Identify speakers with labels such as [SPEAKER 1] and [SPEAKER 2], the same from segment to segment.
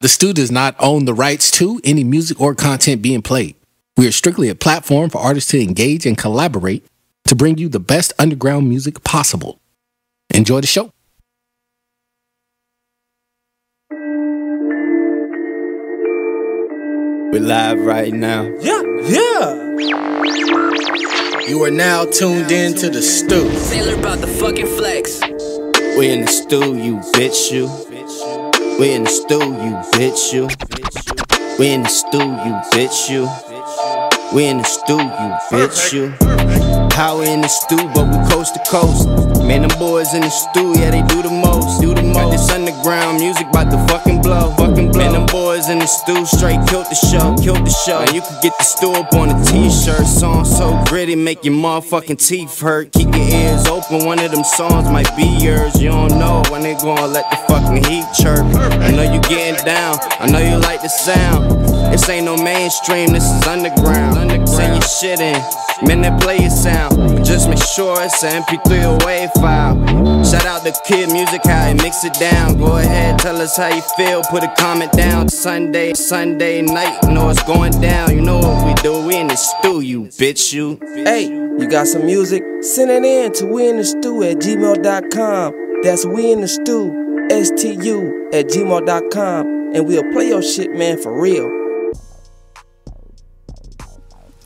[SPEAKER 1] The Stew does not own the rights to any music or content being played. We are strictly a platform for artists to engage and collaborate to bring you the best underground music possible. Enjoy the show.
[SPEAKER 2] We're live right now.
[SPEAKER 3] Yeah, yeah.
[SPEAKER 1] You are now tuned in to The Stew.
[SPEAKER 4] Sailor about the fucking flex.
[SPEAKER 2] We in the stew, you bitch, you. We in the stew, you bitch, you. We in the stew, you bitch, you. We in the stew, you bitch, you. How we in the stew, but we coast to coast. Man, them boys in the stew, yeah, they do the most. Do the most. Got this underground music about to fucking blow. Fucking blow. Man, them boys in the stew, straight killed the show. Killed the show. Man, you could get the stew up on a t-shirt. Song so gritty, make your motherfucking teeth hurt. Keep your ears open, one of them songs might be yours. You don't know when they gonna let the fucking heat chirp. I know you getting down, I know you like the sound. This ain't no mainstream, this is underground. Send your shit in, man, that play your sound. But just make sure it's an MP3 or WAV file. Shout out to Kid Music, how it mix it down. Go ahead, tell us how you feel, put a comment down. Sunday, Sunday night, you know it's going down. You know what we do, we in the stew, you bitch, you.
[SPEAKER 3] Hey, you got some music? Send it in to we in the stew at gmail.com. That's we in the stew, S T U, at gmail.com. And we'll play your shit, man, for real.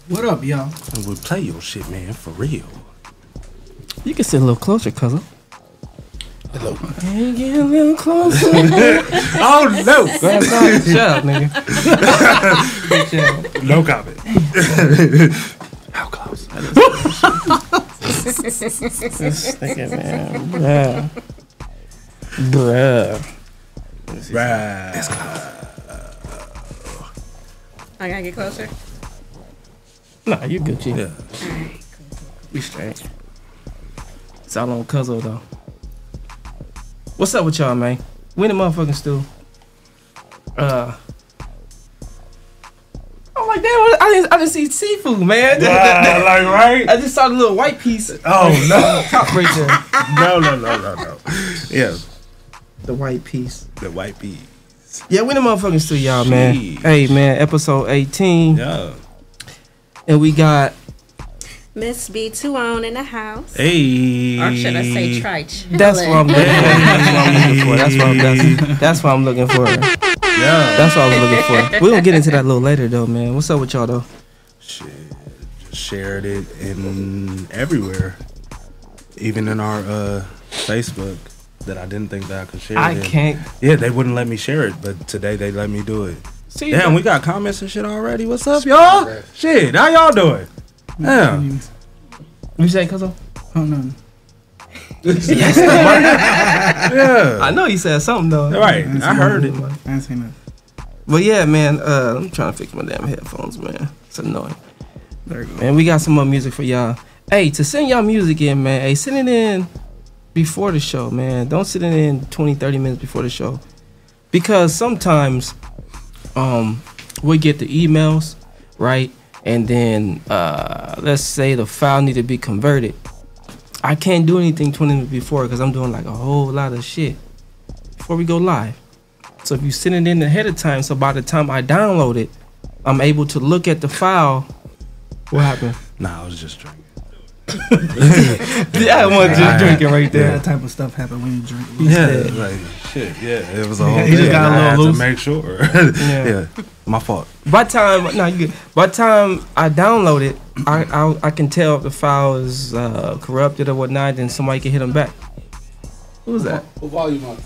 [SPEAKER 5] What up, y'all?
[SPEAKER 6] And we play your shit, man, for real.
[SPEAKER 5] You can sit a little closer, cousin. Hello. Can you get a little closer?
[SPEAKER 6] Oh no!
[SPEAKER 5] Grab some shut up, nigga. Shut up.
[SPEAKER 6] No comment. How close?
[SPEAKER 5] This nigga, man. Bruh. Bruh.
[SPEAKER 6] Right.
[SPEAKER 7] I gotta get closer.
[SPEAKER 5] Nah, you Gucci.
[SPEAKER 6] Yeah.
[SPEAKER 5] We straight. It's all on Cuzzo though. What's up with y'all, man? We in the motherfucking stew. Uh. I'm like, damn, what- I didn't, I didn't see seafood, man.
[SPEAKER 6] Ah, like right?
[SPEAKER 5] I just saw the little white piece of
[SPEAKER 6] Oh no!
[SPEAKER 5] top right there.
[SPEAKER 6] No no no no no. Yeah,
[SPEAKER 5] The white piece.
[SPEAKER 6] the white bee.
[SPEAKER 5] Yeah, we in the motherfucking stew, y'all, man.
[SPEAKER 6] Jeez.
[SPEAKER 5] Hey, man, episode 18.
[SPEAKER 6] Yeah.
[SPEAKER 5] And we got
[SPEAKER 7] Miss B2 on in the house.
[SPEAKER 6] Hey.
[SPEAKER 7] Or should I say try chilling?
[SPEAKER 5] That's what I'm looking for. That's what I'm looking for. That's what I'm that's, that's what I'm looking for.
[SPEAKER 6] Yeah.
[SPEAKER 5] That's what I was looking for. We're gonna get into that a little later though, man. What's up with y'all though?
[SPEAKER 6] Shit. Just Shared it in everywhere, even in our uh, Facebook that I didn't think that I could share. it
[SPEAKER 5] I
[SPEAKER 6] in.
[SPEAKER 5] can't
[SPEAKER 6] Yeah, they wouldn't let me share it, but today they let me do it.
[SPEAKER 5] see
[SPEAKER 6] Damn, we got comments and shit already. What's up, y'all? Shit, how y'all doing? Damn.
[SPEAKER 5] you say cousin?
[SPEAKER 8] Oh no.
[SPEAKER 6] Yeah.
[SPEAKER 5] I know you said something though.
[SPEAKER 6] Right. I heard it.
[SPEAKER 8] I ain't saying nothing.
[SPEAKER 5] But yeah, man, uh, I'm trying to fix my damn headphones, man. It's annoying. There you go. Man, we got some more music for y'all. Hey, to send y'all music in, man, hey, send it in before the show, man. Don't send it in 20, 30 minutes before the show. Because sometimes um we get the emails, right? And then uh let's say the file need to be converted. I can't do anything 20 minutes before because I'm doing like a whole lot of shit before we go live. So if you send it in ahead of time, so by the time I download it, I'm able to look at the file. What happened?
[SPEAKER 6] Nah, I was just drinking.
[SPEAKER 5] Yeah, I was
[SPEAKER 6] just drinking
[SPEAKER 5] right
[SPEAKER 8] That type of stuff happen when you drink.
[SPEAKER 6] Yeah, like shit. Yeah, it was a whole.
[SPEAKER 8] he just
[SPEAKER 6] thing.
[SPEAKER 8] got a little
[SPEAKER 6] I had
[SPEAKER 8] loose.
[SPEAKER 6] To make sure.
[SPEAKER 5] Yeah.
[SPEAKER 6] yeah. my fault.
[SPEAKER 5] By time, no, you good. By time I download it, I, I I can tell if the file is uh, corrupted or whatnot. Then somebody can hit them back. Who was that?
[SPEAKER 8] What volume on?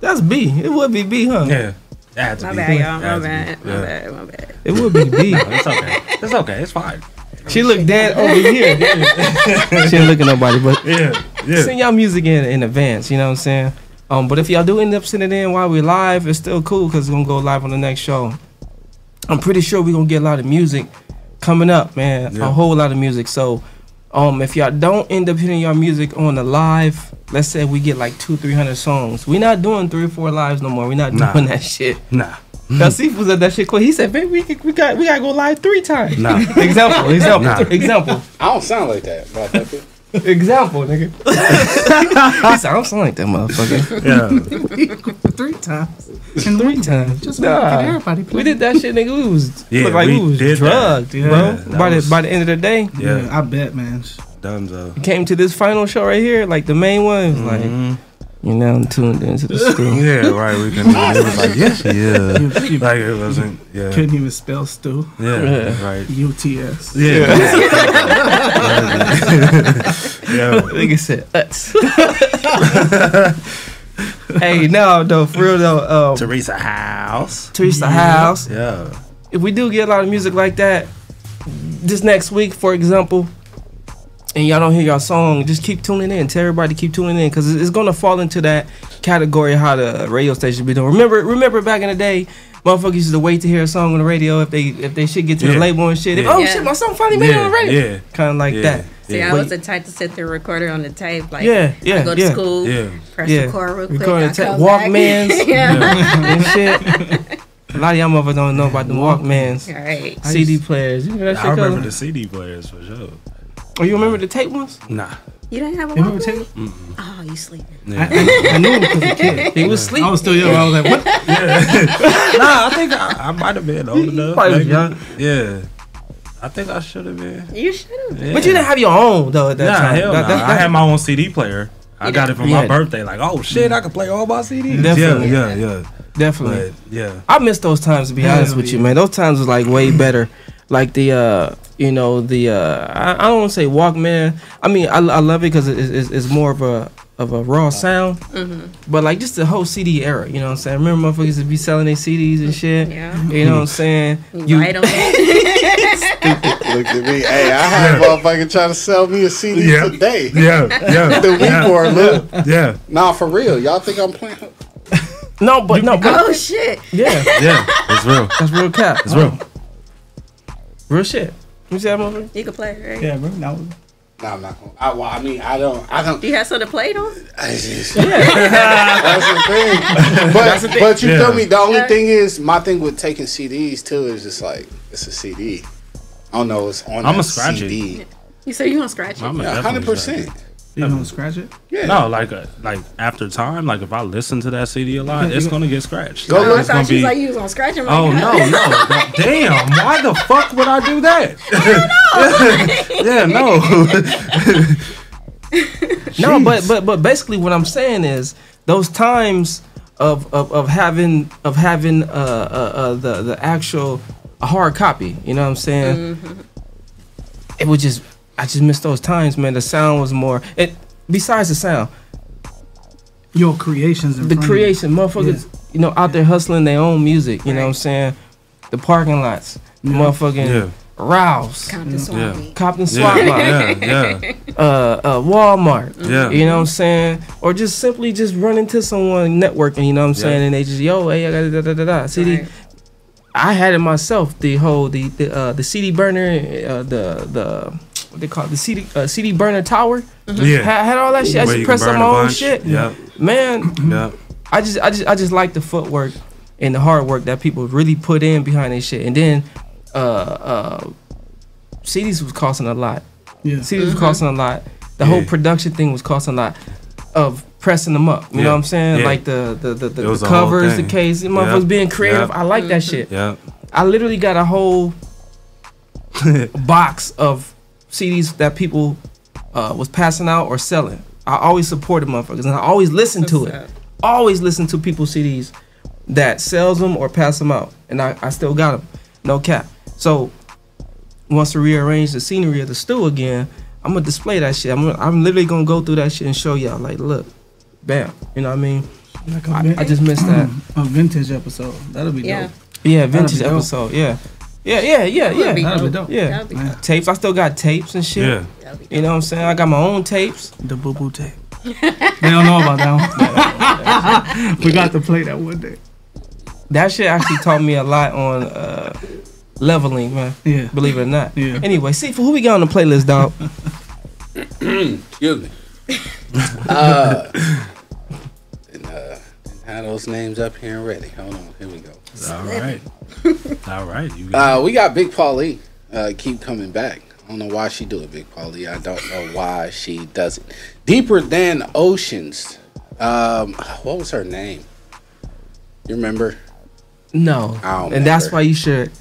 [SPEAKER 5] That's B. It would be B, huh?
[SPEAKER 6] Yeah, it had to
[SPEAKER 7] My
[SPEAKER 6] be.
[SPEAKER 7] bad,
[SPEAKER 6] Had
[SPEAKER 7] y'all. My
[SPEAKER 6] to be.
[SPEAKER 7] bad.
[SPEAKER 6] Yeah.
[SPEAKER 7] My bad. My bad.
[SPEAKER 5] It would be B.
[SPEAKER 6] It's okay. It's okay. It's fine.
[SPEAKER 5] she looked dead over here. she ain't looking at nobody, but
[SPEAKER 6] Yeah, yeah.
[SPEAKER 5] send y'all music in in advance. You know what I'm saying? Um, but if y'all do end up sending it in while we're live, it's still cool because we're gonna go live on the next show. I'm pretty sure we're gonna get a lot of music coming up, man.
[SPEAKER 6] Yeah.
[SPEAKER 5] A whole lot of music. So, um, if y'all don't end up hitting y'all music on the live, let's say we get like two, three hundred songs. We're not doing three or four lives no more. We're not
[SPEAKER 6] Nah.
[SPEAKER 5] doing that shit.
[SPEAKER 6] Nah,
[SPEAKER 5] Now, Seafood's at that shit quick. He said, "Baby, we, could- we got we gotta go live three times."
[SPEAKER 6] nah.
[SPEAKER 5] Example, example,
[SPEAKER 6] Nah.
[SPEAKER 5] example.
[SPEAKER 9] I don't sound like that, motherfucker.
[SPEAKER 5] Example, nigga. he said, I don't sound like that motherfucker.
[SPEAKER 6] Yeah.
[SPEAKER 8] Three times. In three
[SPEAKER 5] times.
[SPEAKER 8] Just
[SPEAKER 5] Nah.
[SPEAKER 8] nah. get everybody.
[SPEAKER 5] We did that shit, nigga. We was
[SPEAKER 6] Yeah,
[SPEAKER 5] looked like we,
[SPEAKER 6] we
[SPEAKER 5] was
[SPEAKER 6] did that.
[SPEAKER 5] drugged,
[SPEAKER 6] Yeah,
[SPEAKER 5] bro.
[SPEAKER 6] that
[SPEAKER 5] By
[SPEAKER 6] was-
[SPEAKER 5] the by the end of the day,
[SPEAKER 8] Yeah.
[SPEAKER 6] Yeah.
[SPEAKER 8] I bet, man.
[SPEAKER 6] Dunzo.
[SPEAKER 5] came to this final show right here, like the main one. It was like
[SPEAKER 6] Mhm.
[SPEAKER 5] you know, I'm tuned into the school.
[SPEAKER 6] Yeah, right. We can. It was like, yeah, yeah. Like it wasn't. Yeah,
[SPEAKER 8] Couldn't even spell stew.
[SPEAKER 6] yeah, right.
[SPEAKER 8] UTS.
[SPEAKER 6] Yeah. yeah.
[SPEAKER 5] Nigga said, "Uts." hey, no, no, for real though. Um,
[SPEAKER 6] Teresa House.
[SPEAKER 5] Teresa House.
[SPEAKER 6] Yeah.
[SPEAKER 5] If we do get a lot of music like that, this next week, for example, and y'all don't hear y'all song, just keep tuning in. Tell everybody to keep tuning in because it's gonna fall into that category of how the radio station be doing. Remember, remember back in the day, motherfuckers used to wait to hear a song on the radio if they if they should get to the
[SPEAKER 6] Yeah.
[SPEAKER 5] label and shit. If,
[SPEAKER 6] Yeah.
[SPEAKER 5] oh
[SPEAKER 7] Yeah.
[SPEAKER 5] shit, my song finally made it on the
[SPEAKER 6] Yeah.
[SPEAKER 5] radio.
[SPEAKER 6] Yeah.
[SPEAKER 5] Kind of like
[SPEAKER 6] yeah,
[SPEAKER 5] that.
[SPEAKER 7] See,
[SPEAKER 6] Yeah.
[SPEAKER 7] I
[SPEAKER 5] But-
[SPEAKER 7] was the type to sit there recorder on the tape. Like,
[SPEAKER 5] Yeah, yeah,
[SPEAKER 7] I go to
[SPEAKER 5] yeah.
[SPEAKER 7] school,
[SPEAKER 6] Yeah.
[SPEAKER 7] press
[SPEAKER 5] Yeah.
[SPEAKER 7] record real quick.
[SPEAKER 5] Record
[SPEAKER 7] I
[SPEAKER 5] and ta-
[SPEAKER 7] come
[SPEAKER 5] Walkmans.
[SPEAKER 7] back. yeah.
[SPEAKER 5] and shit. A lot of y'all motherfuckers don't know about the Walkmans,
[SPEAKER 7] All right.
[SPEAKER 5] CD players. You know that
[SPEAKER 6] I
[SPEAKER 5] shit
[SPEAKER 6] remember
[SPEAKER 5] called?
[SPEAKER 6] the CD players for sure.
[SPEAKER 5] Oh, you remember the tape ones?
[SPEAKER 6] Nah.
[SPEAKER 7] You didn't have a
[SPEAKER 8] Remember
[SPEAKER 7] Walkman?
[SPEAKER 8] tape?
[SPEAKER 7] Oh, you sleeping.
[SPEAKER 8] I, I, I knew him because a kid.
[SPEAKER 5] They was
[SPEAKER 8] I
[SPEAKER 5] sleep.
[SPEAKER 8] was still young. I was like, what?
[SPEAKER 6] nah, I think I, I might have been old enough.
[SPEAKER 5] probably was
[SPEAKER 6] maybe.
[SPEAKER 5] young.
[SPEAKER 6] Yeah. I think I should have been.
[SPEAKER 7] You should have.
[SPEAKER 6] Yeah.
[SPEAKER 5] But you didn't have your own though at that
[SPEAKER 6] nah,
[SPEAKER 5] time.
[SPEAKER 6] hell
[SPEAKER 5] That-
[SPEAKER 6] nah.
[SPEAKER 5] that-
[SPEAKER 6] I
[SPEAKER 5] that-
[SPEAKER 6] had my own CD player. I got it for my
[SPEAKER 5] Yeah.
[SPEAKER 6] birthday. Like, oh shit, I can play all my CDs.
[SPEAKER 5] Definitely.
[SPEAKER 6] Yeah, yeah, yeah.
[SPEAKER 5] definitely.
[SPEAKER 6] But yeah,
[SPEAKER 5] I miss those times to be
[SPEAKER 8] Hell
[SPEAKER 5] honest with you,
[SPEAKER 8] yeah.
[SPEAKER 5] man. Those times was like way better. Like the uh, you know the uh, I, I don't want to say Walkman. I mean I, I love it because it, it's, it's more of a of a raw sound.
[SPEAKER 7] Mm-hmm.
[SPEAKER 6] Mm-hmm.
[SPEAKER 5] But like just the whole CD era, you know what I'm saying? Remember motherfuckers would be selling their CDs and shit.
[SPEAKER 7] Yeah.
[SPEAKER 5] You know what I'm saying? You-
[SPEAKER 7] Right on it.
[SPEAKER 1] Look at me. Hey, I had a motherfucker trying to sell me a CD
[SPEAKER 6] Yeah.
[SPEAKER 1] today.
[SPEAKER 6] yeah, yeah,
[SPEAKER 1] The week or a little.
[SPEAKER 6] yeah,
[SPEAKER 1] Nah, for real. Y'all think I'm playing?
[SPEAKER 5] no, but no, but
[SPEAKER 7] Oh shit.
[SPEAKER 5] yeah,
[SPEAKER 6] yeah. It's real.
[SPEAKER 5] that's real cap.
[SPEAKER 6] It's real.
[SPEAKER 5] Real shit. You see that motherfucker?
[SPEAKER 7] You can play, it, right?
[SPEAKER 8] Yeah, bro. Now,
[SPEAKER 1] Nah, I'm not gonna. I, well, I mean, I don't. I don't.
[SPEAKER 7] Do you have something to play it on?
[SPEAKER 1] I just- that's the thing. But but you
[SPEAKER 6] Yeah.
[SPEAKER 1] feel me? The only
[SPEAKER 7] Yeah.
[SPEAKER 1] thing is, my thing with taking CDs too is just like it's a CD. I don't know. It's on.
[SPEAKER 6] I'ma
[SPEAKER 1] that
[SPEAKER 6] scratch it.
[SPEAKER 1] CD. it.
[SPEAKER 7] You say you gonna scratch it?
[SPEAKER 6] I'm a
[SPEAKER 1] Hundred percent.
[SPEAKER 8] you don't scratch it?
[SPEAKER 1] Yeah.
[SPEAKER 6] No, like uh, like after time, like if I listen to that CD a lot, it's gonna get scratched.
[SPEAKER 1] Go
[SPEAKER 6] Like,
[SPEAKER 1] look-
[SPEAKER 7] Oh, I
[SPEAKER 6] it's gonna
[SPEAKER 7] thought you was
[SPEAKER 6] be-
[SPEAKER 7] like you was gonna scratch it.
[SPEAKER 6] Oh no, no, damn! Why the fuck would I do that? yeah, no.
[SPEAKER 5] No, but but but basically what I'm saying is those times of of, of having of having uh, uh, uh the the actual hard copy, you know what I'm saying?
[SPEAKER 7] Mm-hmm.
[SPEAKER 5] It was just I just missed those times, man. The sound was more it besides the sound,
[SPEAKER 8] Your creations in
[SPEAKER 5] the
[SPEAKER 8] front of you.
[SPEAKER 5] creation, motherfuckers, you know, out there hustling their own music, you know what I'm saying? The parking lots, the motherfucking
[SPEAKER 6] Yeah.
[SPEAKER 5] Rouse,
[SPEAKER 7] Compton
[SPEAKER 6] Yeah.
[SPEAKER 7] Swap Meet.
[SPEAKER 5] Compton Swap Lot.
[SPEAKER 6] Yeah, yeah, yeah,
[SPEAKER 5] uh, uh, Walmart.
[SPEAKER 6] Yeah.
[SPEAKER 5] You know what I'm saying? Or just simply just run into someone networking, you know what I'm saying?
[SPEAKER 6] Yeah.
[SPEAKER 5] And they just, yo, hey, I got da da da da. CD.
[SPEAKER 7] Right.
[SPEAKER 5] I had it myself, the whole, the the, uh, the CD burner, uh, the, the, what they call it, the CD, uh, CD burner tower.
[SPEAKER 6] yeah.
[SPEAKER 5] Had, had all that shit. I
[SPEAKER 6] Where
[SPEAKER 5] just
[SPEAKER 6] you can
[SPEAKER 5] pressed up
[SPEAKER 6] burn
[SPEAKER 5] my
[SPEAKER 6] a
[SPEAKER 5] own
[SPEAKER 6] bunch.
[SPEAKER 5] shit.
[SPEAKER 6] Yeah,
[SPEAKER 5] Man,
[SPEAKER 6] yeah.
[SPEAKER 5] I just I just I just like the footwork and the hard work that people really put in behind this shit. And then uh uh CDs was costing a lot.
[SPEAKER 8] Yeah.
[SPEAKER 5] CDs was costing a lot. The whole
[SPEAKER 6] Yeah.
[SPEAKER 5] production thing was costing a lot of pressing them up. You know
[SPEAKER 6] Yeah.
[SPEAKER 5] what I'm saying?
[SPEAKER 6] Yeah.
[SPEAKER 5] Like the the the, the,
[SPEAKER 6] It was
[SPEAKER 5] the
[SPEAKER 6] a whole
[SPEAKER 5] covers, the
[SPEAKER 6] thing.
[SPEAKER 5] case, the
[SPEAKER 6] Yeah.
[SPEAKER 5] motherfuckers being creative.
[SPEAKER 6] Yeah.
[SPEAKER 5] I like that shit.
[SPEAKER 6] Yeah.
[SPEAKER 5] I literally got a whole box of CDs that people uh, was passing out or selling. I always supported motherfuckers and I always listened to it.
[SPEAKER 7] What's up?
[SPEAKER 5] Always listen to people's CDs that sells them or pass them out, and I, I still got them, no cap. So once to rearrange the scenery of the stew again, I'm gonna display that shit. I'm gonna, I'm literally gonna go through that shit and show y'all. Like, look, bam, you know what I mean?
[SPEAKER 8] Like a,
[SPEAKER 5] I,
[SPEAKER 8] vin-
[SPEAKER 5] I just missed that.
[SPEAKER 8] a vintage episode. That'll be
[SPEAKER 7] Yeah.
[SPEAKER 8] dope.
[SPEAKER 5] Yeah,
[SPEAKER 8] That'd be
[SPEAKER 5] vintage
[SPEAKER 8] dope.
[SPEAKER 5] episode. Yeah, yeah, yeah, yeah,
[SPEAKER 7] That would be
[SPEAKER 5] yeah.
[SPEAKER 8] That'll be
[SPEAKER 7] dope.
[SPEAKER 8] dope.
[SPEAKER 5] Yeah.
[SPEAKER 7] That'd be
[SPEAKER 8] Man.
[SPEAKER 7] dope.
[SPEAKER 5] Tapes. I still got tapes and shit.
[SPEAKER 6] Yeah.
[SPEAKER 7] That'd be dope.
[SPEAKER 5] You know what I'm saying? I got my own tapes.
[SPEAKER 8] The boo boo tape. they don't know about that one. we got to play that one day.
[SPEAKER 5] That shit actually taught me a lot on uh, leveling, man.
[SPEAKER 8] Yeah.
[SPEAKER 5] Believe it or not.
[SPEAKER 8] Yeah.
[SPEAKER 5] Anyway, see for who we got on the playlist, dog.
[SPEAKER 1] Excuse me. Uh, and, uh, have those names up here and ready. Hold on. Here we go.
[SPEAKER 6] All right. All right. You got
[SPEAKER 1] Uh, we got Big Paulie. Uh, keep coming back. I don't know why she do it, Big Polly. I don't know why she does it. Deeper than oceans. Um, what was her name? You remember?
[SPEAKER 5] No,
[SPEAKER 1] I don't
[SPEAKER 5] and that's
[SPEAKER 1] remember.
[SPEAKER 5] why you should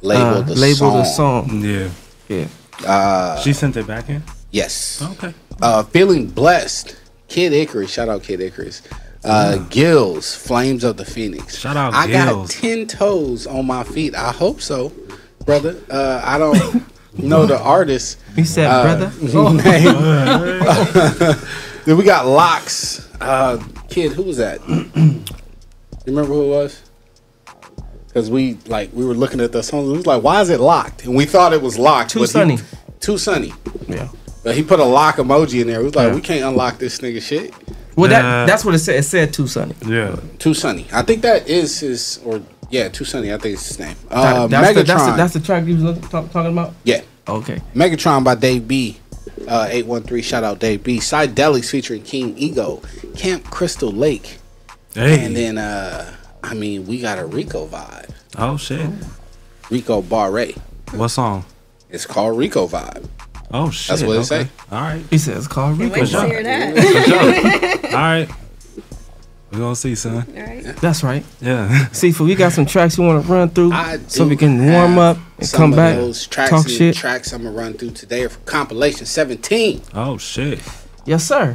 [SPEAKER 1] Label
[SPEAKER 5] uh,
[SPEAKER 1] the
[SPEAKER 5] label
[SPEAKER 1] song.
[SPEAKER 5] the song.
[SPEAKER 6] Yeah.
[SPEAKER 5] Yeah,
[SPEAKER 1] Uh,
[SPEAKER 6] She sent it back in?
[SPEAKER 1] yes.
[SPEAKER 6] Okay.
[SPEAKER 1] Uh, feeling blessed. Kid Icarus. Shout out Kid Icarus. Uh, Gills. Flames of the Phoenix.
[SPEAKER 6] Shout out
[SPEAKER 1] I got
[SPEAKER 6] Gills.
[SPEAKER 1] ten toes on my feet. I hope so, brother. Uh, I don't know the artist.
[SPEAKER 5] you said
[SPEAKER 1] Uh,
[SPEAKER 5] brother.
[SPEAKER 6] Oh.
[SPEAKER 1] name. then we got Locks. Uh, kid, who was that? you remember who it was? Because we like we were looking at the song. We was like, why is it locked? And we thought it was locked.
[SPEAKER 5] Too
[SPEAKER 1] but he-
[SPEAKER 5] sunny.
[SPEAKER 1] too sunny.
[SPEAKER 5] Yeah.
[SPEAKER 1] But he put a lock emoji in there. We was like, we can't unlock this nigga shit.
[SPEAKER 5] Well,
[SPEAKER 6] Nah.
[SPEAKER 5] that that's what it said. It said too, Sonny.
[SPEAKER 6] Yeah.
[SPEAKER 1] Too sunny. I think that is his or yeah, Too sunny. I think it's his name. Uh,
[SPEAKER 5] That- that's,
[SPEAKER 1] Megatron.
[SPEAKER 5] the, that's, the, that's the track you was look, talk, talking about.
[SPEAKER 1] yeah.
[SPEAKER 5] Okay.
[SPEAKER 1] Megatron by Dave B. Uh, 813, shout out Dave B. Psydelics featuring King Ego, Camp Crystal Lake,
[SPEAKER 6] Hey.
[SPEAKER 1] and then, uh, I mean, we got a Rico vibe.
[SPEAKER 6] oh, shit.
[SPEAKER 1] Rico Barre.
[SPEAKER 6] What song?
[SPEAKER 1] It's called Rico vibe.
[SPEAKER 6] Oh, shit.
[SPEAKER 1] what it
[SPEAKER 6] okay.
[SPEAKER 1] say.
[SPEAKER 6] All right.
[SPEAKER 5] He says call
[SPEAKER 7] Can't
[SPEAKER 5] Rico.
[SPEAKER 7] wait to
[SPEAKER 6] Jones.
[SPEAKER 7] hear that.
[SPEAKER 6] For sure. All right. We're going to see, son.
[SPEAKER 7] All right.
[SPEAKER 5] That's right.
[SPEAKER 6] Yeah.
[SPEAKER 5] See, for we got some tracks you want to run through,
[SPEAKER 1] I
[SPEAKER 5] so
[SPEAKER 1] do
[SPEAKER 5] we can warm
[SPEAKER 1] have
[SPEAKER 5] up and
[SPEAKER 1] some
[SPEAKER 5] come
[SPEAKER 1] of
[SPEAKER 5] back,
[SPEAKER 1] Those tracks
[SPEAKER 5] talk
[SPEAKER 1] and
[SPEAKER 5] shit.
[SPEAKER 1] tracks I'm going to run through today are for compilation 17.
[SPEAKER 6] Oh, shit.
[SPEAKER 5] yes, sir.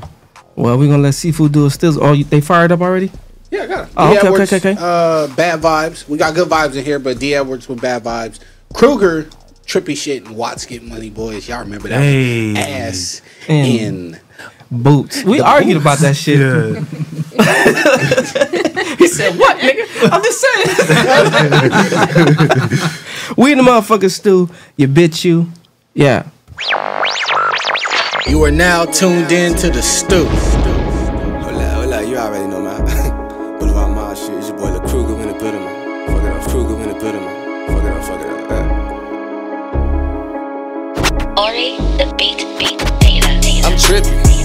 [SPEAKER 5] Well, we're gonna let Seafood do his stills. Oh, you, they fired up already?
[SPEAKER 1] Yeah, I got it. D.
[SPEAKER 5] Oh, okay, okay,
[SPEAKER 1] Edwards,
[SPEAKER 5] okay, okay.
[SPEAKER 1] Uh, bad vibes. We got good vibes in here, but D. Edwards with bad vibes. Kruger, trippy shit, and Watts get money, boys. Y'all remember that?
[SPEAKER 6] Hey.
[SPEAKER 1] Ass
[SPEAKER 5] And-
[SPEAKER 1] in.
[SPEAKER 5] Boots. We argued about that shit.
[SPEAKER 6] Yeah.
[SPEAKER 5] He said, "What, nigga? I'm just saying." we in the motherfucking stew. You bitch, you. Yeah.
[SPEAKER 1] You are now tuned in to the stoop.
[SPEAKER 10] Hola, hola, you already know, man. Boulevard Mall shit, it's your boy La Kruger in the building, man. Fuck it up, Kruger in the building, man. Fuck it up, fuck it up. eh.
[SPEAKER 11] Ori, the beat, beat, data.
[SPEAKER 10] I'm trippy,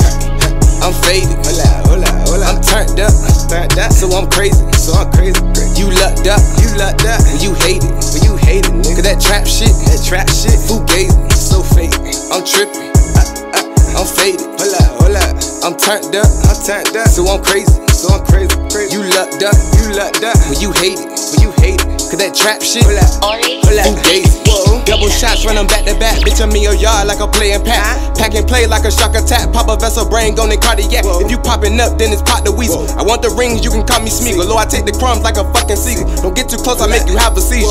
[SPEAKER 10] I'm faded. Hola, hola, hola. I'm turned up, turned up. So I'm crazy, so I'm crazy. You lucked up, you lucked up. When you hate it, when you hate it, nigga. Cause that trap shit, that trap shit. Fugazi, so fake. I'm trippy, uh, uh, I'm faded. Hola, hola. I'm turned up, I'm turned up. So I'm crazy, so I'm crazy. crazy. You lucked up, you lucked up. When you hate it, when you hate it. Cause that trap shit, hola,
[SPEAKER 11] Ori,
[SPEAKER 10] hola.
[SPEAKER 11] the beat,
[SPEAKER 10] Fugazi.
[SPEAKER 11] beat,
[SPEAKER 10] Double
[SPEAKER 11] data.
[SPEAKER 10] shots, run them back to back. Bitch, I'm in your yard like I'm playing pack. Pack and play like a shock attack. Pop a vessel, brain going cardiac. If you popping up, then it's pop the weasel. I want the rings, you can call me Smeagol. Though I take the crumbs like a fucking seagull. Don't get too close, I make you have a seizure.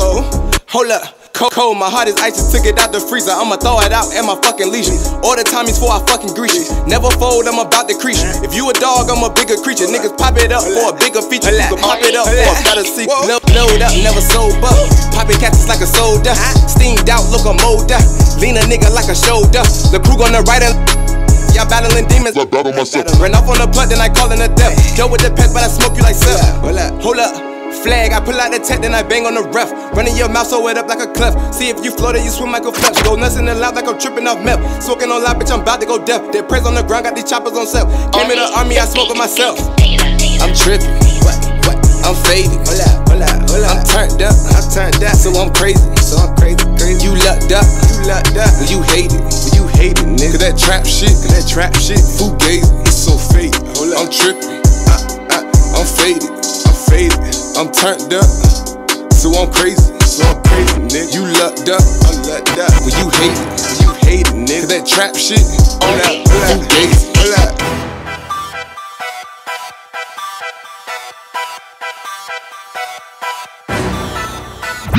[SPEAKER 10] Hold up. Cold, cold, my heart is ice, just took it out the freezer. I'ma throw it out at my fucking leisure. Order Tommy's before I fucking grease you. Never fold, I'm about to crease you. If you a dog, I'm a bigger creature. Niggas pop it up for a bigger feature. You can pop it up for a better sequel. Load, load up, never sober. Popping cactus like a soda. Steamed out, look a molder. Lean a nigga like a shoulder. The crew on the right and Y'all battling demons. I battle myself. Ran off on the blood, then I call in the death. Deal with the pet, but I smoke you like sir. Hold up. Hold up. Flag, I pull out the tech, then I bang on the ref. Running your mouth, so it up like a cleft. See if you floated, you swim like a flex. Go nuts in the lab like I'm tripping off meth. Smoking on loud, bitch, I'm about to go deaf. They press on the ground, got these choppers on self. Came in the army, I smoke with myself. I'm tripping. What? What? I'm faded. Hola, hola, hola. I'm turned up. I'm turned up. So I'm crazy. So I'm crazy, crazy. You lucked up. You lucked up. When you hate it. When you hate it, nigga. Cause that trap shit. Cause that trap shit. Fugazi. It's so fake. I'm tripping. I, I, I'm faded. I'm faded. I'm turned up. So I'm crazy. So I'm crazy, nigga. You lucked up. I'm lucked up. When you hate it. When you hate it, nigga. Cause that trap shit. Hola, hola, Fugazi. Hola.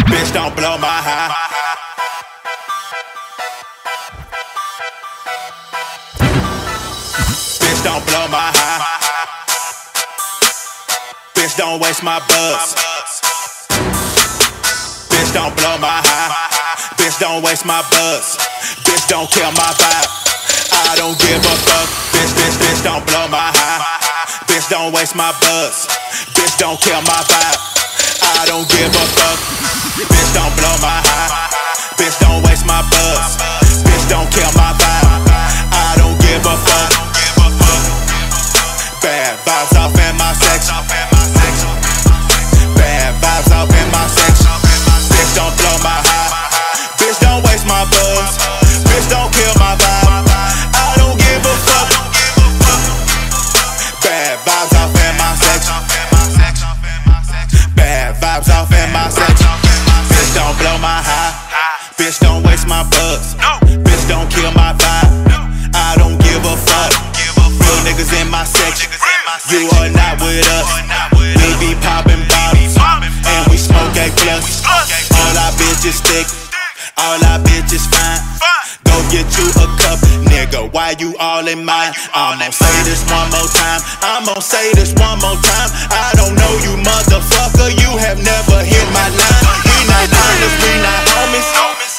[SPEAKER 12] Bitch, don't blow my high. Bitch, don't blow my high. Bitch, don't waste my buzz. Bitch, don't blow my high. Bitch, don't waste my buzz. Bitch, don't kill my vibe. I don't give a fuck. Bitch, bitch, bitch, don't blow my high. Bitch, don't waste my buzz. Bitch, don't kill my vibe. I don't give a fuck. Bitch, don't blow my high. Bitch, don't waste my buzz. Bitch, don't kill my vibe. I don't give a fuck. Bad vibes off in my section. Bad vibes off in my section. Bitch, don't blow my high. Bitch, don't waste my buzz. Bitch, with us. We be popping bottles and we smoke a plus. All our bitches thick, all our bitches fine. Go get you a cup, nigga. Why you all in mine? I'm gonna say this one more time. I'm gonna say this one more time. I don't know you, motherfucker. You have never hit my line. We not partners, we not homies.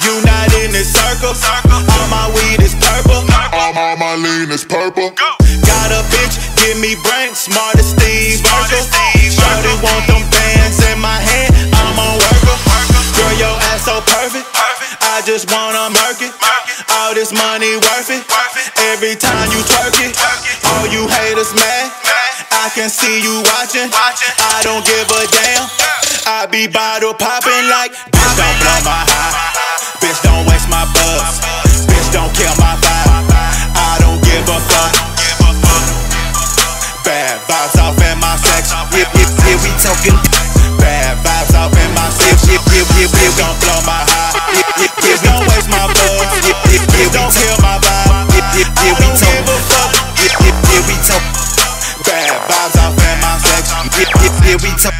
[SPEAKER 12] You not in this circle. All my weed is purple. All my lean is purple. Got a bitch, give me brain. Smartest Steve Urkel. Shorty want them bands in my hand. I'm on worker. Girl, your ass so perfect. I just wanna murk it. All this money worth it. Every time you twerk it, all you haters mad. I can see you watching. I don't give a damn. I be bottle popping like bitch don't blow my high. Bitch don't waste my buzz. Bitch don't kill my vibe. I don't give a fuck. Bad vibes off in my section. Yeah, yeah, yeah, we talking. Bad vibes off in my section. Yeah, yeah, yeah, yeah, don't blow my high. Yeah, yeah, yeah, don't waste my buzz. Yeah, yeah, yeah, don't kill my vibe. Yeah, yeah, yeah, we talk. Give a fuck. Yeah, yeah, yeah, we talk. Bad vibes off in my section. Yeah, yeah, yeah, we talk.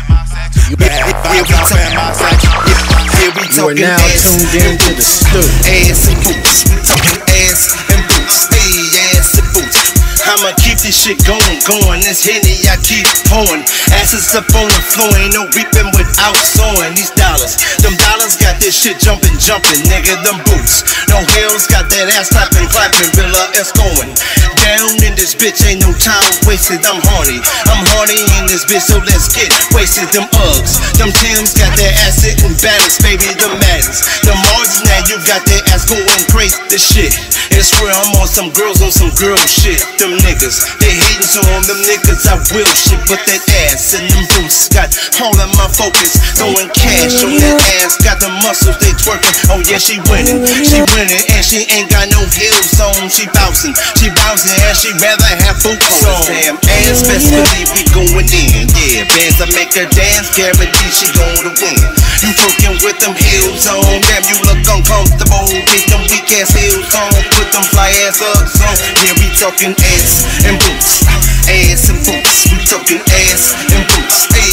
[SPEAKER 12] Bad vibes off in my section. Yeah, yeah, we
[SPEAKER 10] You are
[SPEAKER 12] talking
[SPEAKER 10] now
[SPEAKER 12] ass
[SPEAKER 10] tuned in
[SPEAKER 12] and
[SPEAKER 10] to the
[SPEAKER 12] boots.
[SPEAKER 10] stew.
[SPEAKER 12] Ass and boots. We talking ass and boots. Hey, ass and boots.
[SPEAKER 13] I'ma keep this shit going, going. This Henny I keep pouring. Asses up on the floor, ain't no reaping without sowing. These dollars, them dollars got this shit jumping, jumping, nigga. Them boots, no heels got that ass clapping, clapping. Villa it's going down in this bitch, ain't no time wasted. I'm horny, I'm horny in this bitch, so let's get wasted. Them Uggs, them Tims got their ass sitting balanced, baby. Them Mattins, them Martins, now you got their ass going crazy. This shit, it's real. I'm on some girls on some girl shit. Them niggas, they hating so on them niggas. I will shit, but that ass and them boots got all of my focus. Throwing cash on that ass, got the muscles they twerking. Oh yeah, she winning, she winning, and she ain't got no heels on. She bouncing, she bouncing, and she rather have boots on. Damn ass, best believe we going in. Yeah, bands I make her dance, guarantee she gonna win. You fucking with them heels on, damn you look uncomfortable. Get them weak ass heels on, put them fly ass ups on. Yeah, we talking ass and boots, ass and boots. We talking ass and boots, hey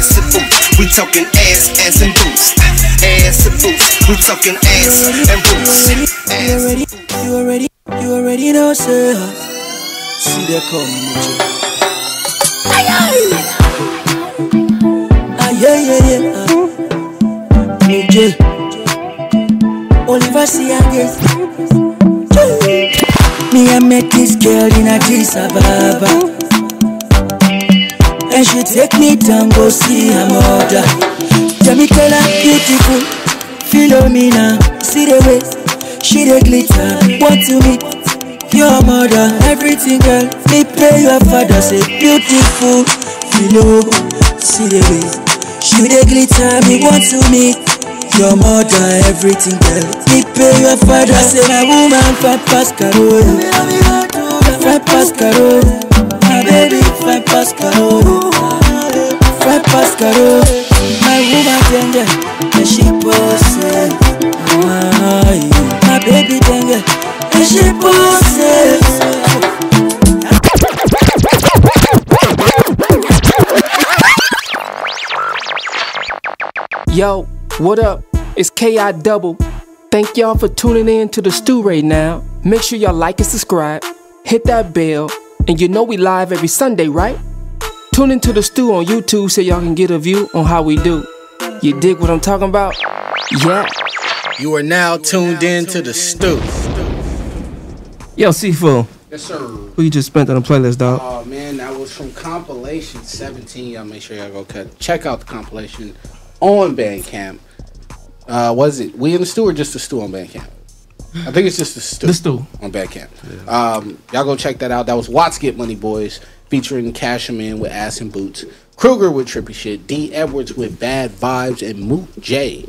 [SPEAKER 13] ass and boots. We talking ass, ass and boots, ass and boots. We talking ass and boots.
[SPEAKER 14] You already, you already, you already know, sir. See that coming with you. Ah, yeah, yeah, yeah. ah. Mucho. Oliver see again. Me, I met this girl in Addis Ababa. And she take me down, go see her mother. Jamaica, beautiful, Philomena. See the way she the glitter. Want to meet your mother, everything girl. Me pray your father, say beautiful. You know, see the way she the glitter. Me want to meet your mother, everything girl. Me pray your father, say my woman fat past Carol. Fat past Carol, my baby fat past Carol. Fat past Carol, my woman tender, and she possess. Why? My baby tender, and she possess.
[SPEAKER 5] Yo, what up? It's KI Double. Thank y'all for tuning in to the stew right now. Make sure y'all like and subscribe, hit that bell, and you know we live every Sunday, right? Tune into the stew on YouTube so y'all can get a view on how we do. You dig what I'm talking about? Yeah.
[SPEAKER 10] You are now tuned in to the stew.
[SPEAKER 5] Yo, Seafood.
[SPEAKER 1] Yes, sir.
[SPEAKER 5] Who you just spent on the playlist, dog?
[SPEAKER 1] Oh man, that was from compilation 17. Y'all make sure y'all go cut. Check out the compilation on Bandcamp. Uh, was it We in the Stew or just the Stew on Bandcamp? I think it's just the Stew.
[SPEAKER 5] The Stew.
[SPEAKER 1] on Bandcamp. Um, y'all go check that out. That was Watts Get Money Boys featuring Cashman with Ass and Boots, Kruger with Trippy Shit, D Edwards with Bad Vibes, and Moot J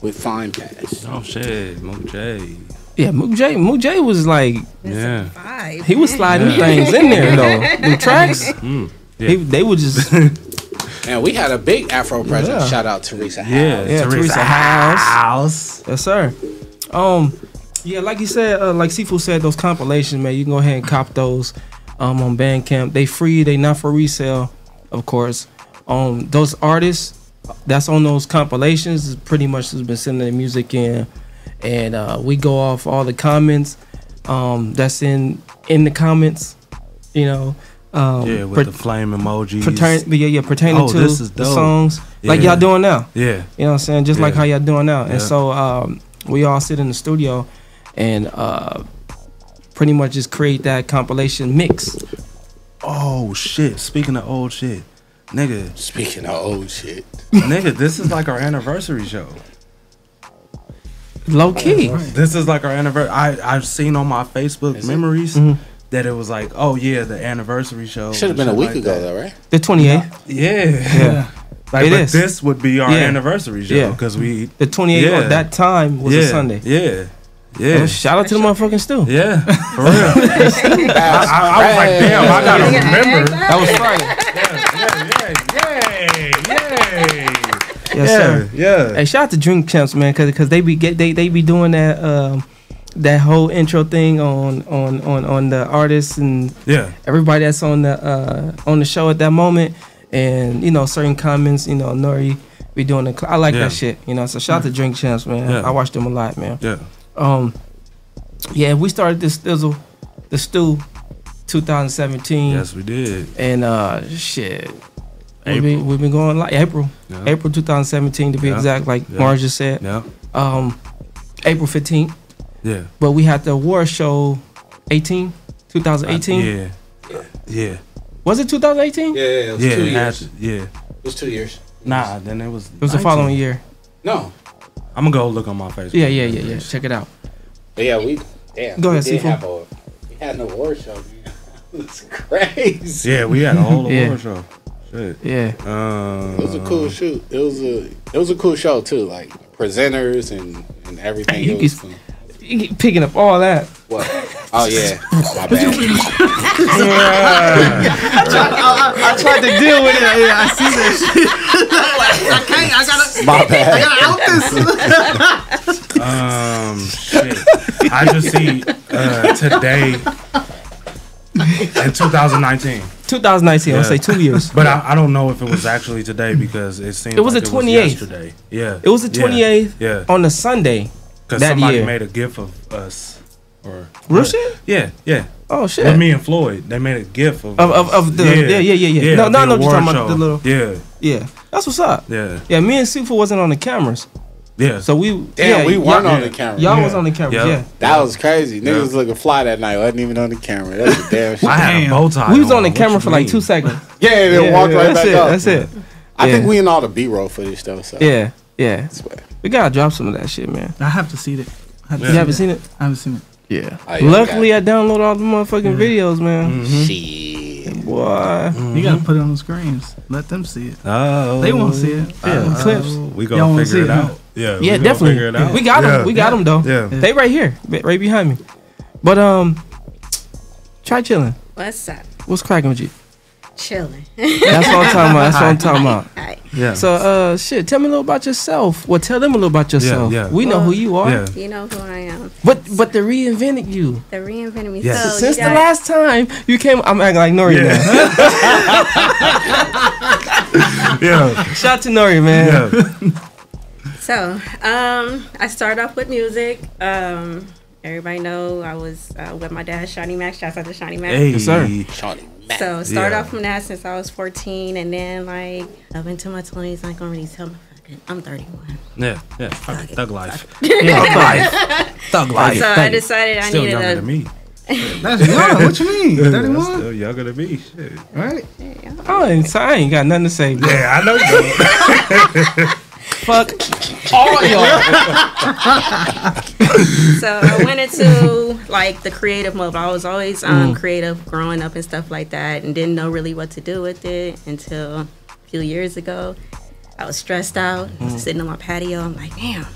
[SPEAKER 1] with Fine Pass.
[SPEAKER 6] Oh shit, Mook J.
[SPEAKER 5] Yeah, Mook J. Mook J was like,
[SPEAKER 6] Yeah.
[SPEAKER 5] he was sliding things in there though. The tracks,
[SPEAKER 6] Mm,
[SPEAKER 5] he- they were just
[SPEAKER 1] And we had a big Afro present.
[SPEAKER 5] Yeah.
[SPEAKER 1] Shout out Teresa Howe.
[SPEAKER 5] Yeah, yeah, Teresa, House. Yes, sir. Um, yeah, like you said, uh, like Sifu said, those compilations, man, you can go ahead and cop those um, on Bandcamp. They free, they not for resale. of course. Um, those artists that's on those compilations is pretty much has been sending their music in, and uh, we go off all the comments um, that's in in the comments. You know, um,
[SPEAKER 6] yeah, with
[SPEAKER 5] per-
[SPEAKER 6] the flame emojis.
[SPEAKER 5] pertain, but yeah, yeah, pertaining
[SPEAKER 6] Oh,
[SPEAKER 5] to
[SPEAKER 6] this is
[SPEAKER 5] the
[SPEAKER 6] dope.
[SPEAKER 5] songs like
[SPEAKER 6] Yeah.
[SPEAKER 5] y'all doing now.
[SPEAKER 6] Yeah.
[SPEAKER 5] you know what I'm saying, just like
[SPEAKER 6] Yeah.
[SPEAKER 5] how y'all doing now.
[SPEAKER 6] Yeah.
[SPEAKER 5] And so um, we all sit in the studio and uh, pretty much just create that compilation mix.
[SPEAKER 6] Oh shit! Speaking of old shit, nigga.
[SPEAKER 1] Speaking of old shit,
[SPEAKER 6] nigga, this is like our anniversary show.
[SPEAKER 5] Low key.
[SPEAKER 6] This is like our anniversary. I I've seen on my Facebook memories
[SPEAKER 5] Mm-hmm.
[SPEAKER 6] that it was like, oh yeah, the anniversary show.
[SPEAKER 1] Should've
[SPEAKER 6] and
[SPEAKER 1] been a
[SPEAKER 6] shit
[SPEAKER 1] week
[SPEAKER 6] like
[SPEAKER 1] ago,
[SPEAKER 6] that.
[SPEAKER 1] though, right?
[SPEAKER 5] The 28th.
[SPEAKER 6] Yeah.
[SPEAKER 5] Yeah.
[SPEAKER 6] Like,
[SPEAKER 5] It
[SPEAKER 6] but
[SPEAKER 5] is.
[SPEAKER 6] this would be our
[SPEAKER 5] Yeah.
[SPEAKER 6] anniversary show
[SPEAKER 5] Yeah.
[SPEAKER 6] because we
[SPEAKER 5] The 28th or that time was a
[SPEAKER 6] Yeah.
[SPEAKER 5] Sunday.
[SPEAKER 6] Yeah. Yeah.
[SPEAKER 5] Well, shout out to the motherfucking Stu.
[SPEAKER 6] Yeah, for real. I, I was like, damn, I gotta remember.
[SPEAKER 5] That was Friday. Yes, sir.
[SPEAKER 6] Yeah.
[SPEAKER 5] Hey, shout out to Dream Champs, man, cause, 'cause they be get they, they be doing that um that whole intro thing on on on on the artists and
[SPEAKER 6] Yeah.
[SPEAKER 5] everybody that's on the uh on the show at that moment, and you know certain comments, you know Nori be doing the cl- I like
[SPEAKER 6] Yeah. Mm-hmm.
[SPEAKER 5] that shit, you know. So shout out to Drink Champs, man.
[SPEAKER 6] Yeah.
[SPEAKER 5] I watch them a lot, man.
[SPEAKER 6] Yeah.
[SPEAKER 5] Um, yeah, we started this Thizzle, the Stew, 2017.
[SPEAKER 6] Yes, we did.
[SPEAKER 5] And uh, shit, we've been, we've been going like April,
[SPEAKER 6] Yeah.
[SPEAKER 5] April 2017 to be
[SPEAKER 6] Yeah.
[SPEAKER 5] exact, like
[SPEAKER 6] Yeah.
[SPEAKER 5] Mars just said.
[SPEAKER 6] Yeah.
[SPEAKER 5] Um, April 15th.
[SPEAKER 6] Yeah.
[SPEAKER 5] But we had the award show, 18, 2018.
[SPEAKER 6] Yeah. Yeah.
[SPEAKER 5] Was it 2018?
[SPEAKER 1] Yeah, yeah, it was
[SPEAKER 6] Yeah,
[SPEAKER 1] two
[SPEAKER 6] it had
[SPEAKER 1] years.
[SPEAKER 6] to- yeah.
[SPEAKER 1] It was two years.
[SPEAKER 6] Nah, then it was.
[SPEAKER 5] It was the following year.
[SPEAKER 1] No.
[SPEAKER 6] I'm gonna go look on my Facebook.
[SPEAKER 5] Yeah, yeah, yeah, yeah. Check it out.
[SPEAKER 1] But yeah, we damn.
[SPEAKER 5] Go
[SPEAKER 1] we
[SPEAKER 5] ahead,
[SPEAKER 1] did
[SPEAKER 5] C4.
[SPEAKER 1] have
[SPEAKER 15] Oh,
[SPEAKER 1] a, we had an award show. Man. It's crazy.
[SPEAKER 6] Yeah, we had a whole
[SPEAKER 5] Yeah.
[SPEAKER 6] award show. Shit.
[SPEAKER 5] Yeah.
[SPEAKER 6] Um,
[SPEAKER 1] It was a cool shoot. It was a it was a cool show too. Like presenters and and everything.
[SPEAKER 5] You
[SPEAKER 1] It was
[SPEAKER 5] keep-
[SPEAKER 1] fun.
[SPEAKER 5] You keep picking up all that.
[SPEAKER 1] What? Oh yeah. My bad.
[SPEAKER 15] I, tried, I, I- I tried to deal with it. Yeah, I see that shit. like, I can't. I gotta.
[SPEAKER 1] My bad.
[SPEAKER 15] I gotta out this.
[SPEAKER 6] Um, shit. I just see uh, today in 2019.
[SPEAKER 5] 2019. I'll say two years.
[SPEAKER 6] But I, I don't know if it was actually today because it seemed
[SPEAKER 5] It was
[SPEAKER 6] like
[SPEAKER 5] the 28th.
[SPEAKER 6] yesterday. Yeah.
[SPEAKER 5] It was the
[SPEAKER 6] Yeah.
[SPEAKER 5] 28th
[SPEAKER 6] Yeah.
[SPEAKER 5] on the Sunday
[SPEAKER 6] Because
[SPEAKER 5] that
[SPEAKER 6] somebody
[SPEAKER 5] year.
[SPEAKER 6] made a gif of us. Or
[SPEAKER 5] Real shit?
[SPEAKER 6] Yeah, yeah.
[SPEAKER 5] Oh, shit.
[SPEAKER 6] With me and Floyd, they made a gif of
[SPEAKER 5] Of- of- of the- yeah, yeah, yeah, yeah. No,
[SPEAKER 6] of
[SPEAKER 5] no, I know
[SPEAKER 6] the
[SPEAKER 5] what you're
[SPEAKER 6] award
[SPEAKER 5] talking about, the
[SPEAKER 6] show.
[SPEAKER 5] little-
[SPEAKER 6] Yeah,
[SPEAKER 5] yeah, that's what's up.
[SPEAKER 6] yeah,
[SPEAKER 5] Yeah, me and Sufa wasn't on the cameras.
[SPEAKER 6] yeah.
[SPEAKER 5] So we
[SPEAKER 1] Damn,
[SPEAKER 5] yeah,
[SPEAKER 1] we weren't
[SPEAKER 5] y'all-
[SPEAKER 1] on the camera.
[SPEAKER 5] Y'all was on the cameras, yeah.
[SPEAKER 1] That was crazy. Niggas was looking fly that night. Wasn't even on the camera. That's a damn shame.
[SPEAKER 6] I had a bow tie.
[SPEAKER 5] We was on the
[SPEAKER 6] What
[SPEAKER 5] camera
[SPEAKER 6] you
[SPEAKER 5] for like
[SPEAKER 6] mean?
[SPEAKER 5] two seconds.
[SPEAKER 1] Yeah, and then
[SPEAKER 5] Yeah,
[SPEAKER 1] walked
[SPEAKER 5] yeah,
[SPEAKER 1] right
[SPEAKER 5] that's
[SPEAKER 1] back
[SPEAKER 5] it,
[SPEAKER 1] up.
[SPEAKER 5] that's it.
[SPEAKER 1] I think
[SPEAKER 5] Yeah.
[SPEAKER 1] we in all the B roll footage though. So
[SPEAKER 5] Yeah, yeah. We gotta drop some of that shit, man.
[SPEAKER 8] I have to see that. I have to
[SPEAKER 5] You haven't seen it?
[SPEAKER 8] I haven't seen it.
[SPEAKER 5] Yeah.
[SPEAKER 1] Oh, yeah, we
[SPEAKER 5] Luckily, I downloaded all the motherfucking videos,
[SPEAKER 8] Mm-hmm.
[SPEAKER 5] man.
[SPEAKER 1] Shit.
[SPEAKER 5] Boy,
[SPEAKER 8] You gotta put it on the screens. Let them see it.
[SPEAKER 6] Oh,
[SPEAKER 8] They won't see it.
[SPEAKER 5] Yeah,
[SPEAKER 8] Uh,
[SPEAKER 5] clips.
[SPEAKER 6] We
[SPEAKER 8] Y'all
[SPEAKER 6] gonna
[SPEAKER 8] wanna
[SPEAKER 6] figure
[SPEAKER 8] see
[SPEAKER 6] it
[SPEAKER 8] it, huh?
[SPEAKER 6] out. Yeah, we
[SPEAKER 5] yeah,
[SPEAKER 6] gonna
[SPEAKER 5] definitely.
[SPEAKER 6] figure it out.
[SPEAKER 5] We got them.
[SPEAKER 6] Yeah.
[SPEAKER 5] We got them though.
[SPEAKER 6] Yeah.
[SPEAKER 5] They right here, b- right behind me. But um, try chilling.
[SPEAKER 7] What's up?
[SPEAKER 5] What's cracking with you?
[SPEAKER 7] Chilling.
[SPEAKER 5] That's what I'm talking about. That's what I'm talking about.
[SPEAKER 7] Alright.
[SPEAKER 6] Yeah.
[SPEAKER 5] So uh, shit. Tell me a little about yourself. Well, tell them a little about yourself.
[SPEAKER 6] yeah.
[SPEAKER 5] We know who you are.
[SPEAKER 6] Yeah.
[SPEAKER 7] You know who I am.
[SPEAKER 5] But but they reinvented you.
[SPEAKER 7] They reinvented me.
[SPEAKER 5] So
[SPEAKER 7] So you
[SPEAKER 5] Since the
[SPEAKER 7] guys-
[SPEAKER 5] last time you came, I'm acting like Nori now.
[SPEAKER 6] Yeah,
[SPEAKER 5] Shout out to Nori, man.
[SPEAKER 6] yeah.
[SPEAKER 7] So, um, I started off with music. Um, everybody know I was uh, with my dad, Shawnee Mac. Shouts out to Shawnee Mac.
[SPEAKER 6] Hey,
[SPEAKER 5] Yes, sir.
[SPEAKER 1] Shawnee Mac.
[SPEAKER 7] So started
[SPEAKER 6] Yeah.
[SPEAKER 7] off from that since I was 14, and then like up into my 20s, I ain't gonna really tell my fucking. I'm 31.
[SPEAKER 6] Yeah, yeah. Thug, thug life.
[SPEAKER 5] Yeah, thug life. Thug life.
[SPEAKER 7] So
[SPEAKER 5] Thug
[SPEAKER 7] I
[SPEAKER 5] life.
[SPEAKER 7] decided I
[SPEAKER 6] Still
[SPEAKER 7] needed
[SPEAKER 6] younger
[SPEAKER 7] a.
[SPEAKER 6] than me.
[SPEAKER 8] That's young. What you mean?
[SPEAKER 6] That's
[SPEAKER 8] 31?
[SPEAKER 6] still younger than me. Shit.
[SPEAKER 8] Right?
[SPEAKER 5] I ain't, so I ain't got nothing to say. bro.
[SPEAKER 6] Yeah, I know. bro.
[SPEAKER 5] Fuck all y'all.
[SPEAKER 7] so I went into like the creative mode. I was always
[SPEAKER 5] Mm.
[SPEAKER 7] um, creative growing up and stuff like that, and didn't know really what to do with it until a few years ago. I was stressed out,
[SPEAKER 5] Mm.
[SPEAKER 7] sitting on my patio. I'm like, damn,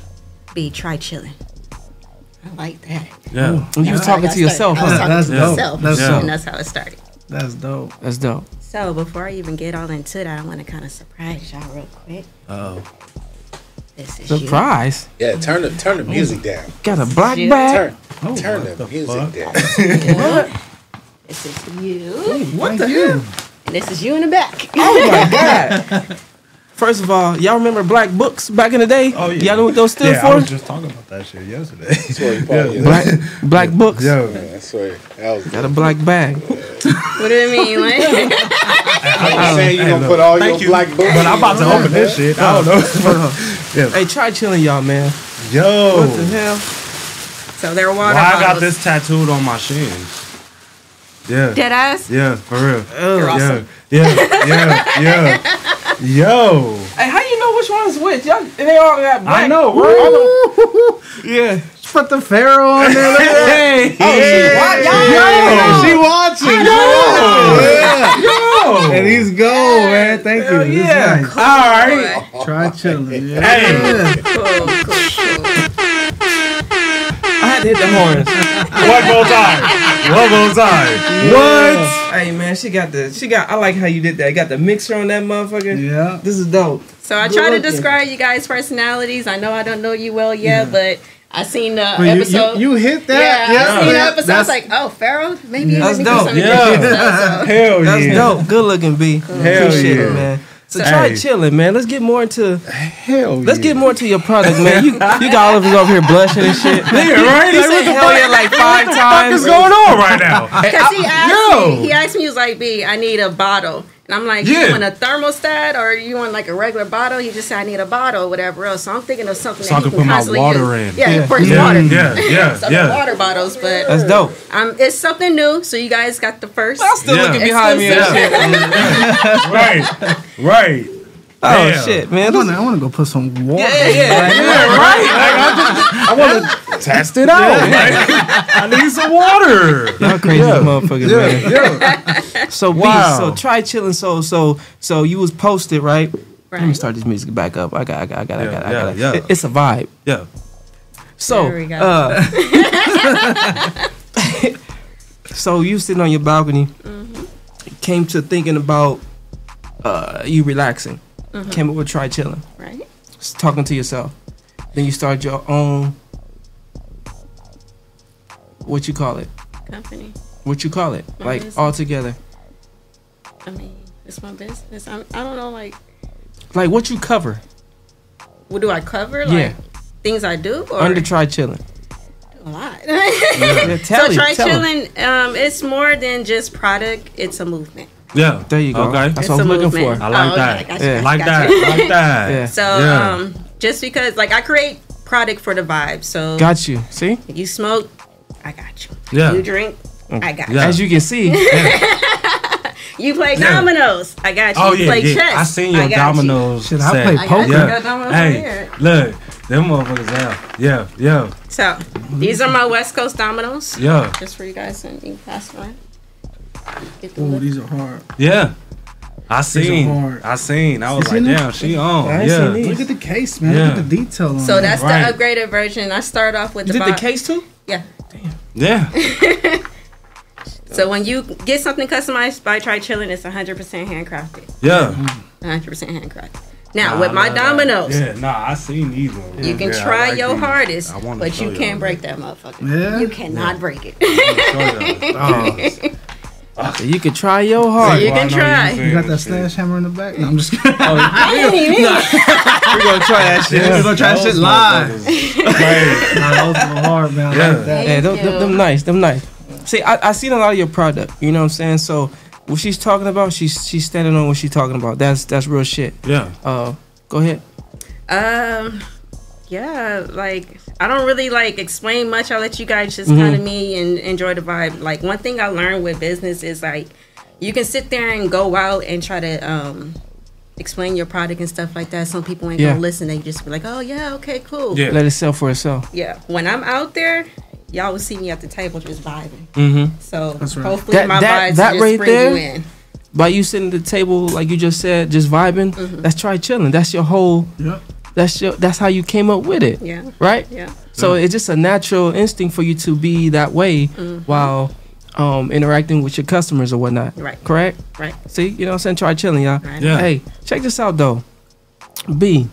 [SPEAKER 7] be try chilling. I like that.
[SPEAKER 6] Yeah.
[SPEAKER 5] You was
[SPEAKER 7] Oh, That's how
[SPEAKER 5] talking
[SPEAKER 7] I
[SPEAKER 5] to yourself,
[SPEAKER 7] started. I was
[SPEAKER 5] huh?
[SPEAKER 8] That's
[SPEAKER 7] talking to
[SPEAKER 8] dope.
[SPEAKER 7] myself,
[SPEAKER 8] Mm. That's
[SPEAKER 7] and
[SPEAKER 8] dope.
[SPEAKER 7] that's how it started.
[SPEAKER 8] That's dope.
[SPEAKER 5] That's dope.
[SPEAKER 7] So before I even get all into that, I want to kind of surprise y'all real quick.
[SPEAKER 6] Oh,
[SPEAKER 7] This is you.
[SPEAKER 5] Surprise.
[SPEAKER 1] yeah, turn the turn the music down.
[SPEAKER 5] Got a black
[SPEAKER 7] Yeah.
[SPEAKER 5] bag.
[SPEAKER 1] Turn
[SPEAKER 8] Oh.
[SPEAKER 1] turn the, music down.
[SPEAKER 7] This is you.
[SPEAKER 8] What the hell?
[SPEAKER 7] And This is you in the back.
[SPEAKER 5] Oh my god! First of all, y'all remember black books back in the day? Oh yeah. Y'all know what those stood
[SPEAKER 6] yeah,
[SPEAKER 5] for?
[SPEAKER 6] I was just talking about that shit yesterday.
[SPEAKER 5] Black black books.
[SPEAKER 6] Yo.
[SPEAKER 5] Got a black bag.
[SPEAKER 7] What do you mean? Like,
[SPEAKER 5] Oh.
[SPEAKER 1] I'm saying you gonna put all your black books.
[SPEAKER 6] But I'm about to open this shit. I don't know.
[SPEAKER 5] Hey, try chilling, y'all, man.
[SPEAKER 1] Oh.
[SPEAKER 6] Yo.
[SPEAKER 5] What the hell?
[SPEAKER 7] so they're water
[SPEAKER 6] Why I got
[SPEAKER 7] bottles.
[SPEAKER 6] this tattooed on my shin? Yeah.
[SPEAKER 7] Dead ass?
[SPEAKER 6] Yeah, for real.
[SPEAKER 7] You're
[SPEAKER 6] yeah.
[SPEAKER 7] awesome.
[SPEAKER 6] yeah, yeah, yeah, Yo.
[SPEAKER 5] Hey, how you know which one's which? Y'all, they all got black.
[SPEAKER 6] I know,
[SPEAKER 5] Yeah.
[SPEAKER 15] Put the pharaoh on there. Look at
[SPEAKER 5] Hey.
[SPEAKER 15] that.
[SPEAKER 6] Oh,
[SPEAKER 15] Yo, she watching. Yo.
[SPEAKER 6] Yo.
[SPEAKER 15] And he's gold, man. Thank you. This is
[SPEAKER 5] yeah.
[SPEAKER 15] nice.
[SPEAKER 5] All right.
[SPEAKER 15] Try chilling. Yeah.
[SPEAKER 6] Hey.
[SPEAKER 5] I had to hit the horns.
[SPEAKER 6] One more time. One more time. What?
[SPEAKER 5] Hey man, she got the she got. I like how you did that. You got the mixer on that motherfucker.
[SPEAKER 15] Yeah.
[SPEAKER 5] This is dope.
[SPEAKER 7] So I
[SPEAKER 5] Good
[SPEAKER 7] try to
[SPEAKER 5] looking.
[SPEAKER 7] describe you guys' personalities. I know I don't know you well yet, but I seen the
[SPEAKER 15] Well, you- you-
[SPEAKER 7] episode.
[SPEAKER 15] you hit that?
[SPEAKER 7] Yeah,
[SPEAKER 15] Yeah,
[SPEAKER 7] I
[SPEAKER 15] that-
[SPEAKER 7] seen the episode. I was
[SPEAKER 15] that's-
[SPEAKER 7] like, oh, Pharaoh, maybe
[SPEAKER 5] That's
[SPEAKER 7] let me do
[SPEAKER 5] dope.
[SPEAKER 7] something
[SPEAKER 6] Yeah.
[SPEAKER 7] different. So-
[SPEAKER 6] Hell
[SPEAKER 5] That's
[SPEAKER 6] yeah.
[SPEAKER 5] dope. Good looking, B.
[SPEAKER 6] Hell
[SPEAKER 5] Appreciate
[SPEAKER 6] yeah.
[SPEAKER 5] it, man. So
[SPEAKER 6] So-
[SPEAKER 5] try
[SPEAKER 6] Hey.
[SPEAKER 5] chilling, man. Let's get more into
[SPEAKER 6] Hell
[SPEAKER 5] let's
[SPEAKER 6] yeah.
[SPEAKER 5] get more into your product, man. You you got all of us over here blushing and shit.
[SPEAKER 6] Yeah, right?
[SPEAKER 5] You
[SPEAKER 6] Like,
[SPEAKER 5] said
[SPEAKER 6] what the
[SPEAKER 5] hell
[SPEAKER 6] fuck?
[SPEAKER 5] yeah like five
[SPEAKER 6] What the fuck
[SPEAKER 5] times.
[SPEAKER 6] is going on right now?
[SPEAKER 7] Because he asked
[SPEAKER 6] Yo.
[SPEAKER 7] me, he asked me, he was like, B, I need a bottle. And I'm like,
[SPEAKER 6] Yeah.
[SPEAKER 7] you want a thermostat or you want like a regular bottle? You just said, I need a bottle or whatever else. So I'm thinking of something
[SPEAKER 6] So I
[SPEAKER 7] that
[SPEAKER 6] can
[SPEAKER 7] you
[SPEAKER 6] put
[SPEAKER 7] can
[SPEAKER 6] my
[SPEAKER 7] constantly
[SPEAKER 6] water in.
[SPEAKER 7] use. Yeah, of course,
[SPEAKER 6] Yeah,
[SPEAKER 7] water.
[SPEAKER 6] yeah, yeah,
[SPEAKER 7] So the
[SPEAKER 6] yeah.
[SPEAKER 7] water bottles, but
[SPEAKER 5] That's dope.
[SPEAKER 7] um, it's something new. So you guys got the first.
[SPEAKER 5] I'm still
[SPEAKER 6] Yeah.
[SPEAKER 5] looking behind me and shit.
[SPEAKER 6] Right, right.
[SPEAKER 5] Mm-hmm. Oh
[SPEAKER 6] Yeah.
[SPEAKER 5] shit,
[SPEAKER 15] I
[SPEAKER 5] man.
[SPEAKER 15] want to
[SPEAKER 5] This-
[SPEAKER 15] I wanna go put some water.
[SPEAKER 5] Yeah, yeah, yeah.
[SPEAKER 6] I want to test it out. Like, I need some water.
[SPEAKER 5] Y'all crazy motherfuckers, man.
[SPEAKER 6] yeah.
[SPEAKER 5] So
[SPEAKER 6] Wow.
[SPEAKER 5] wow. so try chilling. So so so you was posted right. Let me
[SPEAKER 7] Right.
[SPEAKER 5] start this music back up. I got I got I got I
[SPEAKER 6] Yeah,
[SPEAKER 5] got I
[SPEAKER 6] yeah,
[SPEAKER 5] got.
[SPEAKER 6] yeah.
[SPEAKER 5] It- It's a vibe.
[SPEAKER 6] Yeah.
[SPEAKER 5] So
[SPEAKER 7] There we go.
[SPEAKER 5] uh, so you sitting on your balcony.
[SPEAKER 7] Mm-hmm.
[SPEAKER 5] Came to thinking about uh, you relaxing. Came up with try chilling.
[SPEAKER 7] Mm-hmm. Right.
[SPEAKER 5] Just talking to yourself. Then you start your own. What you call it?
[SPEAKER 7] Company.
[SPEAKER 5] What you call it?
[SPEAKER 7] My
[SPEAKER 5] like
[SPEAKER 7] business.
[SPEAKER 5] all together.
[SPEAKER 7] I mean, it's my business. I'm, I don't know, like,
[SPEAKER 5] Like what you cover?
[SPEAKER 7] what do I cover? Like,
[SPEAKER 5] yeah.
[SPEAKER 7] things I do? Or
[SPEAKER 5] Under try chilling.
[SPEAKER 7] a lot.
[SPEAKER 5] Yeah, tell
[SPEAKER 7] so
[SPEAKER 5] him,
[SPEAKER 7] try
[SPEAKER 5] tell him.
[SPEAKER 7] chilling. Um, it's more than just product. It's a movement.
[SPEAKER 6] Yeah.
[SPEAKER 5] There you go.
[SPEAKER 6] Okay.
[SPEAKER 5] Oh, That's
[SPEAKER 7] It's
[SPEAKER 5] what I
[SPEAKER 7] a
[SPEAKER 5] was looking
[SPEAKER 7] movement.
[SPEAKER 5] for.
[SPEAKER 6] I like
[SPEAKER 7] Oh, okay,
[SPEAKER 6] that.
[SPEAKER 7] gotcha,
[SPEAKER 5] Yeah.
[SPEAKER 7] gotcha,
[SPEAKER 6] Like that.
[SPEAKER 7] gotcha.
[SPEAKER 6] Like that.
[SPEAKER 5] Yeah.
[SPEAKER 7] So
[SPEAKER 6] Yeah.
[SPEAKER 7] um, just because like I create product for the vibe. So
[SPEAKER 5] Got you. See?
[SPEAKER 7] you smoke, I got you.
[SPEAKER 6] Yeah.
[SPEAKER 7] You drink, I got
[SPEAKER 6] Yeah.
[SPEAKER 5] As you can see,
[SPEAKER 7] you. You play
[SPEAKER 6] Yeah.
[SPEAKER 7] dominoes, I got you.
[SPEAKER 6] Oh
[SPEAKER 7] you
[SPEAKER 6] yeah,
[SPEAKER 7] play
[SPEAKER 6] yeah.
[SPEAKER 7] chess.
[SPEAKER 6] I seen your
[SPEAKER 7] got you.
[SPEAKER 6] dominoes.
[SPEAKER 5] Shit, I
[SPEAKER 6] set.
[SPEAKER 5] play I
[SPEAKER 7] got poker. you. I got dominoes
[SPEAKER 6] Hey,
[SPEAKER 7] here.
[SPEAKER 6] look, them motherfuckers out. Yeah, yeah,
[SPEAKER 7] So these are my West Coast dominoes.
[SPEAKER 6] yeah,
[SPEAKER 7] Just for you guys, and you can pass around. Get the
[SPEAKER 15] Ooh,
[SPEAKER 7] look.
[SPEAKER 15] these are hard.
[SPEAKER 6] yeah. I seen,
[SPEAKER 15] hard.
[SPEAKER 6] I seen. I was
[SPEAKER 15] You
[SPEAKER 6] like,
[SPEAKER 15] seen them?
[SPEAKER 6] damn, she on.
[SPEAKER 5] I ain't seen
[SPEAKER 6] Yeah,
[SPEAKER 5] these.
[SPEAKER 15] Look at the case, man. Look
[SPEAKER 6] Yeah.
[SPEAKER 15] at the detail on
[SPEAKER 7] So
[SPEAKER 15] that.
[SPEAKER 7] that's
[SPEAKER 6] Right.
[SPEAKER 7] the upgraded version. I start off with
[SPEAKER 5] you
[SPEAKER 7] the,
[SPEAKER 5] did the
[SPEAKER 7] bo-
[SPEAKER 5] case too?
[SPEAKER 7] Yeah.
[SPEAKER 6] yeah.
[SPEAKER 7] So when you get something customized by Try Chillin', it's 100% handcrafted.
[SPEAKER 6] yeah.
[SPEAKER 7] 100% handcrafted. Now with my dominoes,
[SPEAKER 6] Yeah, nah, I seen these ones.
[SPEAKER 7] You can
[SPEAKER 6] Yeah, I
[SPEAKER 7] try
[SPEAKER 6] like
[SPEAKER 7] your
[SPEAKER 6] these.
[SPEAKER 7] hardest,
[SPEAKER 6] I wanna
[SPEAKER 7] but
[SPEAKER 6] show
[SPEAKER 7] you
[SPEAKER 6] y'all.
[SPEAKER 7] can't break that motherfucker.
[SPEAKER 15] Yeah?
[SPEAKER 7] You cannot break it.
[SPEAKER 6] Show y'all.
[SPEAKER 5] So you can try your hard.
[SPEAKER 7] you
[SPEAKER 6] Well, I
[SPEAKER 7] can
[SPEAKER 6] know
[SPEAKER 7] try.
[SPEAKER 6] seen
[SPEAKER 15] You got that
[SPEAKER 6] this shit.
[SPEAKER 15] slash hammer in the back? No, I'm just kidding.
[SPEAKER 7] I didn't even mean it.
[SPEAKER 5] We're gonna try that shit.
[SPEAKER 15] We're gonna try
[SPEAKER 6] Those
[SPEAKER 15] shit live.
[SPEAKER 6] motherfuckers. Crazy.
[SPEAKER 15] Nah, those were hard, man. I
[SPEAKER 6] Yeah.
[SPEAKER 15] like that.
[SPEAKER 5] Hey, them,
[SPEAKER 7] Thank
[SPEAKER 5] them, them
[SPEAKER 7] you.
[SPEAKER 5] nice, them nice. See, I, I seen a lot of your product. You know what I'm saying? So what she's talking about, she's she's standing on what she's talking about. That's that's real shit.
[SPEAKER 6] Yeah,
[SPEAKER 5] Uh, go ahead.
[SPEAKER 7] Um, yeah, like I don't really like explain much. I'll let you guys
[SPEAKER 5] Mm-hmm.
[SPEAKER 7] just kind of me and enjoy the vibe. Like one thing I learned with business is like you can sit there and go out and try to um explain your product and stuff like that. Some people ain't
[SPEAKER 5] Yeah.
[SPEAKER 7] gonna listen. They just be like, oh yeah, okay, cool.
[SPEAKER 6] yeah.
[SPEAKER 5] Let it sell for itself.
[SPEAKER 7] Yeah. When I'm out there, y'all will see me at the table just vibing.
[SPEAKER 5] Mm-hmm.
[SPEAKER 7] So
[SPEAKER 15] right.
[SPEAKER 7] hopefully
[SPEAKER 5] That-
[SPEAKER 7] my
[SPEAKER 5] that-
[SPEAKER 7] vibes
[SPEAKER 5] that
[SPEAKER 7] just
[SPEAKER 5] right
[SPEAKER 7] bring
[SPEAKER 5] there-
[SPEAKER 7] you in.
[SPEAKER 5] By you sitting at the table, like you just said, just vibing.
[SPEAKER 7] Mm-hmm.
[SPEAKER 5] That's try chilling. That's your whole.
[SPEAKER 15] Yeah.
[SPEAKER 5] That's your. That's how you came up with it.
[SPEAKER 7] Yeah.
[SPEAKER 5] Right.
[SPEAKER 7] Yeah.
[SPEAKER 5] So it's just a natural instinct for you to be that way
[SPEAKER 7] Mm-hmm.
[SPEAKER 5] while um, interacting with your customers or whatnot.
[SPEAKER 7] Right.
[SPEAKER 5] Correct?
[SPEAKER 7] Right.
[SPEAKER 5] See, you know what I'm saying? Try chilling, y'all.
[SPEAKER 7] Right.
[SPEAKER 6] Yeah.
[SPEAKER 5] Hey, check this out though. B.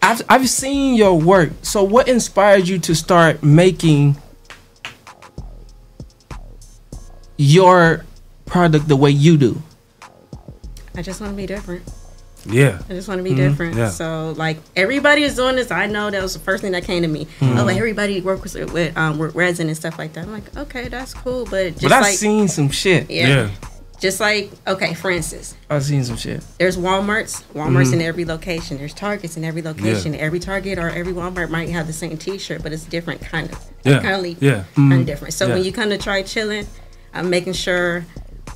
[SPEAKER 5] I've I've seen your work. So what inspired you to start making your product the way you do.
[SPEAKER 7] I just want to be different.
[SPEAKER 5] Yeah.
[SPEAKER 7] I just want to be
[SPEAKER 5] Mhm.
[SPEAKER 7] different.
[SPEAKER 5] Yeah.
[SPEAKER 7] So like everybody is doing this. I know that was the first thing that came to me.
[SPEAKER 5] Mhm.
[SPEAKER 7] Oh, like, everybody works with, with um with resin and stuff like that. I'm like, okay, that's cool, but just
[SPEAKER 5] but I've
[SPEAKER 7] like
[SPEAKER 5] seen some shit.
[SPEAKER 7] Yeah. just like okay, for instance,
[SPEAKER 5] I've seen some shit.
[SPEAKER 7] there's Walmart's, Walmart's
[SPEAKER 5] Mhm.
[SPEAKER 7] in every location. There's Targets in every location. Every Target or every Walmart might have the same T-shirt, but it's different kind of,
[SPEAKER 15] Yeah.
[SPEAKER 7] kind of,
[SPEAKER 15] Yeah.
[SPEAKER 7] kind
[SPEAKER 5] Mm-hmm.
[SPEAKER 15] Mhm.
[SPEAKER 7] of different. So
[SPEAKER 15] Yeah.
[SPEAKER 7] when you come to try chilling, I'm making sure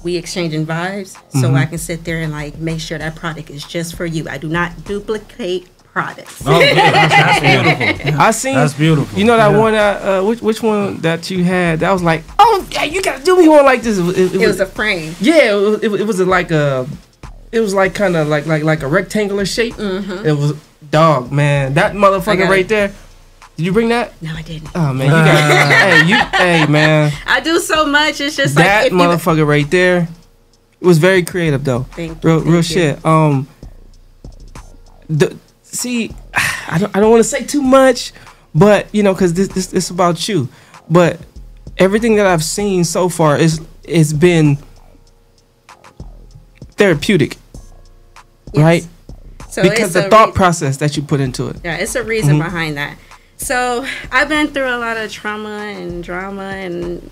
[SPEAKER 7] we exchanging vibes, so
[SPEAKER 5] Mm-hmm.
[SPEAKER 15] Mhm.
[SPEAKER 7] I can sit there and like make sure that product is just for you. I do not duplicate products.
[SPEAKER 5] Oh, yeah, that's- that's beautiful. I seen
[SPEAKER 15] That's beautiful.
[SPEAKER 5] You know that
[SPEAKER 15] Yeah.
[SPEAKER 5] one that uh, which which one that you had that was like oh yeah you gotta do me one like this. It,
[SPEAKER 7] It was a frame.
[SPEAKER 5] yeah it, was- it, was like a it was like kind of like like like a rectangular shape.
[SPEAKER 7] Mhm.
[SPEAKER 5] It was dog man that
[SPEAKER 7] I got
[SPEAKER 5] motherfucker
[SPEAKER 7] it.
[SPEAKER 5] right there. Did you bring that?
[SPEAKER 7] No, I didn't.
[SPEAKER 5] Oh man, you got hey you hey man
[SPEAKER 7] I do so much. It's just
[SPEAKER 5] that
[SPEAKER 7] like if you,
[SPEAKER 5] motherfucker right there was very creative though.
[SPEAKER 7] Thank you,
[SPEAKER 5] real real
[SPEAKER 7] thank you.
[SPEAKER 5] shit. Um, the see, I don't I don't want to say too much, but you know, cause this this this about you. But everything that I've seen so far is it's been therapeutic, right?
[SPEAKER 7] So
[SPEAKER 5] because
[SPEAKER 7] it's
[SPEAKER 5] the
[SPEAKER 7] a
[SPEAKER 5] thought process that you put into it.
[SPEAKER 7] Yeah, it's a reason
[SPEAKER 5] Mhm.
[SPEAKER 15] Mm-hmm.
[SPEAKER 7] behind that. So I've been through a lot of trauma and drama, and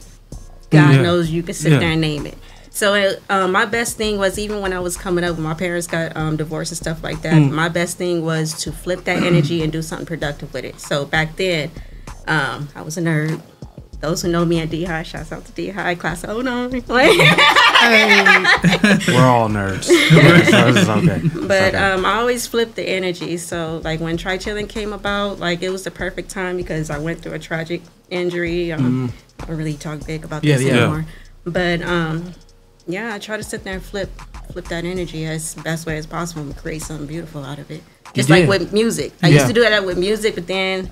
[SPEAKER 7] God
[SPEAKER 15] Yeah.
[SPEAKER 7] knows you can sit
[SPEAKER 15] Yeah.
[SPEAKER 7] there and name it. So it, um, my best thing was even when I was coming up, when my parents got um, divorced and stuff like that.
[SPEAKER 15] Mm.
[SPEAKER 7] My best thing was to flip that energy and do something productive with it. So back then, um, I was a nerd. Those who know me at D High, shouts out to D High class. Oh no,
[SPEAKER 6] We're all nerds. so it's okay. It's
[SPEAKER 7] But
[SPEAKER 6] okay.
[SPEAKER 7] um, I always flip the energy. So like when Tri Chilling came about, like it was the perfect time because I went through a tragic injury. Um,
[SPEAKER 15] Mhm.
[SPEAKER 6] Mm-hmm.
[SPEAKER 7] I don't really talk big about
[SPEAKER 15] Yeah,
[SPEAKER 7] this
[SPEAKER 15] yeah.
[SPEAKER 7] anymore. But um, yeah, I try to sit there and flip flip that energy as best way as possible and create something beautiful out of it. Just like
[SPEAKER 15] did.
[SPEAKER 7] with music, I
[SPEAKER 15] Yeah.
[SPEAKER 7] used to do that with music, but then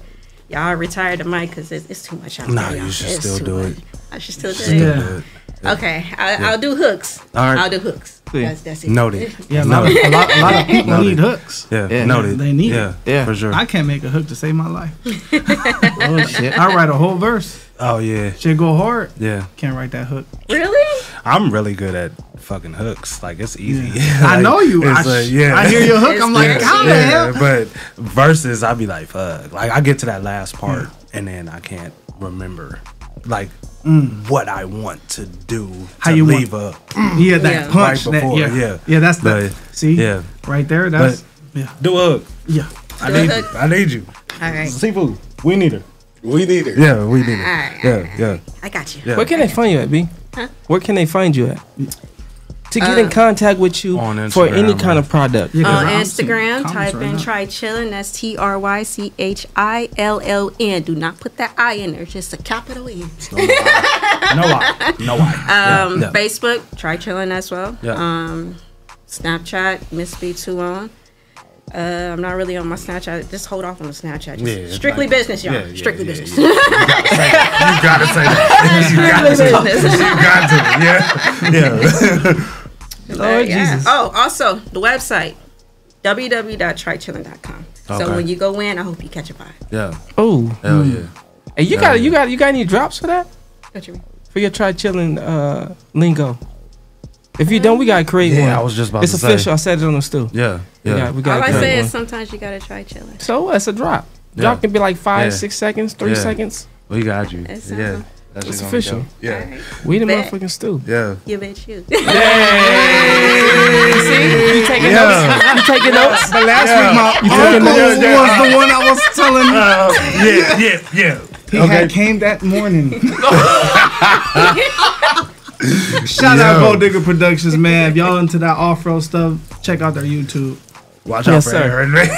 [SPEAKER 7] y'all retired the mic because it's, it's too much. out
[SPEAKER 6] Nah,
[SPEAKER 7] there,
[SPEAKER 6] you
[SPEAKER 7] y'all.
[SPEAKER 6] should
[SPEAKER 7] It's
[SPEAKER 6] still
[SPEAKER 7] too
[SPEAKER 6] do
[SPEAKER 7] much.
[SPEAKER 6] it.
[SPEAKER 7] I should still do
[SPEAKER 6] Still
[SPEAKER 7] it.
[SPEAKER 6] do it. Yeah.
[SPEAKER 7] Okay, I,
[SPEAKER 6] Yeah.
[SPEAKER 7] I'll do hooks.
[SPEAKER 6] All right.
[SPEAKER 7] I'll do hooks. That's, that's it.
[SPEAKER 6] Noted.
[SPEAKER 8] Yeah, a lot of-
[SPEAKER 6] Noted.
[SPEAKER 8] a lot- a lot of people
[SPEAKER 6] Noted.
[SPEAKER 8] need hooks.
[SPEAKER 6] Yeah,
[SPEAKER 8] Yeah.
[SPEAKER 6] noted.
[SPEAKER 8] They need it.
[SPEAKER 6] yeah, Yeah, for sure.
[SPEAKER 8] I can't make a hook to save my life.
[SPEAKER 5] oh
[SPEAKER 8] shit! I write a whole verse.
[SPEAKER 6] oh yeah,
[SPEAKER 8] Shit go hard.
[SPEAKER 6] yeah.
[SPEAKER 8] Can't write that hook.
[SPEAKER 7] Really?
[SPEAKER 6] I'm really good at fucking hooks. Like it's easy.
[SPEAKER 8] I
[SPEAKER 6] Like,
[SPEAKER 8] know you. I
[SPEAKER 6] it's
[SPEAKER 8] sh-
[SPEAKER 6] like, yeah.
[SPEAKER 8] I hear your hook, I'm like, It's how the hell?
[SPEAKER 6] But verses, I be like, fuck. Like I get to that last part and then I can't remember, like what I want to do. To
[SPEAKER 8] Mm. How you
[SPEAKER 6] leave
[SPEAKER 8] want-
[SPEAKER 6] a
[SPEAKER 8] Yeah, that punch, that- yeah.
[SPEAKER 6] yeah,
[SPEAKER 8] Yeah, that's
[SPEAKER 6] the
[SPEAKER 8] see.
[SPEAKER 6] Yeah,
[SPEAKER 8] Right there. That's yeah.
[SPEAKER 6] Do a hook.
[SPEAKER 8] Yeah.
[SPEAKER 6] I
[SPEAKER 8] Do a
[SPEAKER 6] need
[SPEAKER 8] hook.
[SPEAKER 6] you. I need you.
[SPEAKER 7] All right.
[SPEAKER 6] Seafood. We need her.
[SPEAKER 1] We need her.
[SPEAKER 6] Yeah, we need her.
[SPEAKER 7] Alright,
[SPEAKER 6] Yeah, yeah.
[SPEAKER 7] I got you.
[SPEAKER 6] Yeah.
[SPEAKER 5] Where can they find you at, B?
[SPEAKER 7] Huh?
[SPEAKER 5] Where can they find you at? To get in
[SPEAKER 7] Uh,
[SPEAKER 5] contact with you for any
[SPEAKER 6] Instagram,
[SPEAKER 5] kind of product. Uh,
[SPEAKER 7] on Uh, Instagram, type in try chillin. That's T R Y C H I L L N. Do not put that I in there, just a capital E.
[SPEAKER 6] No I. No I.
[SPEAKER 7] Um,
[SPEAKER 6] Yeah, yeah.
[SPEAKER 7] Facebook, try chillin as well.
[SPEAKER 6] Yeah.
[SPEAKER 7] Um, Snapchat, Miss B2 on. Uh, I'm not really on my Snapchat. Just hold off on the Snapchat. Just
[SPEAKER 6] Yeah,
[SPEAKER 7] strictly
[SPEAKER 6] like-
[SPEAKER 7] business, y'all.
[SPEAKER 6] yeah, yeah,
[SPEAKER 7] strictly
[SPEAKER 6] yeah,
[SPEAKER 7] business.
[SPEAKER 6] You gotta say that. You gotta say that. You got to. Yeah. Yeah.
[SPEAKER 7] But, yeah. Oh, also the website www.trychillin.com.
[SPEAKER 5] Okay.
[SPEAKER 7] So when you go in, I hope you catch a vibe.
[SPEAKER 6] Yeah.
[SPEAKER 5] Oh.
[SPEAKER 6] Hell
[SPEAKER 5] yeah. Hey, you
[SPEAKER 7] Hell
[SPEAKER 5] got
[SPEAKER 7] yeah.
[SPEAKER 5] you got you got any drops for that?
[SPEAKER 7] What you mean?
[SPEAKER 5] For your try chilling uh lingo. If you don't, we gotta create
[SPEAKER 6] Yeah,
[SPEAKER 5] one.
[SPEAKER 6] I was just about
[SPEAKER 5] It's
[SPEAKER 6] to say.
[SPEAKER 5] official. I said it on the stool.
[SPEAKER 6] Yeah,
[SPEAKER 5] We
[SPEAKER 6] yeah.
[SPEAKER 5] got, we got
[SPEAKER 7] All I
[SPEAKER 5] create
[SPEAKER 7] say
[SPEAKER 5] one.
[SPEAKER 7] is sometimes you gotta try chilling.
[SPEAKER 5] So what? it's a drop.
[SPEAKER 6] Yeah.
[SPEAKER 5] Drop can be like five,
[SPEAKER 6] Yeah.
[SPEAKER 5] six seconds, three
[SPEAKER 6] Yeah.
[SPEAKER 5] seconds.
[SPEAKER 6] We got you.
[SPEAKER 7] That sounds-
[SPEAKER 6] Yeah. That's
[SPEAKER 5] It's
[SPEAKER 6] gonna be
[SPEAKER 5] official.
[SPEAKER 6] dope. Yeah.
[SPEAKER 5] We the
[SPEAKER 7] Bet.
[SPEAKER 5] motherfucking stew.
[SPEAKER 6] Yeah.
[SPEAKER 7] You bitch you.
[SPEAKER 5] See, you taking
[SPEAKER 6] Yeah.
[SPEAKER 5] notes. You taking notes.
[SPEAKER 6] But last Yeah. week my You
[SPEAKER 8] Uncle
[SPEAKER 6] taking notes? Yeah,
[SPEAKER 8] was
[SPEAKER 6] yeah.
[SPEAKER 8] the one I was telling.
[SPEAKER 6] Uh, yeah, yeah, yeah.
[SPEAKER 8] He
[SPEAKER 6] Okay.
[SPEAKER 8] had came that morning. Shout out
[SPEAKER 6] Yo.
[SPEAKER 8] Gold Digger Productions, man. If y'all into that off road stuff, check out their YouTube.
[SPEAKER 6] Watch out for Aaron. Watch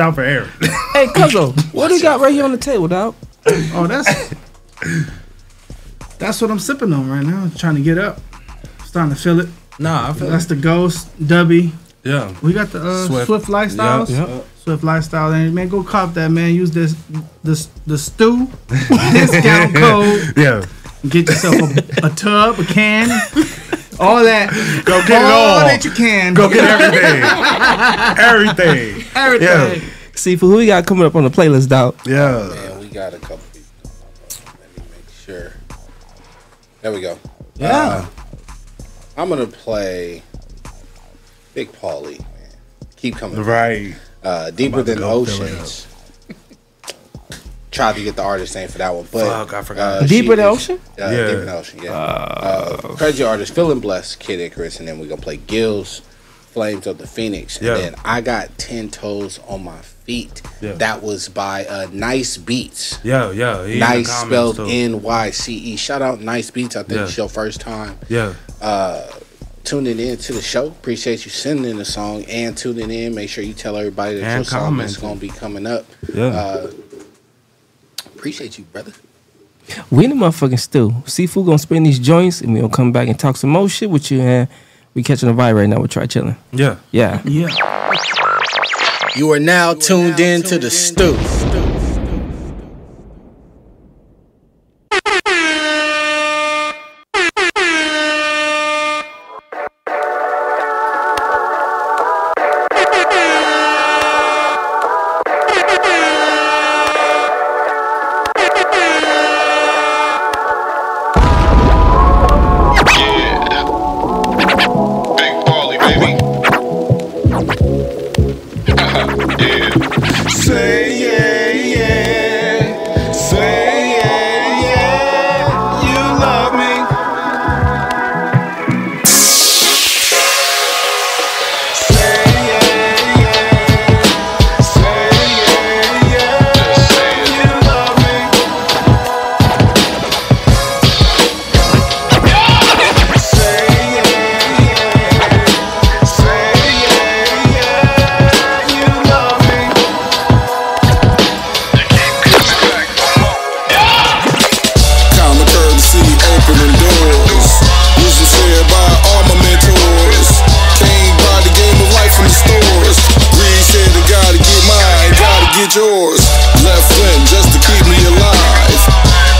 [SPEAKER 6] out for Aaron.
[SPEAKER 5] Hey, Cuzzo, what do you got right here on the table, dog?
[SPEAKER 8] Oh, that's that's what I'm sipping on right now. Trying to get up. Starting to feel it.
[SPEAKER 6] Nah, I feel
[SPEAKER 8] That's
[SPEAKER 6] it.
[SPEAKER 8] the Ghost Dubby.
[SPEAKER 6] Yeah.
[SPEAKER 8] We got the uh,
[SPEAKER 6] Swift.
[SPEAKER 8] Swift. Lifestyles.
[SPEAKER 6] Yup. Yup.
[SPEAKER 8] Swift Lifestyle. And man, go cop that, man. Use this this the stew discount code.
[SPEAKER 6] Yeah.
[SPEAKER 8] Get yourself a, a tub, a can, all that.
[SPEAKER 6] Go get it all.
[SPEAKER 8] that you can.
[SPEAKER 6] Go get everything. everything.
[SPEAKER 8] Everything.
[SPEAKER 5] See, for who we got coming up on the playlist, dog?
[SPEAKER 6] Yeah.
[SPEAKER 1] Oh, Man, we got a couple people. Let me make sure. There we go. Yeah. I'm gonna play Big Paulie. man. Keep coming.
[SPEAKER 6] Right.
[SPEAKER 1] Uh, deeper
[SPEAKER 6] about to
[SPEAKER 1] than
[SPEAKER 6] go fill it
[SPEAKER 1] oceans. Tried to get the artist name for that one, but
[SPEAKER 6] Fuck, I forgot.
[SPEAKER 1] uh,
[SPEAKER 6] Deeper
[SPEAKER 1] she
[SPEAKER 6] than
[SPEAKER 1] was-
[SPEAKER 6] ocean?
[SPEAKER 1] Uh,
[SPEAKER 6] Yeah.
[SPEAKER 1] Deeper than ocean. Yeah. Uh, crazy artist, feeling blessed, Kid Icarus, and then we're gonna play Gills, Flames of the Phoenix,
[SPEAKER 6] Yeah.
[SPEAKER 1] and then I got ten toes on my feet.
[SPEAKER 6] Yeah.
[SPEAKER 1] That was by uh, Nice Beats.
[SPEAKER 6] Yeah, yeah. he in the
[SPEAKER 1] nice spelled
[SPEAKER 6] comments, too.
[SPEAKER 1] N Y C E. Shout out Nice Beats. I think
[SPEAKER 6] Yeah.
[SPEAKER 1] it's your first time
[SPEAKER 6] Yeah.
[SPEAKER 1] uh, tuning in to the show. Appreciate you sending in the song and tuning in. Make sure you tell everybody that
[SPEAKER 6] And
[SPEAKER 1] your song is
[SPEAKER 6] commenting.
[SPEAKER 1] going to be coming up.
[SPEAKER 5] Yeah.
[SPEAKER 1] Uh, appreciate you, brother.
[SPEAKER 5] We in the motherfucking stew. Seafood gonna spin these joints, and we gonna come back and talk some more shit with you. And we catching a vibe right now. We try chilling.
[SPEAKER 6] Yeah.
[SPEAKER 5] Yeah.
[SPEAKER 6] Yeah.
[SPEAKER 1] You are now tuned in to the stew.
[SPEAKER 13] Say yeah, yeah. Say yeah, yeah. You love me.
[SPEAKER 16] Common courtesy opening doors. Wisdom shared by all my mentors. Came by the game of life from the stores. Reed said, I gotta get mine, gotta get yours. Left limb just to keep me alive.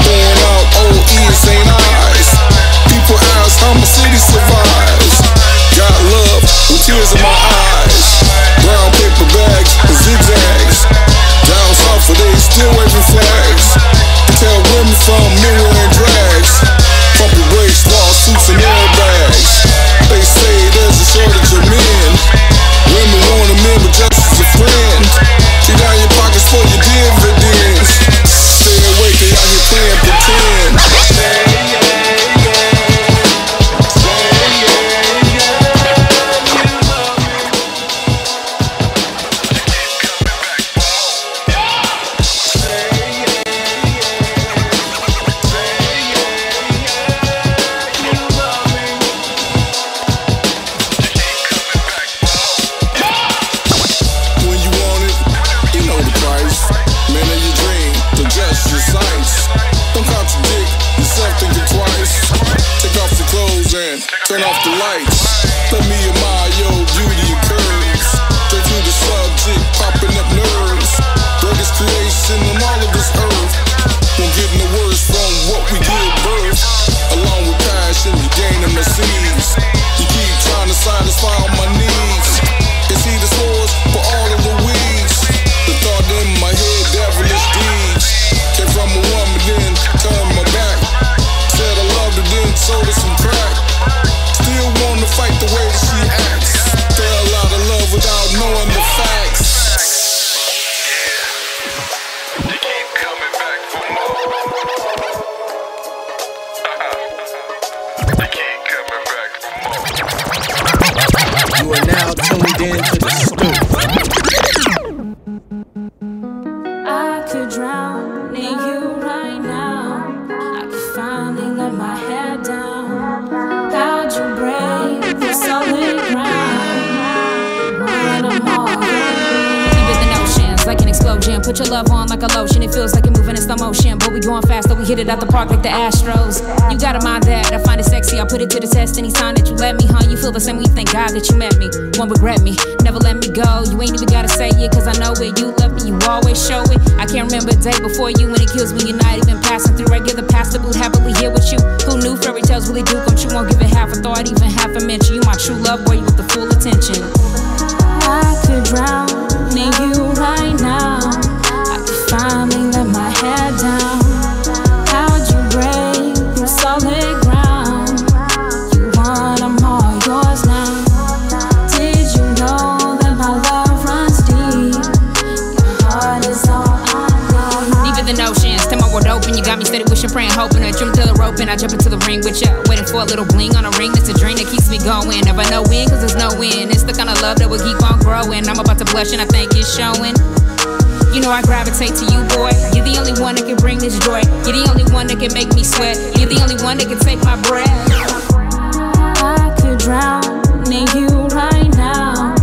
[SPEAKER 16] Throwing out E, OE and St. Eyes. People ask how my city survives. Got love with tears in my eyes. Brown paper bags and zigzags. Down south, for they still waving flags. Tell women from mirror and drags. Pumping race, lawsuits, and airbags. They say there's a shortage of men. Women want a man, but just as a friend. Keep down your pockets for your dividends. Stay awake, they out here playing pretend. When you want it, you know the price. Man of your dream, digest your sights. Don't contradict yourself, think it twice. Take off your clothes and turn off the lights. Let me admire your beauty and curves. Straight to the subject, popping up nerves. Greatest creation on all of this earth. Won't get no words from what we give birth. Along with passion, you gain and receives. You keep trying to satisfy all my needs. It's he the source for all of the weeds? The thought in my head, devilish deeds. Came from a woman, then coming back. Said I loved her, then sold her some crack. Still wanna fight the way that she acts. Fell out of love without knowing the facts.
[SPEAKER 10] You are now tuned in to the
[SPEAKER 17] I could drown in you right now. I could finally let my head down. How'd you break the solid ground? When I'm all
[SPEAKER 18] Deeper than oceans, like an explosion. Put your love on like a lotion. It feels like you're moving in slow motion. But we going faster, we hit it out the park like the Astros. You gotta mind that, I find it sexy. I put it to the test any time that you let me, huh? You feel the same way, you thank God that you met me. Won't regret me, never let me go. You ain't even gotta say it, cause I know it. You love me, you always show it. I can't remember a day before you when it kills me. You're not even passing through. I give the past the boot, happily here with you. Who knew fairy tales really do come true? Won't give it half a thought, even half a mention. You my true love, boy, you with the full attention.
[SPEAKER 17] I could drown in you right now. I could finally let my head down. How'd you break the solid ground
[SPEAKER 18] open, I jump into the ring with ya. Waiting for a little bling on a ring that's a dream that keeps me going. Never know when, cause there's no win. It's the kind of love that will keep on growing. I'm about to blush and I think it's showing. You know I gravitate to you, boy. You're the only one that can bring this joy. You're the only one that can make me sweat. You're the only one that can take my breath.
[SPEAKER 17] I could drown in you right now.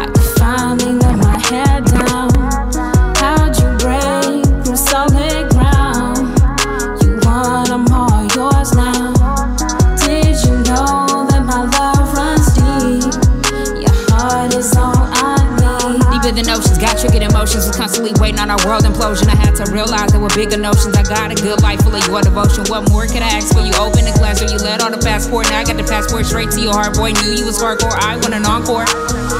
[SPEAKER 17] I could finally let my head down. How'd you break through solid ground? You want 'em all yours now. Did you know that my love runs deep? Your heart is all I need.
[SPEAKER 18] Deeper than oceans, got triggered emotions. Was constantly waiting on our world implosion. I had to realize there were bigger notions. I got a good life full of your devotion. What more could I ask for? You open the glass or you let on the passport. Now I got the passport straight to your heart. Boy, knew you was hardcore. I want an encore.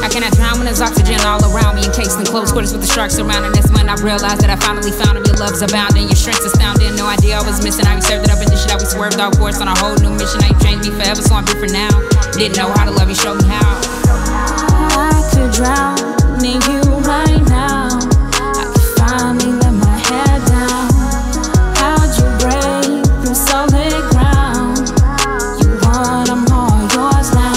[SPEAKER 18] I cannot drown when there's oxygen all around me. Encased in close quarters with the sharks surrounding us. When I realized that I finally found him, your love's abounding. Your strength's astounding. No idea I was missing. I we served it up and this shit. I we swerved off course on a whole new mission. I changed me forever, so I'm different now. Didn't know how to love you, showed me how.
[SPEAKER 17] I could drown in you right now. I could finally let my head down. How'd you break through solid ground? You want 'em all yours now.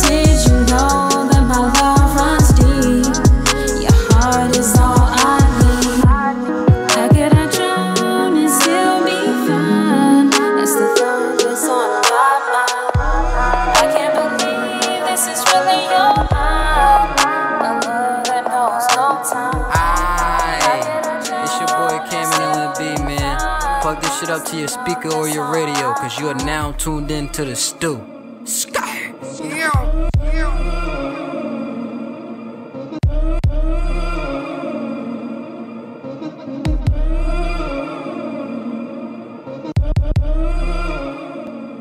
[SPEAKER 17] Did you know that my love runs deep? Your heart is all I need. How could I drown and still be fine? That's the thought that's on my mind. I can't believe this is really your mind. A love that knows no time.
[SPEAKER 19] Aye. It's your boy Cameron LB, man. Plug this shit up to your speaker or your radio, cause you are now tuned in to the stew. Sky.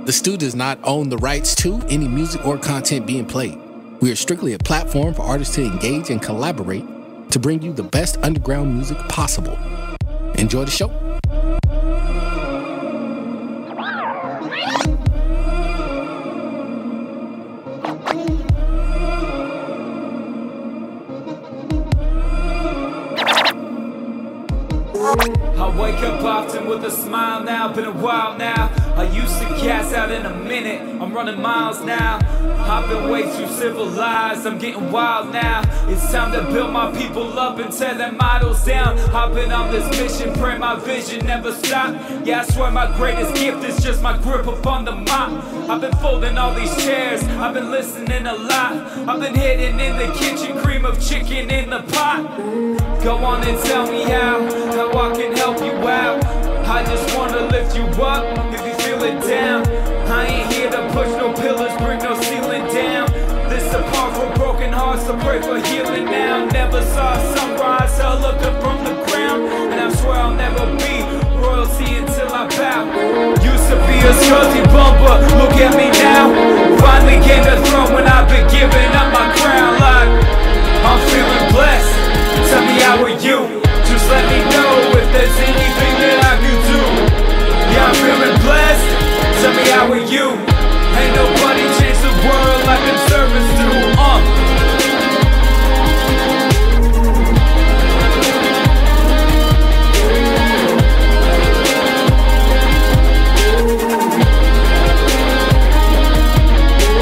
[SPEAKER 3] The Stew does not own the rights to any music or content being played. We are strictly a platform for artists to engage and collaborate to bring you the best underground music possible. Enjoy the show.
[SPEAKER 20] I wake up often with a smile now, been a while now. I used to gas out in a minute, I'm running miles now. I've been way too civilized, I'm getting wild now. It's time to build my people up and tear their models down. I've been on this mission, pray my vision never stop. Yeah, I swear my greatest gift is just my grip upon the mop. I've been folding all these chairs, I've been listening a lot. I've been hidden in the kitchen, cream of chicken in the pot. Go on and tell me how, how I can help you out. I just wanna lift you up if you feel it down. I ain't here to push no pillars, bring no ceiling down. This apart for broken hearts, so pray for healing now. Never saw a sunrise, I looked up from the ground. And I swear I'll never be royalty until I bow. Used to be a scuzzy bumper, look at me now. Finally gained the throne when I've been giving up my crown. Like, I'm feeling blessed. Tell me how are you? Just let me know if there's anything that I can do. Yeah, I'm feeling blessed. Tell me how are you? Ain't nobody changed the world like in service to. Uh.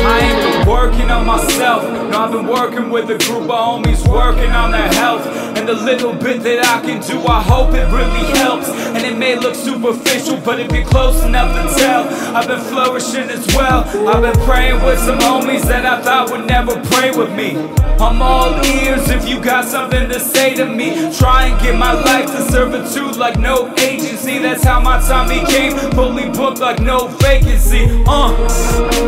[SPEAKER 20] I ain't been working on myself. No, I've been working with a group of homies working on their health. And the little bit that I can do, I hope it really helps. And it may look superficial, but if you're close enough to tell, I've been flourishing as well. I've been praying with some homies that I thought would never pray with me. I'm all ears if you got something to say to me. Try and get my life to servitude like no agency. That's how my time became fully booked like no vacancy. Uh,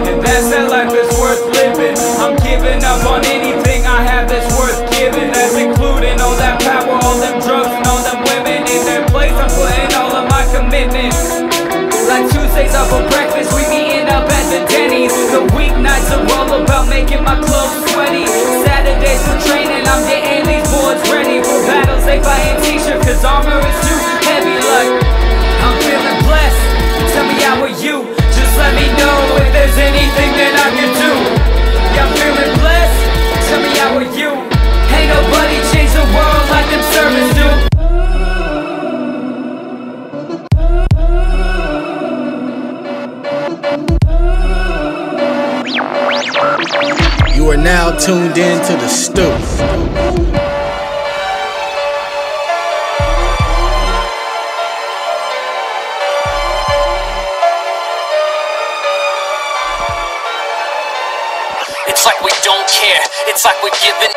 [SPEAKER 20] and that's that life that's worth living. I'm giving up on anything I have that's worth giving. That's including all that power, all them drugs, and all them women. In their place, I'm putting all of my commitment. Like Tuesdays up for breakfast, we meeting up at the Denny's. The weeknights are all about making my clothes sweaty. Saturdays for training, I'm getting these boards ready for battles. They buying t-shirts, cause armor is too heavy. Like, I'm feeling blessed. Tell me how are you? Just let me know if there's anything that I can do. Yeah, I'm feeling blessed. Tell me how are you? Ain't nobody changed the world like them servants do.
[SPEAKER 10] You are now tuned in to the stoop.
[SPEAKER 21] It's like we don't care. It's like we're giving.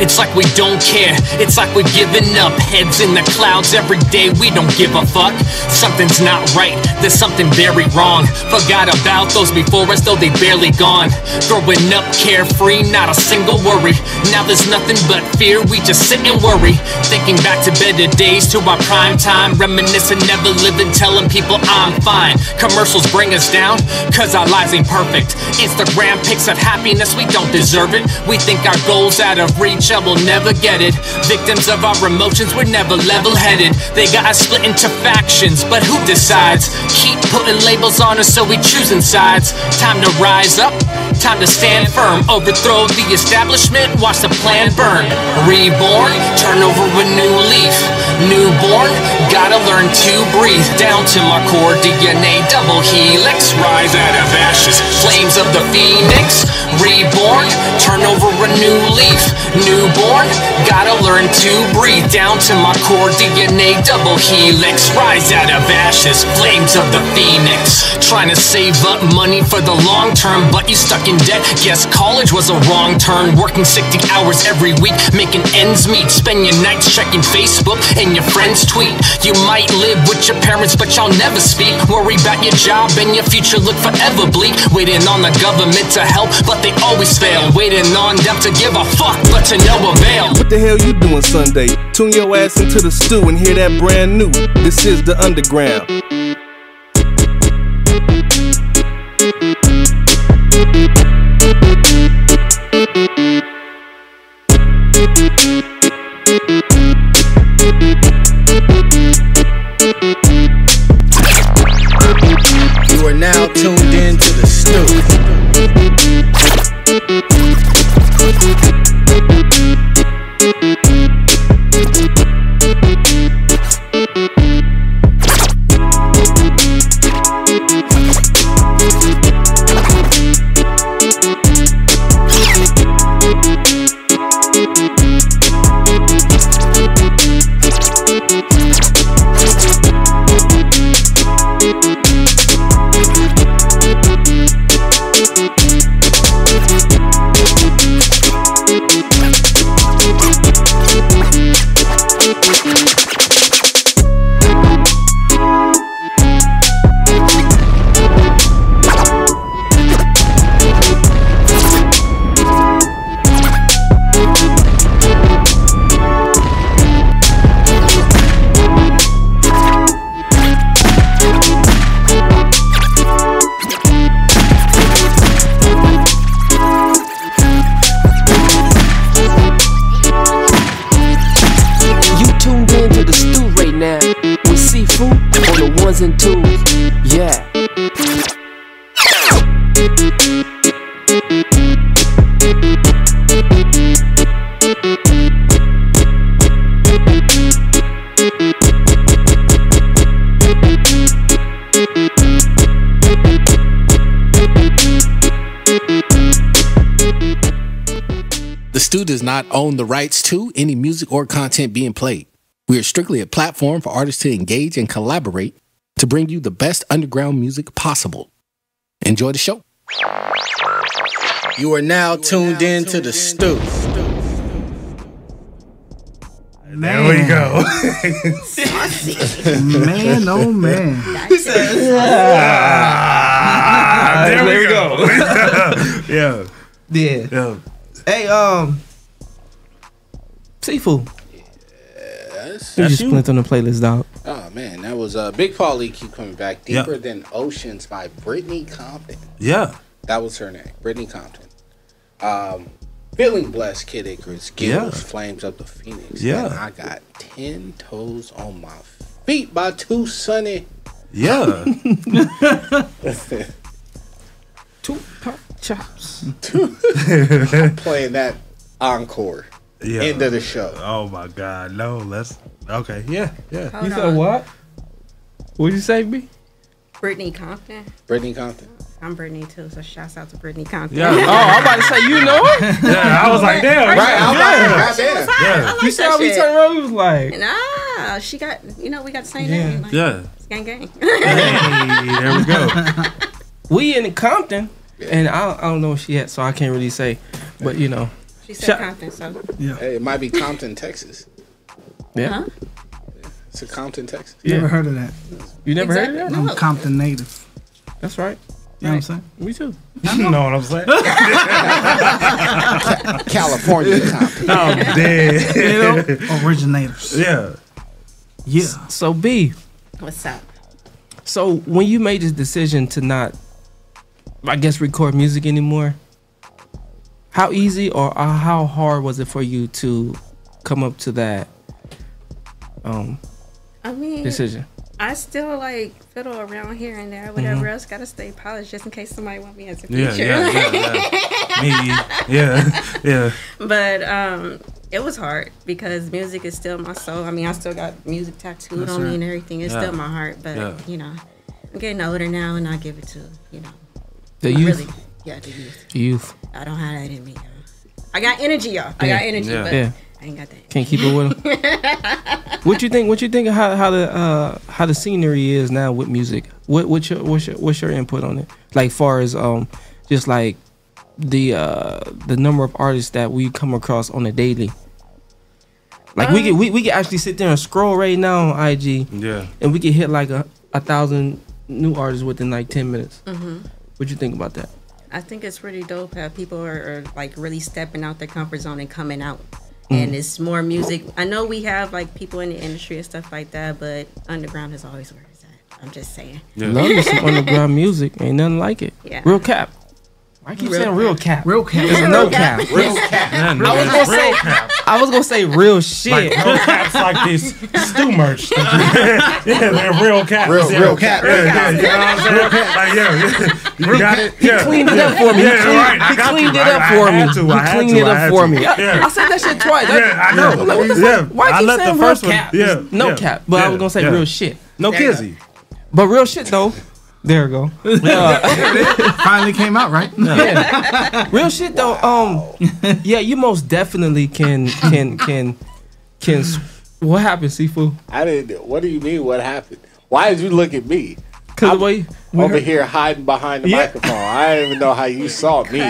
[SPEAKER 21] It's like we don't care. It's like we're giving up. Heads in the clouds every day. We don't give a fuck. Something's not right. There's something very wrong. Forgot about those before us, though they barely gone. Growing up carefree, not a single worry. Now there's nothing but fear. We just sit and worry. Thinking back to better days, to our prime time. Reminiscing, never living, telling people I'm fine. Commercials bring us down, cause our lives ain't perfect. Instagram pics of happiness, we don't deserve it. We think our goals out of reach and we'll never get it. Victims of our emotions, we're never level headed. They got us split into factions, but who decides? Keep putting labels on us so we choosing sides. Time to rise up, time to stand firm. Overthrow the establishment, watch the plan burn. Reborn, turn over a new leaf. Newborn, gotta learn to breathe. Down to my core DNA, double helix. Rise out of ashes, flames of the phoenix. Reborn, turn over a new leaf. Newborn, gotta learn to breathe. Down to my core DNA, double helix. Rise out of ashes, flames of the phoenix. Trying to save up money for the long term, but you stuck in debt. Guess college was a wrong turn. Working 60 hours every week, making ends meet. Spend your nights checking Facebook and your friends tweet. You might live with your parents, but y'all never speak. Worry about your job and your future look forever bleak. Waiting on the government to help, but they always fail. Waiting on them to give a fuck, but to no avail.
[SPEAKER 22] What the hell you doing Sunday? Tune your ass into the stew and hear that brand new. This is the underground.
[SPEAKER 10] You are now tuned in to the stoop.
[SPEAKER 23] You tuned in to the stew right now with seafood on the ones and twos. Yeah.
[SPEAKER 3] The Stew does not own the rights to any music or content being played. We are strictly a platform for artists to engage and collaborate to bring you the best underground music possible. Enjoy the show.
[SPEAKER 10] You are now tuned in to the stoop.
[SPEAKER 6] There we go.
[SPEAKER 8] man, oh man.
[SPEAKER 6] Ah, there, we go. yeah.
[SPEAKER 5] Yeah. Hey, um, Seafood.
[SPEAKER 1] That's, that's
[SPEAKER 5] You just
[SPEAKER 1] you.
[SPEAKER 5] went on the playlist, dog.
[SPEAKER 1] Oh man, that was uh, Big Paulie keep coming back. Deeper than oceans by Brittany Compton.
[SPEAKER 6] Yeah.
[SPEAKER 1] That was her name, Brittany Compton. Um, feeling blessed, Kid Icarus, Gills, Flames Up the Phoenix.
[SPEAKER 6] Yeah.
[SPEAKER 1] and I got ten toes on my feet by Too Sunny.
[SPEAKER 6] Yeah.
[SPEAKER 5] Two pop chops.
[SPEAKER 1] I'm playing that. encore.
[SPEAKER 6] Yeah.
[SPEAKER 1] End of the show.
[SPEAKER 6] Oh my God, no, let's okay, yeah, yeah.
[SPEAKER 7] Hold You said on. what?
[SPEAKER 6] What'd you say, B?
[SPEAKER 7] Brittany Compton.
[SPEAKER 1] Brittany Compton.
[SPEAKER 7] I'm Brittany too, so shouts out to Brittany Compton.
[SPEAKER 5] Yeah. Oh, I'm about to say you know it.
[SPEAKER 6] Yeah, I was like, damn,
[SPEAKER 5] Right,
[SPEAKER 6] right,
[SPEAKER 5] I was like,
[SPEAKER 6] yeah.
[SPEAKER 5] goddamn.
[SPEAKER 6] Yeah.
[SPEAKER 5] I like You see that how we shit. turned around, we was like-
[SPEAKER 7] nah, she got you know we got the same name. Like,
[SPEAKER 6] Yeah.
[SPEAKER 7] it's gang gang.
[SPEAKER 5] there we go. we in Compton, and I, I don't know where she at, so I can't really say. But you know,
[SPEAKER 7] she
[SPEAKER 5] Shou-
[SPEAKER 7] said Compton, so
[SPEAKER 5] Yeah.
[SPEAKER 1] Hey, it might be Compton, Texas.
[SPEAKER 5] yeah.
[SPEAKER 7] Huh?
[SPEAKER 1] It's a Compton, Texas.
[SPEAKER 8] Never heard of that.
[SPEAKER 5] You
[SPEAKER 1] never heard of Exactly. that?
[SPEAKER 8] I'm
[SPEAKER 1] No.
[SPEAKER 8] Compton native.
[SPEAKER 5] That's right.
[SPEAKER 8] You know what I'm saying?
[SPEAKER 5] Me too.
[SPEAKER 6] You know what I'm saying?
[SPEAKER 1] California Compton.
[SPEAKER 6] I'm dead.
[SPEAKER 8] You know? Originators.
[SPEAKER 6] Yeah.
[SPEAKER 8] Yeah.
[SPEAKER 5] So B,
[SPEAKER 7] What's up?
[SPEAKER 5] so when you made this decision to not, I guess, record music anymore, how easy or uh, how hard was it for you to come up to that um,
[SPEAKER 7] I mean
[SPEAKER 5] decision?
[SPEAKER 7] I still like fiddle around here and there, whatever
[SPEAKER 5] Mhm.
[SPEAKER 7] else. Gotta stay polished just in case somebody want me as a
[SPEAKER 6] Yeah,
[SPEAKER 7] feature.
[SPEAKER 6] yeah, yeah, yeah. Me, yeah, yeah.
[SPEAKER 7] But um, it was hard because music is still my soul. I mean, I still got music tattooed
[SPEAKER 6] That's
[SPEAKER 7] on
[SPEAKER 6] right.
[SPEAKER 7] me and everything. It's
[SPEAKER 5] Yeah.
[SPEAKER 7] still my heart. But
[SPEAKER 5] Yeah.
[SPEAKER 7] you know, I'm getting older now, and I give it to you know
[SPEAKER 5] The
[SPEAKER 7] I
[SPEAKER 5] youth.
[SPEAKER 7] Really, yeah, the youth.
[SPEAKER 5] The youth.
[SPEAKER 7] I don't have that in me. Y'all. I got energy, y'all. I
[SPEAKER 5] Yeah,
[SPEAKER 7] got energy,
[SPEAKER 5] yeah.
[SPEAKER 7] but
[SPEAKER 5] Yeah.
[SPEAKER 7] I ain't got that.
[SPEAKER 5] Can't keep it with What you think? What you think of how, how the uh, how the scenery is now with music? What what's your what's your, what's your input on it? Like far as um just like the uh the number of artists that we come across on a daily. Like we
[SPEAKER 7] Um,
[SPEAKER 5] could we, we could actually sit there and scroll right now on IG.
[SPEAKER 6] Yeah.
[SPEAKER 5] And we could hit like a, a thousand new artists within like ten minutes.
[SPEAKER 7] hmm
[SPEAKER 5] What you think about that?
[SPEAKER 7] I think it's really dope how people are, are like really stepping out their comfort zone and coming out.
[SPEAKER 5] Mhm.
[SPEAKER 7] And it's more music. I know we have like people in the industry and stuff like that, but underground is always where it's at. I'm just saying.
[SPEAKER 5] Love me some underground music. Ain't nothing like it.
[SPEAKER 7] Yeah.
[SPEAKER 5] Real cap. I keep
[SPEAKER 7] Real
[SPEAKER 5] saying real cap.
[SPEAKER 8] Real cap.
[SPEAKER 5] There's no cap.
[SPEAKER 6] Real cap.
[SPEAKER 5] I was gonna say. I was gonna say real Oh, shit.
[SPEAKER 6] Like, real cap's like this stew merch. yeah, man, real cap.
[SPEAKER 5] Real-
[SPEAKER 6] yeah,
[SPEAKER 5] real cap,
[SPEAKER 6] Yeah,
[SPEAKER 5] real
[SPEAKER 6] yeah,
[SPEAKER 5] cap.
[SPEAKER 6] you know what I'm saying? Real cap. Like, yeah, yeah. You
[SPEAKER 5] Real
[SPEAKER 6] got
[SPEAKER 5] cap.
[SPEAKER 6] it?
[SPEAKER 5] He
[SPEAKER 6] Yeah.
[SPEAKER 5] cleaned it up for me. He
[SPEAKER 6] Yeah,
[SPEAKER 5] cleaned-
[SPEAKER 6] right. I
[SPEAKER 5] he
[SPEAKER 6] got
[SPEAKER 5] cleaned
[SPEAKER 6] you.
[SPEAKER 5] it
[SPEAKER 6] I-
[SPEAKER 5] up
[SPEAKER 6] I
[SPEAKER 5] for
[SPEAKER 6] had
[SPEAKER 5] me.
[SPEAKER 6] to.
[SPEAKER 5] He
[SPEAKER 6] I had
[SPEAKER 5] cleaned
[SPEAKER 6] to.
[SPEAKER 5] it
[SPEAKER 6] I
[SPEAKER 5] up
[SPEAKER 6] had
[SPEAKER 5] for
[SPEAKER 6] to.
[SPEAKER 5] me.
[SPEAKER 6] Yeah.
[SPEAKER 5] I said that shit twice. I-
[SPEAKER 6] Yeah, I know.
[SPEAKER 5] I'm like, what the fuck?
[SPEAKER 6] Yeah.
[SPEAKER 5] Why
[SPEAKER 6] I
[SPEAKER 5] keep
[SPEAKER 6] let the
[SPEAKER 5] saying
[SPEAKER 6] first
[SPEAKER 5] real
[SPEAKER 6] one-
[SPEAKER 5] cap?
[SPEAKER 6] yeah,
[SPEAKER 5] No
[SPEAKER 6] yeah,
[SPEAKER 5] cap. But I was gonna say
[SPEAKER 6] yeah.
[SPEAKER 5] real shit.
[SPEAKER 6] No
[SPEAKER 5] There you go.
[SPEAKER 6] kizzy.
[SPEAKER 5] But real shit though. There you go.
[SPEAKER 8] Finally came out, right?
[SPEAKER 5] Yeah. Real shit though. Um, yeah, you most definitely can can can can. s- What happened, Sifu?
[SPEAKER 1] I didn't. What do you mean? What happened? Why did you look at me?
[SPEAKER 5] Cause way
[SPEAKER 1] over here hiding behind the microphone. I didn't even know how you saw me,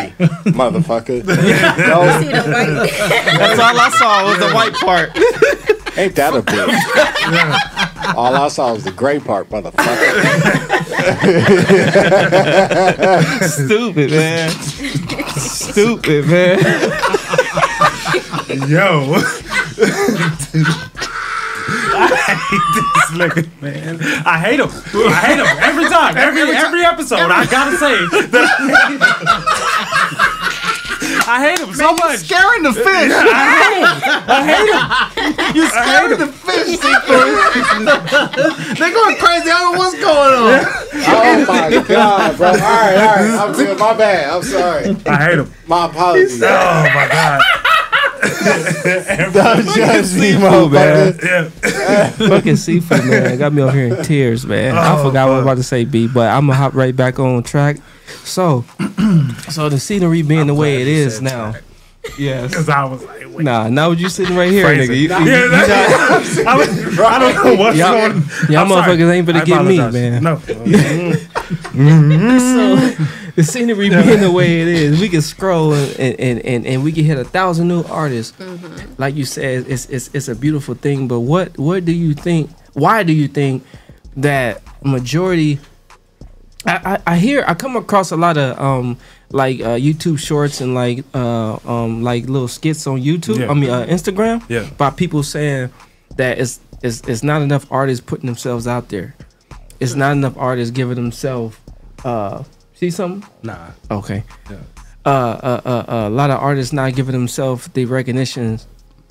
[SPEAKER 1] motherfucker.
[SPEAKER 5] That's all I saw was the white part.
[SPEAKER 1] Ain't that a bitch? All I saw was the gray part, motherfucker.
[SPEAKER 5] Stupid man. Stupid man.
[SPEAKER 6] Yo. I hate this nigga, man. I hate him. I hate him every time. Every every, episode, I gotta say that I hate him. I hate him so much.
[SPEAKER 15] scaring the fish.
[SPEAKER 6] Yeah, I hate him. I hate him.
[SPEAKER 15] You're
[SPEAKER 6] I hate
[SPEAKER 15] scaring the fish, seafood. They're going crazy. I don't know what's going on.
[SPEAKER 1] oh my god, bro! All right, all right. I'm good. My bad. I'm sorry.
[SPEAKER 6] I hate him.
[SPEAKER 1] My apologies.
[SPEAKER 6] Oh my god.
[SPEAKER 1] Don't judge me,
[SPEAKER 5] man.
[SPEAKER 1] motherfucker.
[SPEAKER 5] Fucking seafood man. Got me over here in tears, man. I
[SPEAKER 1] Oh,
[SPEAKER 5] forgot what I was about to say, B, but I'm gonna hop right back on track. So, so the scenery being the way it is now. Yes.
[SPEAKER 6] Because I was like,
[SPEAKER 5] Nah, now you sitting right here,
[SPEAKER 6] Phrasing.
[SPEAKER 5] nigga. You,
[SPEAKER 6] Yeah, that's- I was- I don't know what's
[SPEAKER 5] y'all,
[SPEAKER 6] going-
[SPEAKER 5] Y'all
[SPEAKER 6] I'm sorry.
[SPEAKER 5] motherfuckers ain't
[SPEAKER 6] I
[SPEAKER 5] finna get me,
[SPEAKER 6] apologize.
[SPEAKER 5] man.
[SPEAKER 6] No.
[SPEAKER 5] so the scenery being the way it is, we can scroll and and, and, and we can hit a thousand new artists. Like you said, it's, it's it's a beautiful thing. But what what do you think? Why do you think that majority? I, I, I hear I come across a lot of um like uh, YouTube shorts and like uh um like little skits on YouTube.
[SPEAKER 6] Yeah.
[SPEAKER 5] I mean uh, Instagram.
[SPEAKER 6] Yeah.
[SPEAKER 5] By people saying that it's it's it's not enough artists putting themselves out there. It's not enough artists giving themselves uh see something?
[SPEAKER 6] Nah.
[SPEAKER 5] Okay. Uh, uh, uh, uh, a lot of artists not giving themselves the recognition,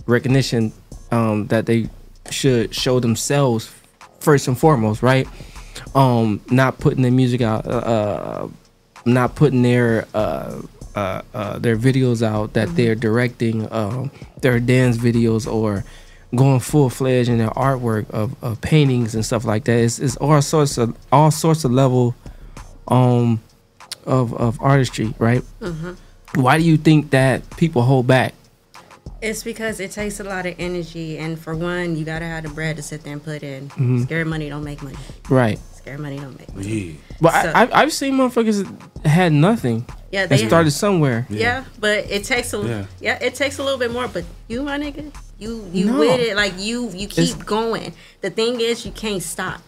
[SPEAKER 5] recognition um, that they should show themselves first and foremost, right? Um, not putting their music out, uh, uh, not putting their uh, uh, uh, their videos out that they're directing um, their dance videos or going full fledged in their artwork of, of paintings and stuff like that. It's, it's all sorts of all sorts of level um of of artistry, right?
[SPEAKER 7] Mhm.
[SPEAKER 5] Uh-huh. Why do you think that people hold back?
[SPEAKER 7] It's because it takes a lot of energy, and for one, you gotta have the bread to sit there and put in.
[SPEAKER 5] Mhm.
[SPEAKER 7] Scare money don't make money.
[SPEAKER 5] Right.
[SPEAKER 7] Scare money don't make money.
[SPEAKER 5] Yeah. But
[SPEAKER 7] So-
[SPEAKER 5] I, I've, I've seen motherfuckers that had nothing.
[SPEAKER 7] Yeah,
[SPEAKER 5] they
[SPEAKER 7] they-
[SPEAKER 5] started somewhere.
[SPEAKER 7] Yeah. but it takes a
[SPEAKER 5] Yeah.
[SPEAKER 7] yeah. it takes a little bit more. But you, my nigga, you you
[SPEAKER 5] No.
[SPEAKER 7] with it like you you keep
[SPEAKER 5] It's-
[SPEAKER 7] going. The thing is, you can't stop.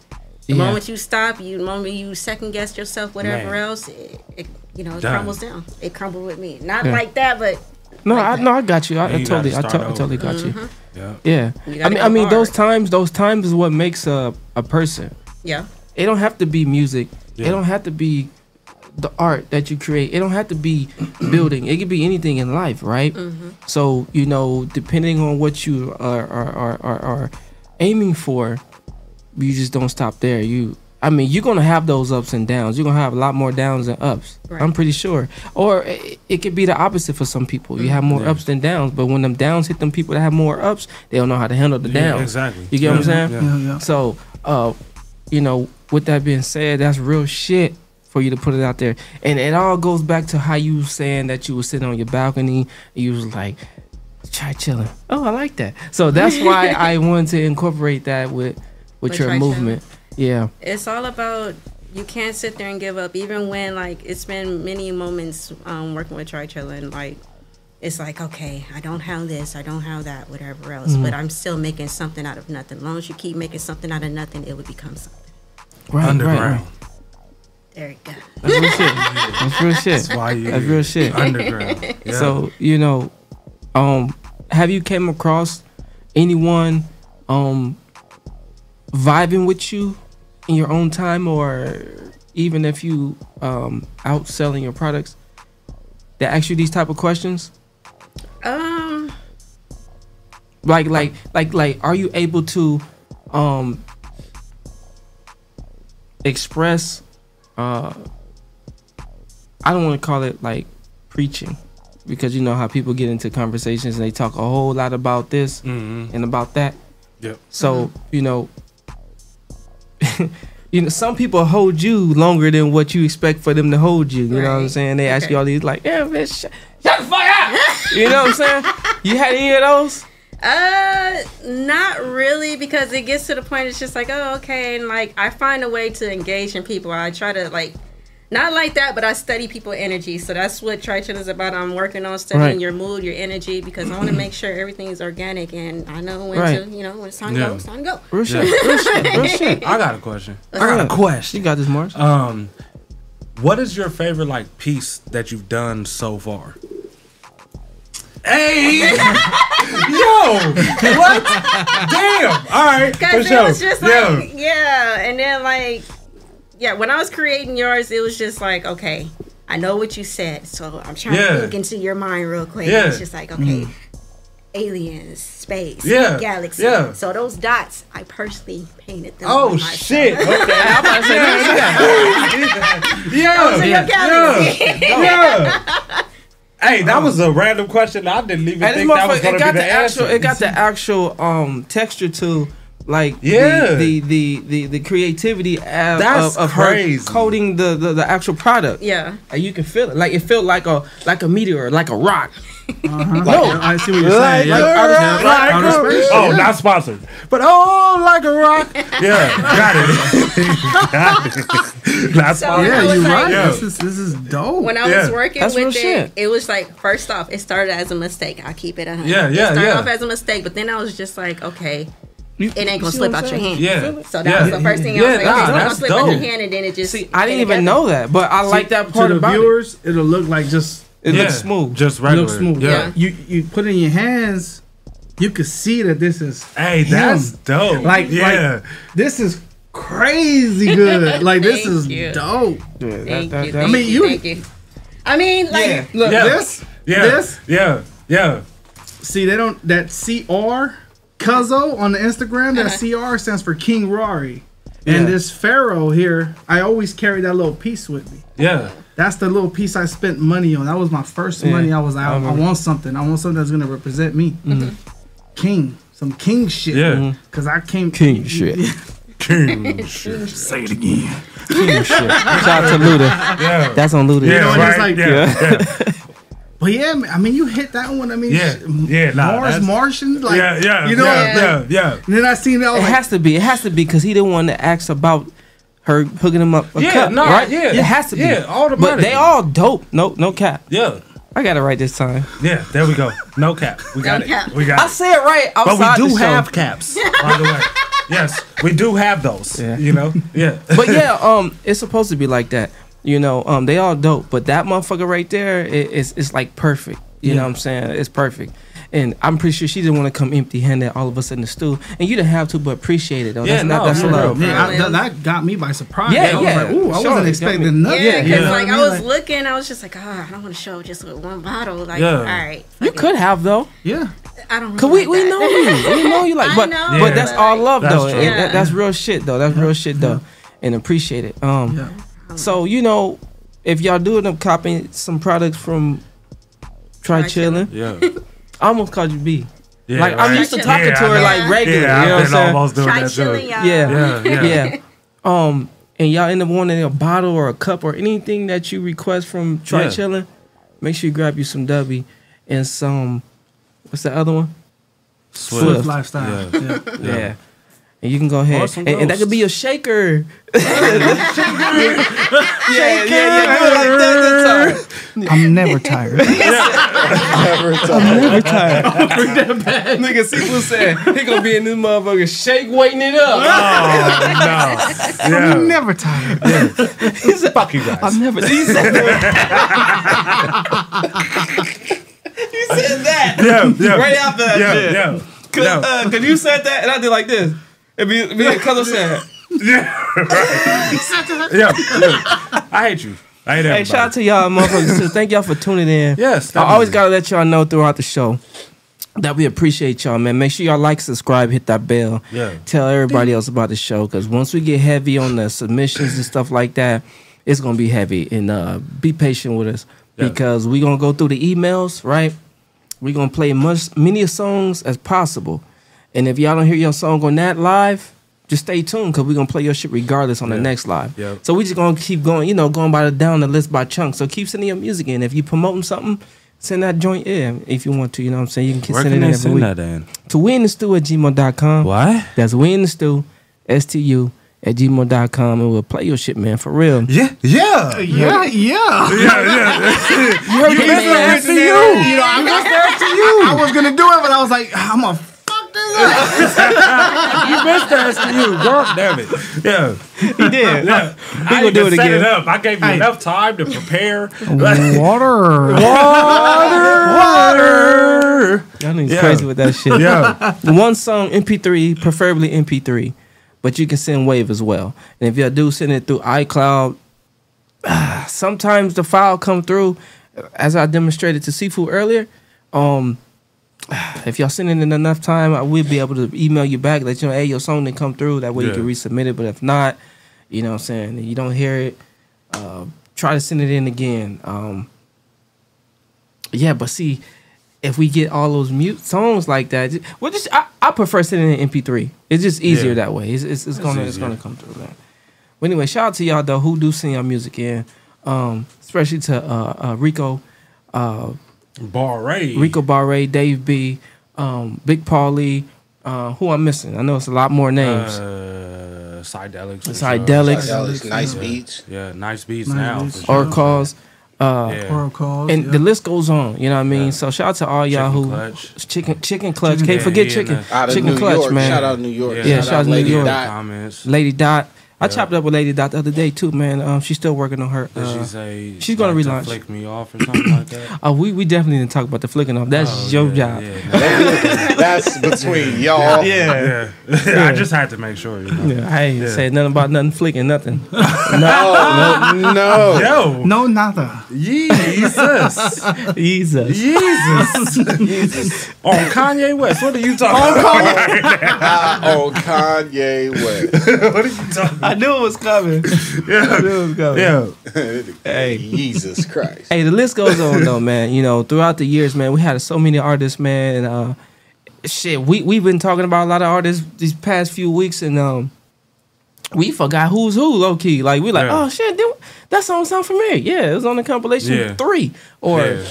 [SPEAKER 7] The
[SPEAKER 5] Yeah.
[SPEAKER 7] moment you stop, you the moment you second guess yourself, whatever
[SPEAKER 5] Man.
[SPEAKER 7] else, it, it you know it
[SPEAKER 5] Done.
[SPEAKER 7] crumbles down. It crumbled with me, not
[SPEAKER 5] Yeah.
[SPEAKER 7] like that, but
[SPEAKER 5] No, I no, I got you. I,
[SPEAKER 6] Yeah,
[SPEAKER 5] I
[SPEAKER 6] you gotta
[SPEAKER 5] totally, I,
[SPEAKER 6] start Mm-hmm.
[SPEAKER 5] to, I totally got
[SPEAKER 7] over.
[SPEAKER 5] you.
[SPEAKER 7] Mhm.
[SPEAKER 6] Yeah.
[SPEAKER 5] Yeah.
[SPEAKER 7] You
[SPEAKER 5] I
[SPEAKER 7] gotta
[SPEAKER 5] mean,
[SPEAKER 7] go
[SPEAKER 5] I mean, those times, those times is what makes a a person.
[SPEAKER 7] yeah.
[SPEAKER 5] It don't have to be music. It
[SPEAKER 7] Yeah.
[SPEAKER 5] don't have to be the art that you create. It don't have to be building. It could be anything in life, right?
[SPEAKER 7] Mhm.
[SPEAKER 5] So you know, depending on what you are are, are, are are aiming for, you just don't stop there. You, I mean, you're gonna have those ups and downs. You're gonna have a lot more downs than ups. I'm
[SPEAKER 7] Right.
[SPEAKER 5] pretty sure. Or it, it could be the opposite for some people. You have more
[SPEAKER 6] Yeah.
[SPEAKER 5] ups than downs, but when them downs hit them people that have more ups, they don't know how to handle the
[SPEAKER 6] Yeah,
[SPEAKER 5] downs.
[SPEAKER 6] exactly.
[SPEAKER 5] You get what I'm
[SPEAKER 6] Yeah,
[SPEAKER 5] saying?
[SPEAKER 6] yeah. Yeah, yeah.
[SPEAKER 5] So, uh, you know, with that being said, that's real shit for you to put it out there. And it all goes back to how you saying that you were sitting on your balcony, you was like, try chilling. Oh, I like that. So that's why I wanted to incorporate that with with
[SPEAKER 7] With
[SPEAKER 5] your
[SPEAKER 7] Tri-Chillin'.
[SPEAKER 5] movement. Yeah.
[SPEAKER 7] it's all about you can't sit there and give up even when like it's been many moments um, working with Trichella and like it's like okay i don't have this i don't have that whatever else
[SPEAKER 5] Mhm.
[SPEAKER 7] but i'm still making something out of nothing as long as you keep making something out of nothing it will become something
[SPEAKER 5] Right,
[SPEAKER 6] Underground.
[SPEAKER 7] there you go
[SPEAKER 5] That's real shit. That's real shit.
[SPEAKER 6] That's why you-
[SPEAKER 5] That's real shit.
[SPEAKER 6] Underground. Yeah.
[SPEAKER 5] So you know, um, have you came across anyone um vibing with you in your own time, or even if you um out selling your products, that ask you these type of questions?
[SPEAKER 7] um
[SPEAKER 5] Like, like, like, like, are you able to um express? uh I don't want to call it like preaching because you know how people get into conversations and they talk a whole lot about this and about that.
[SPEAKER 6] Yep.
[SPEAKER 5] So you know, you know, some people hold you longer than what you expect for them to hold you. You know what I'm saying? They ask you all these like, yeah, bitch, shut, shut the fuck up. you know what I'm saying? You had any of those?
[SPEAKER 7] Uh, not really, because it gets to the point. It's just like, oh, okay, and like I find a way to engage in people. I try to like, not like that, but I study people energy. So that's what Triton is about. I'm working on studying
[SPEAKER 5] Right.
[SPEAKER 7] your mood, your energy, because I want to make sure everything is organic, and I know when
[SPEAKER 5] Right.
[SPEAKER 7] to, you know, when it's time to
[SPEAKER 6] Yeah.
[SPEAKER 7] go, it's time to go.
[SPEAKER 5] Real shit. Real shit. Real shit.
[SPEAKER 6] I got a question. I
[SPEAKER 5] What's
[SPEAKER 6] got a
[SPEAKER 5] up?
[SPEAKER 6] question.
[SPEAKER 5] You got this, Mars?
[SPEAKER 6] Um, what is your favorite like piece that you've done so far? Hey, yo, what? Damn. All right, for
[SPEAKER 7] Because it
[SPEAKER 6] sure.
[SPEAKER 7] was just
[SPEAKER 6] Yeah.
[SPEAKER 7] like, yeah. And then, like, yeah, when I was creating yours, it was just like, okay, I know what you said. So I'm trying
[SPEAKER 6] Yeah.
[SPEAKER 7] to look into your mind real quick.
[SPEAKER 6] Yeah. Mm-hmm.
[SPEAKER 7] It's just like, okay, aliens, space,
[SPEAKER 6] Yeah.
[SPEAKER 7] galaxy.
[SPEAKER 6] Yeah.
[SPEAKER 7] So those dots, I personally painted them.
[SPEAKER 6] Oh
[SPEAKER 7] with my-
[SPEAKER 6] shit! Okay, I'm about to say yeah, yeah,
[SPEAKER 7] Those are
[SPEAKER 6] yeah,
[SPEAKER 7] Oh, your galaxies.
[SPEAKER 6] yeah, yeah. Hey, that was a random question. I didn't even
[SPEAKER 5] And this
[SPEAKER 6] think that was
[SPEAKER 5] motherfucker,
[SPEAKER 6] gonna
[SPEAKER 5] it got
[SPEAKER 6] be
[SPEAKER 5] the,
[SPEAKER 6] the answer.
[SPEAKER 5] actual, it got the actual um texture to like the-
[SPEAKER 6] Yeah.
[SPEAKER 5] the, the, the, the creativity of,
[SPEAKER 6] That's
[SPEAKER 5] of, of
[SPEAKER 6] crazy.
[SPEAKER 5] her coding the, the, the actual product.
[SPEAKER 7] Yeah.
[SPEAKER 5] And you can feel it. Like it felt like a like a meteor, like a rock.
[SPEAKER 8] Uh-huh.
[SPEAKER 5] No,
[SPEAKER 8] I see what you're saying. Yeah.
[SPEAKER 5] Like,
[SPEAKER 8] Yeah.
[SPEAKER 5] like,
[SPEAKER 8] Like,
[SPEAKER 5] outer space.
[SPEAKER 6] oh, not sponsored. But oh, like a rock. Yeah, got it. got it. Not sponsored.
[SPEAKER 7] So, I was Yeah, you like- right.
[SPEAKER 6] Yeah.
[SPEAKER 7] This
[SPEAKER 8] is this is dope.
[SPEAKER 7] When I was working
[SPEAKER 8] real
[SPEAKER 7] with it, it was like first off, it started as a mistake. I keep it. 100.
[SPEAKER 6] Yeah, yeah,
[SPEAKER 7] It started
[SPEAKER 6] yeah.
[SPEAKER 7] off as a mistake, but then I was just like, okay, it
[SPEAKER 5] you
[SPEAKER 7] ain't gonna
[SPEAKER 5] see
[SPEAKER 7] slip
[SPEAKER 5] what I'm
[SPEAKER 7] out your
[SPEAKER 5] saying?
[SPEAKER 7] hand.
[SPEAKER 5] Yeah.
[SPEAKER 7] So that
[SPEAKER 5] Yeah.
[SPEAKER 7] was the first thing I
[SPEAKER 5] Yeah,
[SPEAKER 7] was like,
[SPEAKER 5] nah,
[SPEAKER 7] okay, it's not gonna
[SPEAKER 5] that's
[SPEAKER 7] slip out your
[SPEAKER 5] dope.
[SPEAKER 7] hand, and then it just. See,
[SPEAKER 5] I didn't even know that, but I like that part
[SPEAKER 8] to the
[SPEAKER 5] about it.
[SPEAKER 8] viewers, it. will look like just
[SPEAKER 5] It looks smooth.
[SPEAKER 6] Just
[SPEAKER 8] It looks
[SPEAKER 6] regular.
[SPEAKER 8] smooth.
[SPEAKER 6] Yeah. Yeah.
[SPEAKER 8] you you put it in your hands, you could see that this is
[SPEAKER 6] Hey,
[SPEAKER 8] him.
[SPEAKER 6] that's dope.
[SPEAKER 8] Like
[SPEAKER 6] Yeah.
[SPEAKER 8] like this is crazy good. like this
[SPEAKER 7] Thank
[SPEAKER 8] is
[SPEAKER 7] you.
[SPEAKER 8] dope.
[SPEAKER 7] Thank you.
[SPEAKER 8] I
[SPEAKER 7] Thank
[SPEAKER 8] mean
[SPEAKER 7] you.
[SPEAKER 8] you,
[SPEAKER 7] Thank you. I mean, like,
[SPEAKER 8] yeah. Look
[SPEAKER 6] Yeah.
[SPEAKER 8] this
[SPEAKER 6] Yeah.
[SPEAKER 8] this
[SPEAKER 6] yeah yeah.
[SPEAKER 8] See they don't
[SPEAKER 5] Uh-huh.
[SPEAKER 8] that CR Cuzzo on the Instagram that CR stands for King Rari. And
[SPEAKER 5] Yeah.
[SPEAKER 8] this Pharaoh here, I always carry that little piece with me.
[SPEAKER 6] Yeah.
[SPEAKER 8] That's the little piece I spent money on. That was my first
[SPEAKER 5] Yeah,
[SPEAKER 8] money. I was like,
[SPEAKER 5] I
[SPEAKER 8] I, I
[SPEAKER 5] remember.
[SPEAKER 8] want something. I want something that's gonna represent me.
[SPEAKER 5] Mhm.
[SPEAKER 8] King, some king shit.
[SPEAKER 5] Yeah. Mhm.
[SPEAKER 8] Cause I came
[SPEAKER 5] King shit.
[SPEAKER 6] King shit.
[SPEAKER 8] Say it again.
[SPEAKER 5] King shit. Shout out to Luda.
[SPEAKER 6] Yeah.
[SPEAKER 5] That's on Luda.
[SPEAKER 8] You know, and it's like-
[SPEAKER 5] yeah.
[SPEAKER 8] But yeah, man, I mean, you hit that one. I mean,
[SPEAKER 5] Yeah,
[SPEAKER 8] sh-
[SPEAKER 5] yeah, nah,
[SPEAKER 8] Mars
[SPEAKER 5] that's-
[SPEAKER 8] Martian, like,
[SPEAKER 5] Yeah, yeah,
[SPEAKER 8] you know,
[SPEAKER 5] yeah,
[SPEAKER 8] like,
[SPEAKER 6] yeah,
[SPEAKER 8] And then I seen that. I
[SPEAKER 5] It
[SPEAKER 8] was like,
[SPEAKER 5] has to be. It has to be because he the one that asked about her hooking him up a
[SPEAKER 8] Yeah,
[SPEAKER 5] cup,
[SPEAKER 8] nah,
[SPEAKER 5] right?
[SPEAKER 8] yeah,
[SPEAKER 5] it has to be.
[SPEAKER 8] yeah,
[SPEAKER 5] But
[SPEAKER 6] automatically.
[SPEAKER 5] they all dope. No, no cap.
[SPEAKER 6] Yeah.
[SPEAKER 5] I got it right this time.
[SPEAKER 6] Yeah, there we go. No cap. We got it. We got
[SPEAKER 5] I
[SPEAKER 6] it.
[SPEAKER 5] said right outside
[SPEAKER 6] but we do
[SPEAKER 5] the show.
[SPEAKER 6] have caps, by the way. Yes, we do have those. You know? Yeah.
[SPEAKER 5] but yeah, um, it's supposed to be like that. You know, um, they all dope, but that motherfucker right there i- is it's like perfect. You
[SPEAKER 6] Yeah.
[SPEAKER 5] know what I'm saying? It's perfect. And I'm pretty sure she didn't want to come empty handed all of us in the stool. And you didn't have to, but appreciate it though. that's not that's love.
[SPEAKER 8] Yeah, I- that- that got me by surprise.
[SPEAKER 5] Yeah,
[SPEAKER 8] I was
[SPEAKER 5] yeah.
[SPEAKER 8] like, ooh, I
[SPEAKER 5] Sure,
[SPEAKER 8] wasn't
[SPEAKER 5] it got me.
[SPEAKER 8] expecting
[SPEAKER 5] Yeah,
[SPEAKER 8] nothing.
[SPEAKER 5] yeah.
[SPEAKER 7] Because
[SPEAKER 5] Yeah.
[SPEAKER 7] like
[SPEAKER 5] Yeah.
[SPEAKER 7] I was looking, I was just like, ah, I don't want to show just with one bottle. Like, all right,
[SPEAKER 5] You could have though.
[SPEAKER 8] Yeah.
[SPEAKER 7] I don't.
[SPEAKER 5] Cause we,
[SPEAKER 7] really
[SPEAKER 5] we
[SPEAKER 7] like
[SPEAKER 5] know
[SPEAKER 7] that.
[SPEAKER 5] you, we know you like,
[SPEAKER 7] I
[SPEAKER 5] but
[SPEAKER 7] know,
[SPEAKER 5] but that's
[SPEAKER 7] but
[SPEAKER 5] all
[SPEAKER 7] like-
[SPEAKER 5] love
[SPEAKER 7] That's
[SPEAKER 5] though,
[SPEAKER 7] true.
[SPEAKER 5] and that,
[SPEAKER 7] Yeah.
[SPEAKER 5] that's real shit though. That's real shit though, and appreciate it. Um, so you know, if y'all do end up copying some products from Try Chillin',
[SPEAKER 6] Yeah.
[SPEAKER 5] I almost called you B.
[SPEAKER 6] Yeah,
[SPEAKER 5] like I'm
[SPEAKER 6] right.
[SPEAKER 5] used to talking
[SPEAKER 6] Yeah,
[SPEAKER 5] to her
[SPEAKER 6] I know.
[SPEAKER 5] like regular.
[SPEAKER 6] Yeah,
[SPEAKER 5] you know what
[SPEAKER 6] I've
[SPEAKER 5] I'm
[SPEAKER 6] been
[SPEAKER 5] saying?
[SPEAKER 6] almost doing Try that, too. chilling, y'all.
[SPEAKER 5] Yeah,
[SPEAKER 6] Yeah, yeah.
[SPEAKER 5] yeah, Um, and y'all end up wanting a bottle or a cup or anything that you request from Try
[SPEAKER 6] Yeah.
[SPEAKER 5] Chillin', make sure you grab you some W and some. What's the other one?
[SPEAKER 6] Swift. Swift Lifestyle. Yeah.
[SPEAKER 5] Yeah.
[SPEAKER 6] Yeah.
[SPEAKER 5] Yeah. And you can go ahead,
[SPEAKER 6] some
[SPEAKER 5] and, and that could be a shaker.
[SPEAKER 15] yeah,
[SPEAKER 8] I'm never tired.
[SPEAKER 5] I'm never tired. Bring that back. Nigga, see what's saying. He gonna be in this motherfucker shake waiting it up.
[SPEAKER 6] Oh, no. Yeah.
[SPEAKER 8] I'm never tired.
[SPEAKER 5] He's a,
[SPEAKER 6] Fuck you guys.
[SPEAKER 5] I'm never. He said you said that.
[SPEAKER 6] Yeah, yeah.
[SPEAKER 5] Right after that
[SPEAKER 6] Yeah,
[SPEAKER 5] shit.
[SPEAKER 6] yeah,
[SPEAKER 5] Cause, uh, 'cause you said that, and I did like this. And me, me and Cuzzo said.
[SPEAKER 6] Yeah. yeah. Look, I hate you. I hate everybody.
[SPEAKER 5] Hey, shout out to y'all, motherfuckers. too. Thank y'all for tuning in.
[SPEAKER 6] Yes,
[SPEAKER 5] I always
[SPEAKER 6] definitely.
[SPEAKER 5] gotta let y'all know throughout the show that we appreciate y'all, man. Make sure y'all like, subscribe, hit that bell.
[SPEAKER 6] Yeah.
[SPEAKER 5] Tell everybody else about the show because once we get heavy on the submissions and stuff like that, it's gonna be heavy. And uh, be patient with us
[SPEAKER 6] Yeah.
[SPEAKER 5] because we're gonna go through the emails, right? We're gonna play much many songs as possible. And if y'all don't hear your song on that live, just stay tuned because we're gonna play your shit regardless on the next live.
[SPEAKER 6] Yeah.
[SPEAKER 5] So we just gonna keep going, you know, going by the down the list by chunk. So keep sending your music in. If you promoting something, send that joint in if you want to. You know what I'm saying? You can keep
[SPEAKER 6] Where
[SPEAKER 5] sending
[SPEAKER 6] can
[SPEAKER 5] it
[SPEAKER 6] they
[SPEAKER 5] every
[SPEAKER 6] send
[SPEAKER 5] week.
[SPEAKER 6] that in?
[SPEAKER 5] To win the stew at gmail.com.
[SPEAKER 6] Why?
[SPEAKER 5] That's win the stew, S T U at gmail.com and we'll play your shit, man, for real.
[SPEAKER 6] Yeah. Yeah.
[SPEAKER 8] Yeah, yeah.
[SPEAKER 5] You heard me, man.
[SPEAKER 8] That's
[SPEAKER 5] You know,
[SPEAKER 8] You know, I'm just there to you. I was gonna do it, but I was like, I'm gonna fuck this up.
[SPEAKER 6] you missed that to you, girl. Damn it. Yeah.
[SPEAKER 5] He did.
[SPEAKER 6] Yeah. I
[SPEAKER 5] gonna
[SPEAKER 6] even
[SPEAKER 5] do it
[SPEAKER 6] set
[SPEAKER 5] again.
[SPEAKER 6] it up. I gave you enough time to prepare.
[SPEAKER 8] Water.
[SPEAKER 5] Water.
[SPEAKER 6] Water.
[SPEAKER 5] Y'all niggas
[SPEAKER 6] Yeah.
[SPEAKER 5] crazy with that shit.
[SPEAKER 6] Yeah.
[SPEAKER 5] One song MP3, preferably MP3, but you can send Wave as well. And if y'all do send it through iCloud, sometimes the file come through, as I demonstrated to Sifu earlier. Um, if y'all send it in enough time, I will be able to email you back, let you know, hey, your song didn't come through. That way
[SPEAKER 6] Yeah.
[SPEAKER 5] you can resubmit it. But if not, you know what I'm saying, and you don't hear it, uh, try to send it in again. Um, yeah, but see, if we get all those mute songs like that, ju- well, just I, I prefer sending it in MP3. It's just easier
[SPEAKER 6] Yeah.
[SPEAKER 5] that way. It's it's, it's
[SPEAKER 6] It's
[SPEAKER 5] gonna it's
[SPEAKER 6] easier.
[SPEAKER 5] gonna come through. Man. But anyway, shout out to y'all though who do send y'all music in, um, especially to uh, uh, Rico, uh,
[SPEAKER 6] Barre.
[SPEAKER 5] Rico Barre, Dave B, um, Big Paulie. Uh, who I'm missing? I know it's a lot more names.
[SPEAKER 6] Uh, psychedelics. for
[SPEAKER 5] Psychedelics. Psychedelics,
[SPEAKER 6] sure.
[SPEAKER 5] Nice
[SPEAKER 6] Yeah.
[SPEAKER 1] Beats.
[SPEAKER 6] Yeah, nice beats
[SPEAKER 5] Nice
[SPEAKER 6] now.
[SPEAKER 5] Beats.
[SPEAKER 6] for sure.
[SPEAKER 5] Or calls, uh,
[SPEAKER 6] Yeah.
[SPEAKER 8] Oral calls,
[SPEAKER 5] and
[SPEAKER 8] yeah.
[SPEAKER 5] the list goes on. You know what I mean? So shout out to all y'all
[SPEAKER 6] Chicken
[SPEAKER 5] who
[SPEAKER 6] Clutch.
[SPEAKER 5] chicken chicken clutch.
[SPEAKER 6] Chicken
[SPEAKER 5] Can't
[SPEAKER 6] Clutch.
[SPEAKER 5] forget
[SPEAKER 6] Yeah,
[SPEAKER 5] chicken
[SPEAKER 6] yeah, nah. Out of
[SPEAKER 5] chicken
[SPEAKER 6] New
[SPEAKER 5] clutch,
[SPEAKER 6] York.
[SPEAKER 5] man.
[SPEAKER 6] Shout out New York.
[SPEAKER 5] Yeah,
[SPEAKER 6] Shout
[SPEAKER 5] shout
[SPEAKER 6] out
[SPEAKER 5] out New
[SPEAKER 6] Lady
[SPEAKER 5] York.
[SPEAKER 6] Dot. Comments.
[SPEAKER 5] Lady Dot. I chopped up with Lady Dot the other day too, man. Um, she's still working on her.
[SPEAKER 6] Did
[SPEAKER 5] uh,
[SPEAKER 6] she say
[SPEAKER 5] she's gonna
[SPEAKER 6] like, to
[SPEAKER 5] relaunch?
[SPEAKER 6] flick me off or something like that? Oh,
[SPEAKER 5] Uh, we we definitely didn't talk about the flicking off. That's your job.
[SPEAKER 1] That's between y'all.
[SPEAKER 6] Yeah.
[SPEAKER 5] Yeah.
[SPEAKER 6] I just had to make sure. You know?
[SPEAKER 5] Yeah, I ain't saying nothing about nothing flicking nothing.
[SPEAKER 1] No, no, no.
[SPEAKER 6] No.
[SPEAKER 8] No, nada.
[SPEAKER 6] Jesus.
[SPEAKER 5] Jesus.
[SPEAKER 6] Jesus. Jesus. On Kanye West. What are you talking about?
[SPEAKER 1] Kanye. on Kanye West.
[SPEAKER 6] what are you talking
[SPEAKER 5] I knew it was coming.
[SPEAKER 6] Yeah.
[SPEAKER 5] I knew it was coming.
[SPEAKER 1] hey. Jesus Christ.
[SPEAKER 5] Hey, the list goes on though, man. You know, throughout the years, man, we had so many artists, man. And, uh, shit, we we've been talking about a lot of artists these past few weeks, and um, we forgot who's who, low key. Like we like,
[SPEAKER 6] Yeah.
[SPEAKER 5] oh shit, that, that song sound familiar. Yeah, it was on the compilation
[SPEAKER 6] Yeah.
[SPEAKER 5] three, or
[SPEAKER 6] Yeah.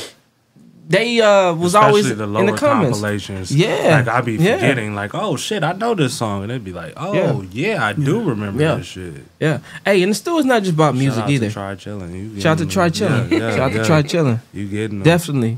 [SPEAKER 5] they uh was
[SPEAKER 6] Especially
[SPEAKER 5] always
[SPEAKER 6] the
[SPEAKER 5] in
[SPEAKER 6] lower
[SPEAKER 5] the comments.
[SPEAKER 6] compilations.
[SPEAKER 5] Yeah,
[SPEAKER 6] Like, I'd be
[SPEAKER 5] Yeah.
[SPEAKER 6] forgetting, like, oh shit, I know this song. And it'd be like, oh
[SPEAKER 5] Yeah.
[SPEAKER 6] yeah, I do remember
[SPEAKER 5] Yeah.
[SPEAKER 6] this shit.
[SPEAKER 5] Yeah. Hey, and the still is not just about music
[SPEAKER 6] Shout out
[SPEAKER 5] either.
[SPEAKER 6] To try chilling. You
[SPEAKER 5] Shout out to
[SPEAKER 6] getting-
[SPEAKER 5] Try Chillin'.
[SPEAKER 6] Yeah, yeah,
[SPEAKER 5] Shout out to
[SPEAKER 6] yeah.
[SPEAKER 5] Try Chillin'.
[SPEAKER 6] You getting them.
[SPEAKER 5] Definitely.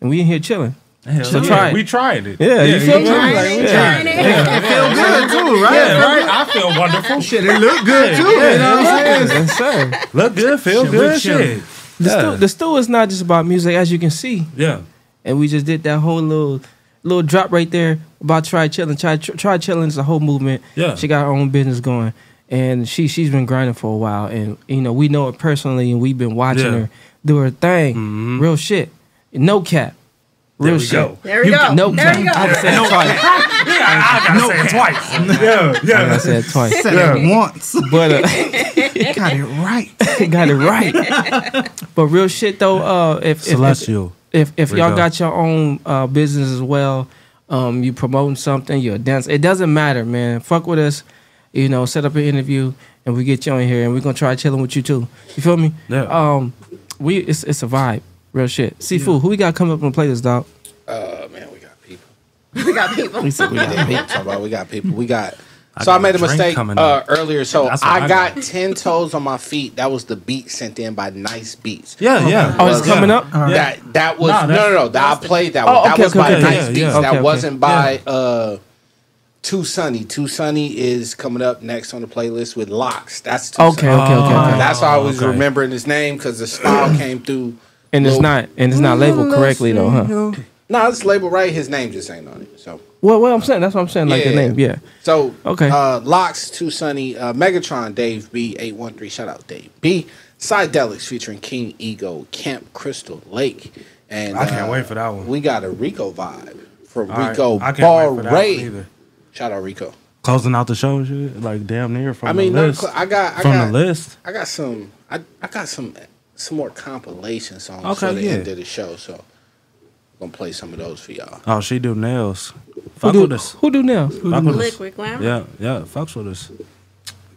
[SPEAKER 5] And we in here chilling.
[SPEAKER 6] Hell
[SPEAKER 5] so
[SPEAKER 6] yeah,
[SPEAKER 5] try it.
[SPEAKER 6] We tried it.
[SPEAKER 5] Yeah, you feel
[SPEAKER 6] know,
[SPEAKER 5] good?
[SPEAKER 6] like, we
[SPEAKER 5] Yeah.
[SPEAKER 6] tried it.
[SPEAKER 5] Yeah.
[SPEAKER 6] It feel good too, right? Yeah, right. I feel wonderful. Shit, it look
[SPEAKER 5] good, too, you know what I'm saying?
[SPEAKER 6] Look good, feel
[SPEAKER 5] Shit, we
[SPEAKER 6] good,
[SPEAKER 5] chilling.
[SPEAKER 6] shit.
[SPEAKER 5] The,
[SPEAKER 6] Yeah.
[SPEAKER 5] stew, the stew is not just about music, as you can see.
[SPEAKER 6] Yeah.
[SPEAKER 5] And we just did that whole little little drop right there about try chilling. Try try chilling is a whole movement.
[SPEAKER 6] Yeah.
[SPEAKER 5] She got her own business going. And she she's been grinding for a while. And you know, we know her personally and we've been watching
[SPEAKER 6] Yeah. Mm-hmm.
[SPEAKER 5] her do her thing. Real shit. No cap.
[SPEAKER 6] There
[SPEAKER 5] Real
[SPEAKER 6] we
[SPEAKER 5] shit.
[SPEAKER 6] go.
[SPEAKER 7] There we go.
[SPEAKER 5] No
[SPEAKER 7] there
[SPEAKER 5] cap.
[SPEAKER 7] we go.
[SPEAKER 5] I just said
[SPEAKER 6] No
[SPEAKER 5] twice.
[SPEAKER 6] I gotta say it twice. Yeah, yeah.
[SPEAKER 5] I said it twice.
[SPEAKER 8] Said it once.
[SPEAKER 5] But uh,
[SPEAKER 8] Got it right.
[SPEAKER 5] got it right. But real shit though, uh, if if-
[SPEAKER 6] Celestial.
[SPEAKER 5] if if, if
[SPEAKER 6] Where
[SPEAKER 5] y'all
[SPEAKER 6] go?
[SPEAKER 5] got your own uh, business as well, um, you promoting something, you're a dancer. It doesn't matter, man. Fuck with us, you know. Set up an interview, and we get you on here, and we're gonna try chilling with you too. You feel me?
[SPEAKER 6] Yeah.
[SPEAKER 5] Um, we it's it's a vibe, real shit. Seafood, who we got coming up on the playlist, dog?
[SPEAKER 1] Uh, man, we got people.
[SPEAKER 7] We got people.
[SPEAKER 5] We said we got
[SPEAKER 1] Yeah,
[SPEAKER 5] people.
[SPEAKER 1] talking about we got people. We got.
[SPEAKER 6] I
[SPEAKER 1] so
[SPEAKER 6] got
[SPEAKER 1] I made
[SPEAKER 6] a
[SPEAKER 1] a
[SPEAKER 6] drink
[SPEAKER 1] mistake
[SPEAKER 6] coming
[SPEAKER 1] uh,
[SPEAKER 6] up.
[SPEAKER 1] earlier. So
[SPEAKER 6] That's what
[SPEAKER 1] I,
[SPEAKER 6] I
[SPEAKER 1] got,
[SPEAKER 6] got.
[SPEAKER 1] ten toes on my feet. That was the beat sent in by Nice Beats.
[SPEAKER 6] Yeah, yeah.
[SPEAKER 5] Oh, it's
[SPEAKER 1] Yeah.
[SPEAKER 5] coming up.
[SPEAKER 6] Yeah.
[SPEAKER 1] That that was no
[SPEAKER 6] Nah, that's-
[SPEAKER 1] no no. That I played that
[SPEAKER 5] Oh,
[SPEAKER 1] one. that
[SPEAKER 5] okay,
[SPEAKER 1] was
[SPEAKER 5] okay,
[SPEAKER 1] by
[SPEAKER 5] okay,
[SPEAKER 1] Nice
[SPEAKER 5] yeah,
[SPEAKER 1] Beats.
[SPEAKER 5] yeah.
[SPEAKER 1] that
[SPEAKER 5] Okay, okay.
[SPEAKER 1] wasn't by uh, Too Sunny. Too Sunny is coming up next on the playlist with Locks. That's Too
[SPEAKER 5] Okay, okay,
[SPEAKER 1] Sunny.
[SPEAKER 5] okay, okay.
[SPEAKER 1] That's why I was
[SPEAKER 6] Okay.
[SPEAKER 1] remembering his name because the style came through.
[SPEAKER 5] And it's
[SPEAKER 1] Lil-
[SPEAKER 5] not and it's not
[SPEAKER 1] Mm-hmm.
[SPEAKER 5] labeled correctly though, huh?
[SPEAKER 1] No, nah, it's labeled right. His name just ain't on it. So
[SPEAKER 5] Well, well, I'm saying that's what I'm saying, like the
[SPEAKER 1] Yeah.
[SPEAKER 5] name, yeah.
[SPEAKER 1] so
[SPEAKER 5] Okay.
[SPEAKER 1] Uh, Locks, Too Sunny, uh, Megatron, Dave B, eight one three. Shout out Dave B. Psydelics featuring King Ego, Camp Crystal Lake, and
[SPEAKER 6] I can't
[SPEAKER 1] uh,
[SPEAKER 6] wait for that one.
[SPEAKER 1] We got a Rico vibe from
[SPEAKER 6] All right,
[SPEAKER 1] Rico
[SPEAKER 6] I can't
[SPEAKER 1] Bar
[SPEAKER 6] wait for that one
[SPEAKER 1] Ray.
[SPEAKER 6] either.
[SPEAKER 1] Shout out Rico.
[SPEAKER 6] Closing out the show and shit, like damn near from
[SPEAKER 1] I mean,
[SPEAKER 6] the
[SPEAKER 1] no,
[SPEAKER 6] list.
[SPEAKER 1] cl- I got I
[SPEAKER 6] from
[SPEAKER 1] got,
[SPEAKER 6] the list.
[SPEAKER 1] I got some. I, I got some some more compilation songs
[SPEAKER 6] Okay,
[SPEAKER 1] for the
[SPEAKER 6] yeah.
[SPEAKER 1] end of the show. So I'm gonna play some of those for y'all.
[SPEAKER 6] Oh, she do nails.
[SPEAKER 5] Who
[SPEAKER 6] Fuck
[SPEAKER 5] do
[SPEAKER 6] with us.
[SPEAKER 5] who do now?
[SPEAKER 6] Fuck with us.
[SPEAKER 7] Liquid glamour.
[SPEAKER 6] Yeah, yeah. Fucks with us.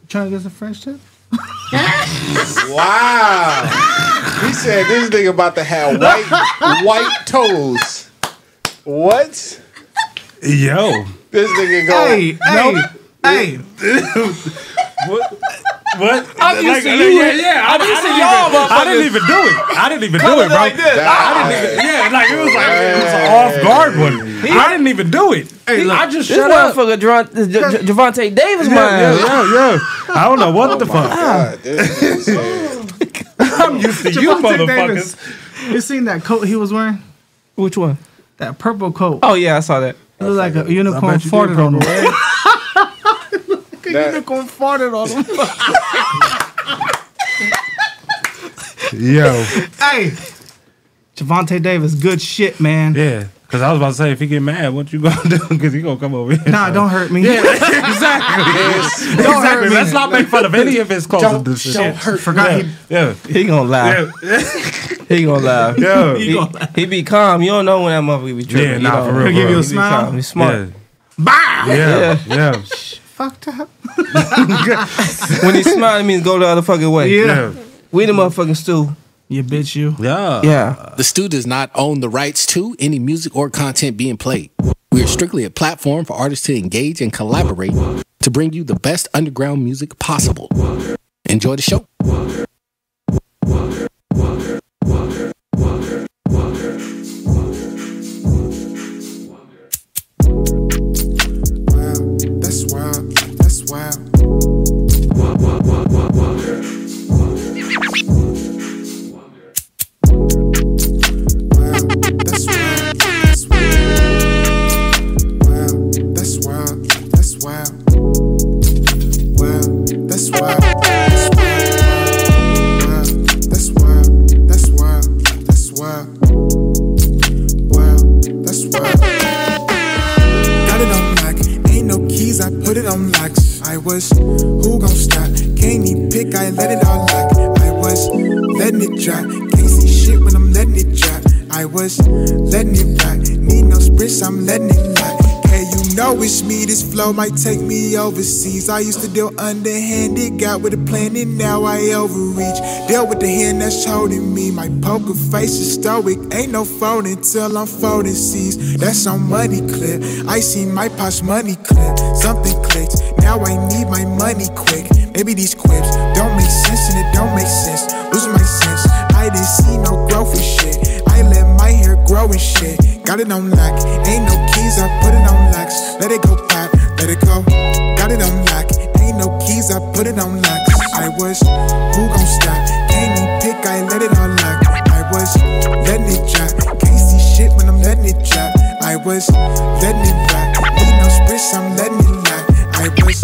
[SPEAKER 8] Trying to get some fresh tip?
[SPEAKER 1] Wow. he said this nigga about to have white white toes. What?
[SPEAKER 6] Yo.
[SPEAKER 1] This nigga go
[SPEAKER 8] Hey, hey, hey.
[SPEAKER 6] What? What?
[SPEAKER 5] I'm used
[SPEAKER 6] Like,
[SPEAKER 5] to
[SPEAKER 6] like,
[SPEAKER 5] you.
[SPEAKER 6] yeah, yeah. I,
[SPEAKER 5] I'm used
[SPEAKER 6] I
[SPEAKER 5] to
[SPEAKER 6] didn't
[SPEAKER 5] y'all
[SPEAKER 6] even- I didn't
[SPEAKER 5] motherfuckers.
[SPEAKER 6] even do it. I didn't even do it, bro. I didn't even, Ah, yeah, like it was like it was an off guard one. I didn't even do it. I just
[SPEAKER 5] This
[SPEAKER 6] shut up.
[SPEAKER 5] motherfucker, Dron- J- J- Javante Davis,
[SPEAKER 6] Yeah,
[SPEAKER 5] mind.
[SPEAKER 6] yeah, yeah, yeah. I don't know what the fuck.
[SPEAKER 1] God, this nigga said,
[SPEAKER 6] I'm used to you
[SPEAKER 8] Javonte
[SPEAKER 6] motherfuckers.
[SPEAKER 8] Davis. You seen that coat he was wearing?
[SPEAKER 5] Which one?
[SPEAKER 8] That purple coat.
[SPEAKER 5] Oh yeah, I saw that.
[SPEAKER 8] It looked like a
[SPEAKER 6] I
[SPEAKER 8] unicorn
[SPEAKER 6] bet you did,
[SPEAKER 8] farted on him.
[SPEAKER 1] that-
[SPEAKER 8] unicorn farted on him.
[SPEAKER 6] Yo.
[SPEAKER 8] hey, Javante Davis, good shit, man.
[SPEAKER 6] Yeah. Cause I was about to say if he get mad, what you gonna do? Cause he gonna come over here.
[SPEAKER 8] Nah, don't hurt me.
[SPEAKER 6] Yeah, exactly.
[SPEAKER 1] Yes.
[SPEAKER 8] Don't
[SPEAKER 6] exactly.
[SPEAKER 8] hurt me.
[SPEAKER 6] Let's not make fun of any of his clothes.
[SPEAKER 1] Don't-
[SPEAKER 6] this shit.
[SPEAKER 1] don't hurt
[SPEAKER 8] Forgot
[SPEAKER 6] Yeah. Yeah.
[SPEAKER 5] He gonna lie.
[SPEAKER 6] Yeah.
[SPEAKER 5] He gonna lie.
[SPEAKER 6] Yeah.
[SPEAKER 5] He, he be calm. You don't know when that motherfucker be tripping.
[SPEAKER 6] Yeah,
[SPEAKER 5] you
[SPEAKER 6] nah,
[SPEAKER 5] know?
[SPEAKER 6] for real,
[SPEAKER 5] He
[SPEAKER 6] He'll give
[SPEAKER 5] be
[SPEAKER 6] you a
[SPEAKER 8] smile.
[SPEAKER 5] calm. He's smart.
[SPEAKER 6] Yeah. Yeah. Yeah.
[SPEAKER 8] fucked up.
[SPEAKER 5] When he smile, it means go the other fucking way.
[SPEAKER 8] Yeah.
[SPEAKER 6] Yeah.
[SPEAKER 5] We the motherfucking stew.
[SPEAKER 8] You bitch, you.
[SPEAKER 6] Yeah.
[SPEAKER 5] Yeah.
[SPEAKER 3] The Stew does not own the rights to any music or content being played. We are strictly a platform for artists to engage and collaborate to bring you the best underground music possible. Enjoy the show.
[SPEAKER 16] Wow, that's wild, that's wild.
[SPEAKER 24] was who gon' stop? Can't even pick, I let it all lock. I was letting it drop. Can't see shit when I'm letting it drop. I was letting it rock. Need no spritz, I'm letting it lock. Hey, you know it's me, this flow might take me overseas. I used to deal underhanded, got with a plan and now I overreach. Deal with the hand that's holding me. My poker face is stoic, ain't no folding till I'm folding seas. That's on money clip. I seen my pops money clip. Something clicked, now I need my money quick. Maybe these quips don't make sense and it don't make sense. Losing my sense, I didn't see no growth and shit. I let my hair grow and shit. Got it on lock, ain't no keys, I put it on locks. Let it go pop, let it go. Got it on lock, ain't no keys, I put it on locks. I was, who gon' stop? Can't even pick, I let it on lock. I was, letting it drop. Can't see shit when I'm letting it drop. I was, letting it rock. Need no spritz, I'm letting it lock. I was,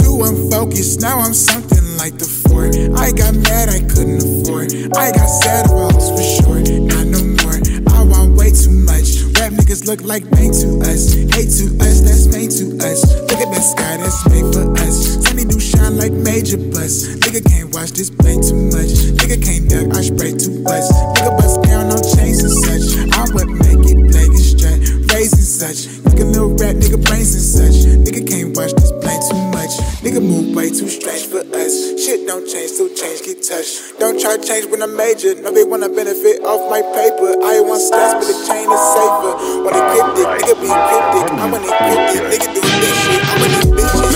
[SPEAKER 24] too unfocused, now I'm something like the fort. I got mad, I couldn't afford. I got sad rolls for sure, not no more. I want way too much. Rap niggas look like bang to us. Hate to us, that's made to us. Look at that sky, that's made for us. Sunny do shine like major bus. Nigga can't watch this play too much. Nigga can't duck, I spray too much. Nigga bust down on chains and such. I would make it play this strut, raise and such. Nigga little rat, nigga brains and such. Nigga can't watch this play too much. Nigga move way too strange for us. Shit don't change, so change get touched. Don't try to change when I'm major. No, they wanna benefit off my paper. I want stats, but the chain is safer. When I clip it, nigga be cryptic. I'm an encrypted, nigga do this shit. I'm an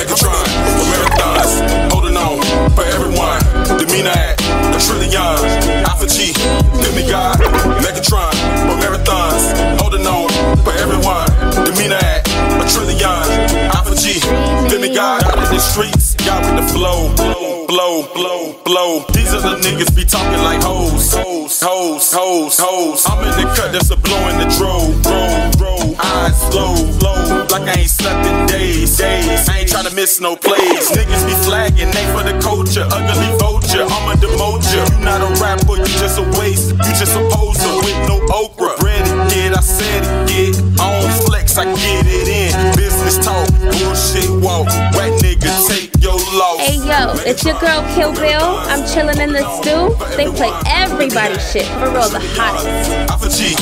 [SPEAKER 25] Megatron, for marathons, holding on for everyone. Demeanor at a trillion, Alpha G, demigod. Megatron, for marathons, holding on for everyone. Demeanor at a trillion, Alpha G, demigod. Out in the streets, y'all with the flow. Blow, blow, blow. These are the niggas be talking like hoes, hoes, hoes, hoes, hoes. I'm in the cut, that's a blow in the dro, bro, bro. Eyes low, low, like I ain't slept in days, days. I ain't tryna miss no plays. Niggas be flagging, they for the culture. Ugly vulture, I'm a demoture. You not a rapper, you just a waste. You just a poser with no okra. Bread it, get, I said it, get. I don't flex, I get it in. Business talk, bullshit walk. Whack nigga, take your loss.
[SPEAKER 4] Hey yo, it's your girl Kill Bill. I'm chilling in the stew. They play everybody's shit. For real, the hottest.
[SPEAKER 25] Alpha G,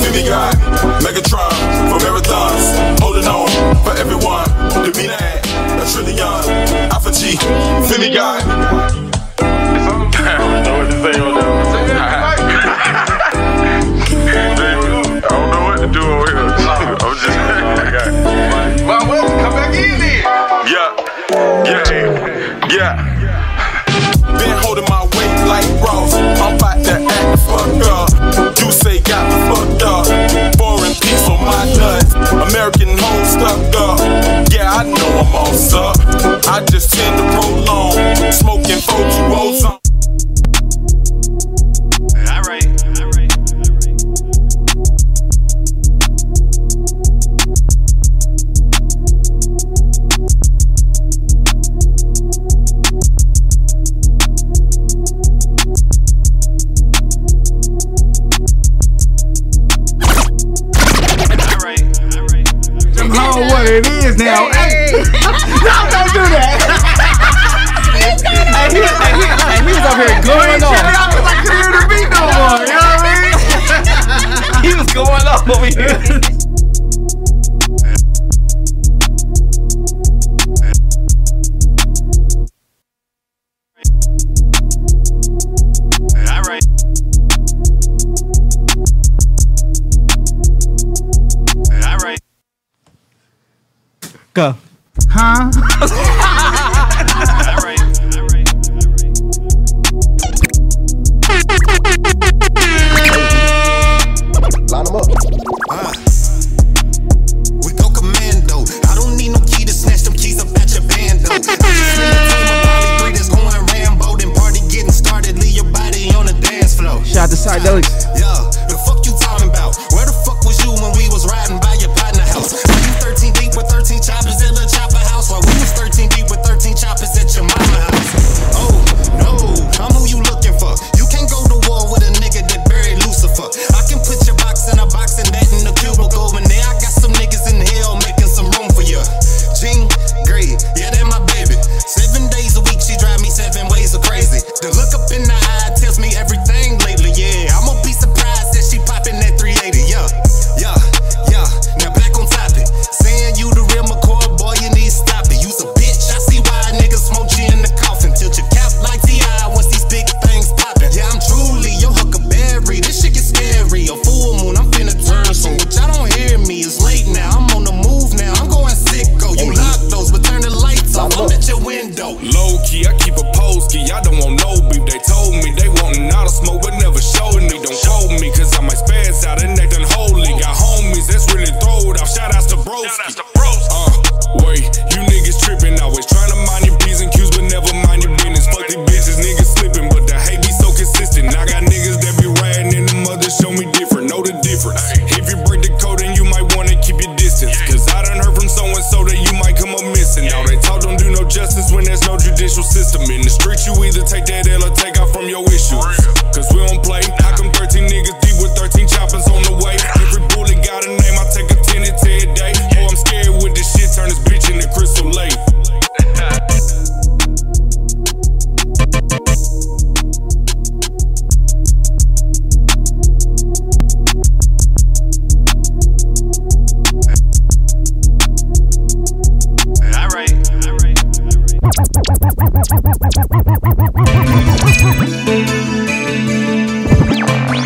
[SPEAKER 25] Femi God, Megatron, for marathons, holding on for everyone. Demeanor at a trillion, Alpha G, Femi God. I don't know what to say on that. I don't know what to do over here. I'm just, My will, come back in there. Yeah, yeah, yeah. Been holding my weight like Ross. I'm about to act the fuck up. You say got me fucked up. Foreign piece on my nuts. American hoes stuck up. Yeah, I know I'm all up. I just tend to prolong. Smoking oh 4 2 ozone.
[SPEAKER 15] Them know what it is now. Hey, no, don't do that. and, he, and, he, and he was up here going off. I couldn't hear the beat no more. You know what I mean? he was going off over here.
[SPEAKER 8] Go.
[SPEAKER 15] Huh?
[SPEAKER 26] Line them up. Uh, we go commando. I don't need no key to snatch them keys up at your bando. I just seen a team of probably three that's going Rambo. Then party getting started. Leave your body on the dance floor.
[SPEAKER 5] Shout out to Psychedelics.
[SPEAKER 26] Yeah, the fuck you talking about? Where the fuck was you when we was riding by your partner house? Were you 13 deep with 13 choppers in the chopper house? While we was 13 deep with 13 choppers at your mama house? Oh, no, I'm who you looking for. You can't go to war with a nigga that buried Lucifer. I can put your box in a box and that in a cubicle. And then I got some niggas in hell making some room for you. Jean Grey, yeah, that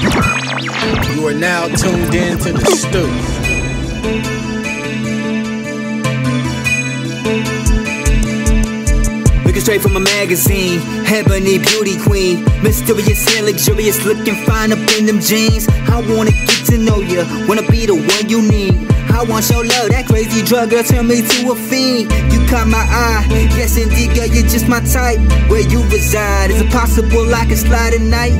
[SPEAKER 3] You are now tuned in to the stew.
[SPEAKER 14] Looking straight from a magazine, ebony beauty queen, mysterious and luxurious, looking fine up in them jeans. I wanna get to know ya, wanna be the one you need. I want your love, that crazy drug girl turned me to a fiend. You caught my eye, yes indeed, girl, you're just my type. Where you reside, is it possible I can slide at night?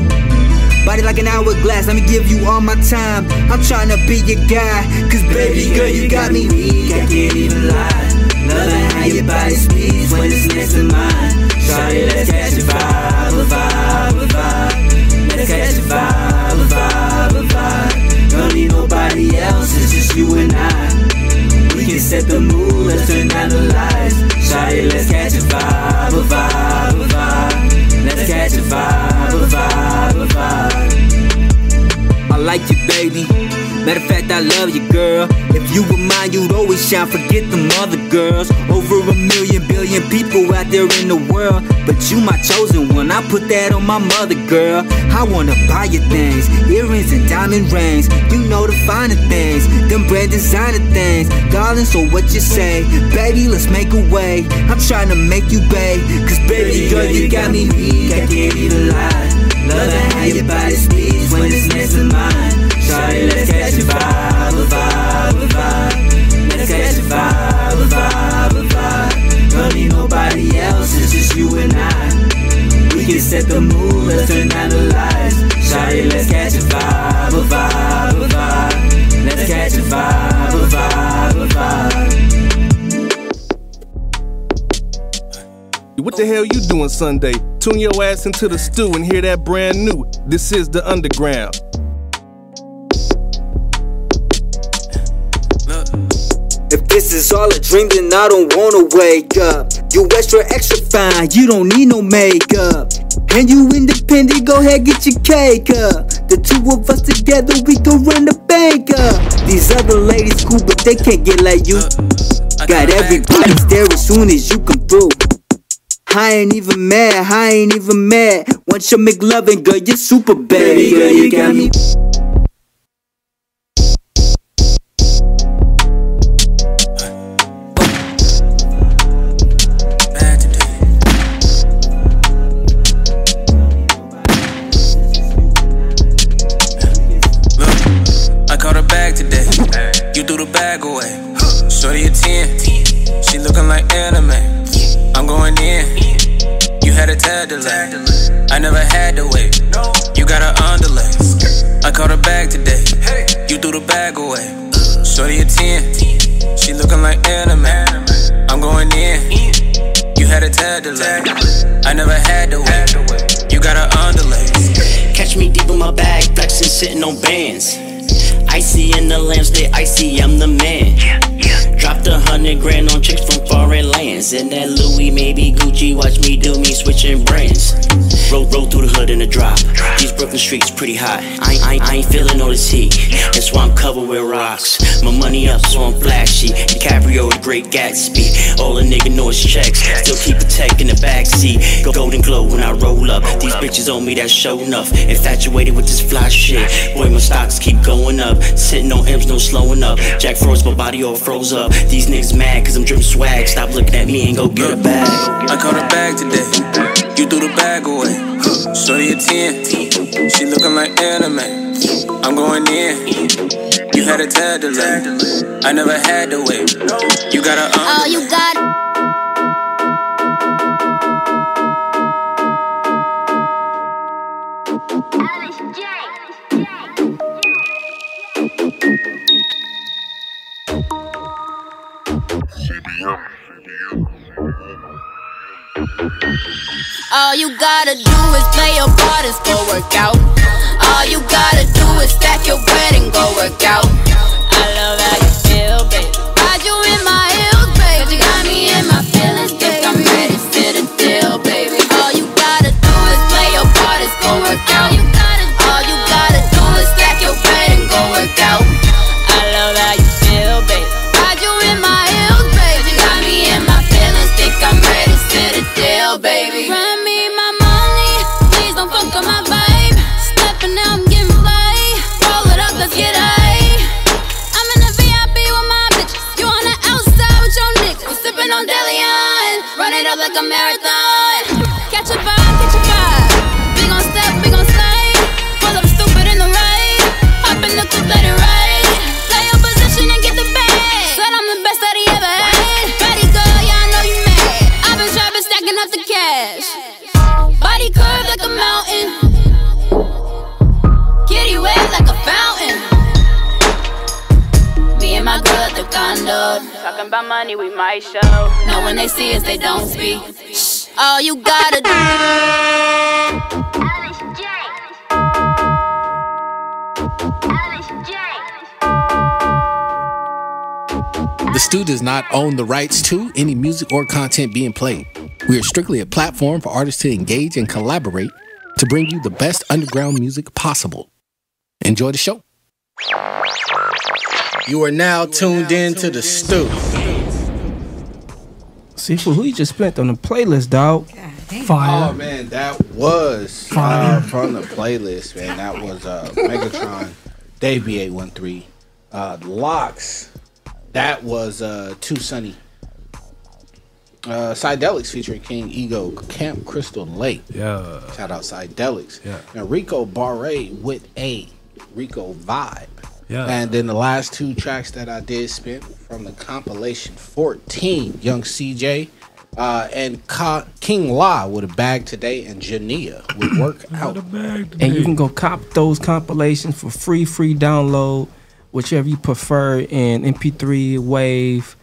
[SPEAKER 14] Body like an hourglass, let me give you all my time. I'm tryna be your guy, cause baby girl, you got me weak. I can't even lie. Loving how your body speaks when it's next to mine. Shawty, let's catch a vibe, a vibe, a vibe. Let's catch a vibe, a vibe, a vibe. Don't need nobody else, it's just you and I. We can set the mood, let's turn down the lights. Shawty, let's catch a vibe, a vibe, a vibe. Let's catch a vibe, a vibe, a vibe. I like you, baby. Matter of fact, I love you, girl. If you were mine, you'd always shine. Forget them other girls. Over a million billion people out there in the world. But you my chosen one. I put that on my mother, girl. I wanna buy you things. Earrings and diamond rings. You know the finer things. Them brand designer things. Darling, so what you say? Baby, let's make a way. I'm trying to make you bay. Cause baby, girl, you got me weak. I can't even lie. Loving how your body speaks when it's next to mine. Shawty, let's catch a vibe, a vibe, a vibe. Let's catch a vibe, a vibe, a vibe. Don't need nobody else, it's just you and I. We can set the mood, let's turn down the lights. Shawty, let's catch a vibe, a vibe, a vibe. Let's catch a vibe, a vibe, a vibe.
[SPEAKER 8] What the hell you doing Sunday? Tune your ass into the stew and hear that brand new. This is the underground.
[SPEAKER 14] If this is all a dream, then I don't wanna wake up. You extra, extra fine, you don't need no makeup. And you independent, go ahead, get your cake up. The two of us together, we can run the bank up. These other ladies cool, but they can't get like you. Got everybody staring soon as you come through. I ain't even mad, I ain't even mad. Once you make loving, girl, you're super bad. Baby girl, you got me.
[SPEAKER 11] I caught her bag today. You threw the bag away. Shorty a 10. She looking like anime. I'm going in. You had a tad delay. I never had to wait. You got her underlay. I caught her bag today. You threw the bag away. Shorty a 10. She looking like anime. I'm going in. You had a tad delay. I never had to wait. You got her underlay.
[SPEAKER 27] Catch me deep in my bag, flexing, sitting on bands. Icy in the lamps, they icy, I'm the man. Dropped a hundred grand on chicks from foreign lands. In that Louis, maybe Gucci, watch me do me switching brands. Roll, roll through the hood in a drop. These Brooklyn streets pretty hot. I, ain't- I, ain't- I ain't feeling all this heat. That's why I'm covered with rocks. My money up, so I'm flashy. DiCaprio, the great Gatsby. All a nigga know is checks. Still keep a tech in the backseat. Go golden glow when I roll up. These bitches on me, that's show enough. Infatuated with this fly shit. Boy, my stocks keep going up. Sitting on M's, no slowing up. Jack froze, my body all froze up. These niggas mad cause I'm drip swag. Stop looking at me and go get a bag.
[SPEAKER 11] I caught her bag today. You threw the bag away. Shorty a 10. She looking like anime. I'm going in. You had a tad delay. I never had to wait. You got her on.
[SPEAKER 28] All you got.
[SPEAKER 4] All you gotta do is play your part and go work out. All you gotta do is stack your bread and go work out. I love how you feel, babe. Got you in my heels, babe. you got me in my feelings, babe. I'm ready for the deal, baby. All you gotta do is play your part and go work out. All you gotta do is stack your bread and go work out. I love how you feel, babe. Got you in my heels, babe. you got me in my feelings, think I'm ready for the deal, baby. Run me my money, please don't fuck up my vibe. Stepping out, I'm getting
[SPEAKER 13] like a fountain. Me and my girl at the condo. Talking about money, we might show. No, when they see us, they don't speak. Shh. All you gotta do.
[SPEAKER 3] The Stew does not own the rights to any music or content being played. We are strictly a platform for artists to engage and collaborate to bring you the best underground music possible. Enjoy the show.
[SPEAKER 1] You are now tuned in to the stew.
[SPEAKER 5] Seafood, who you just spent on the playlist, dog?
[SPEAKER 1] Oh man, that was uh, from the playlist, man. That was uh, Megatron, Dave B813, uh, Locks. That was uh, Too Sunny. Uh, Psydelics featuring King Ego, Camp Crystal Lake.
[SPEAKER 6] Yeah.
[SPEAKER 1] Shout out Psydelics.
[SPEAKER 6] Yeah.
[SPEAKER 1] And Rico Barre with a Rico vibe.
[SPEAKER 6] Yeah.
[SPEAKER 1] And then the last two tracks that I did spin from the compilation 14, Young CJ uh, and Ka- King La with a bag today, and Jania with work out.
[SPEAKER 5] And you can go cop those compilations for free, free download, whichever you prefer in MP3, Wave,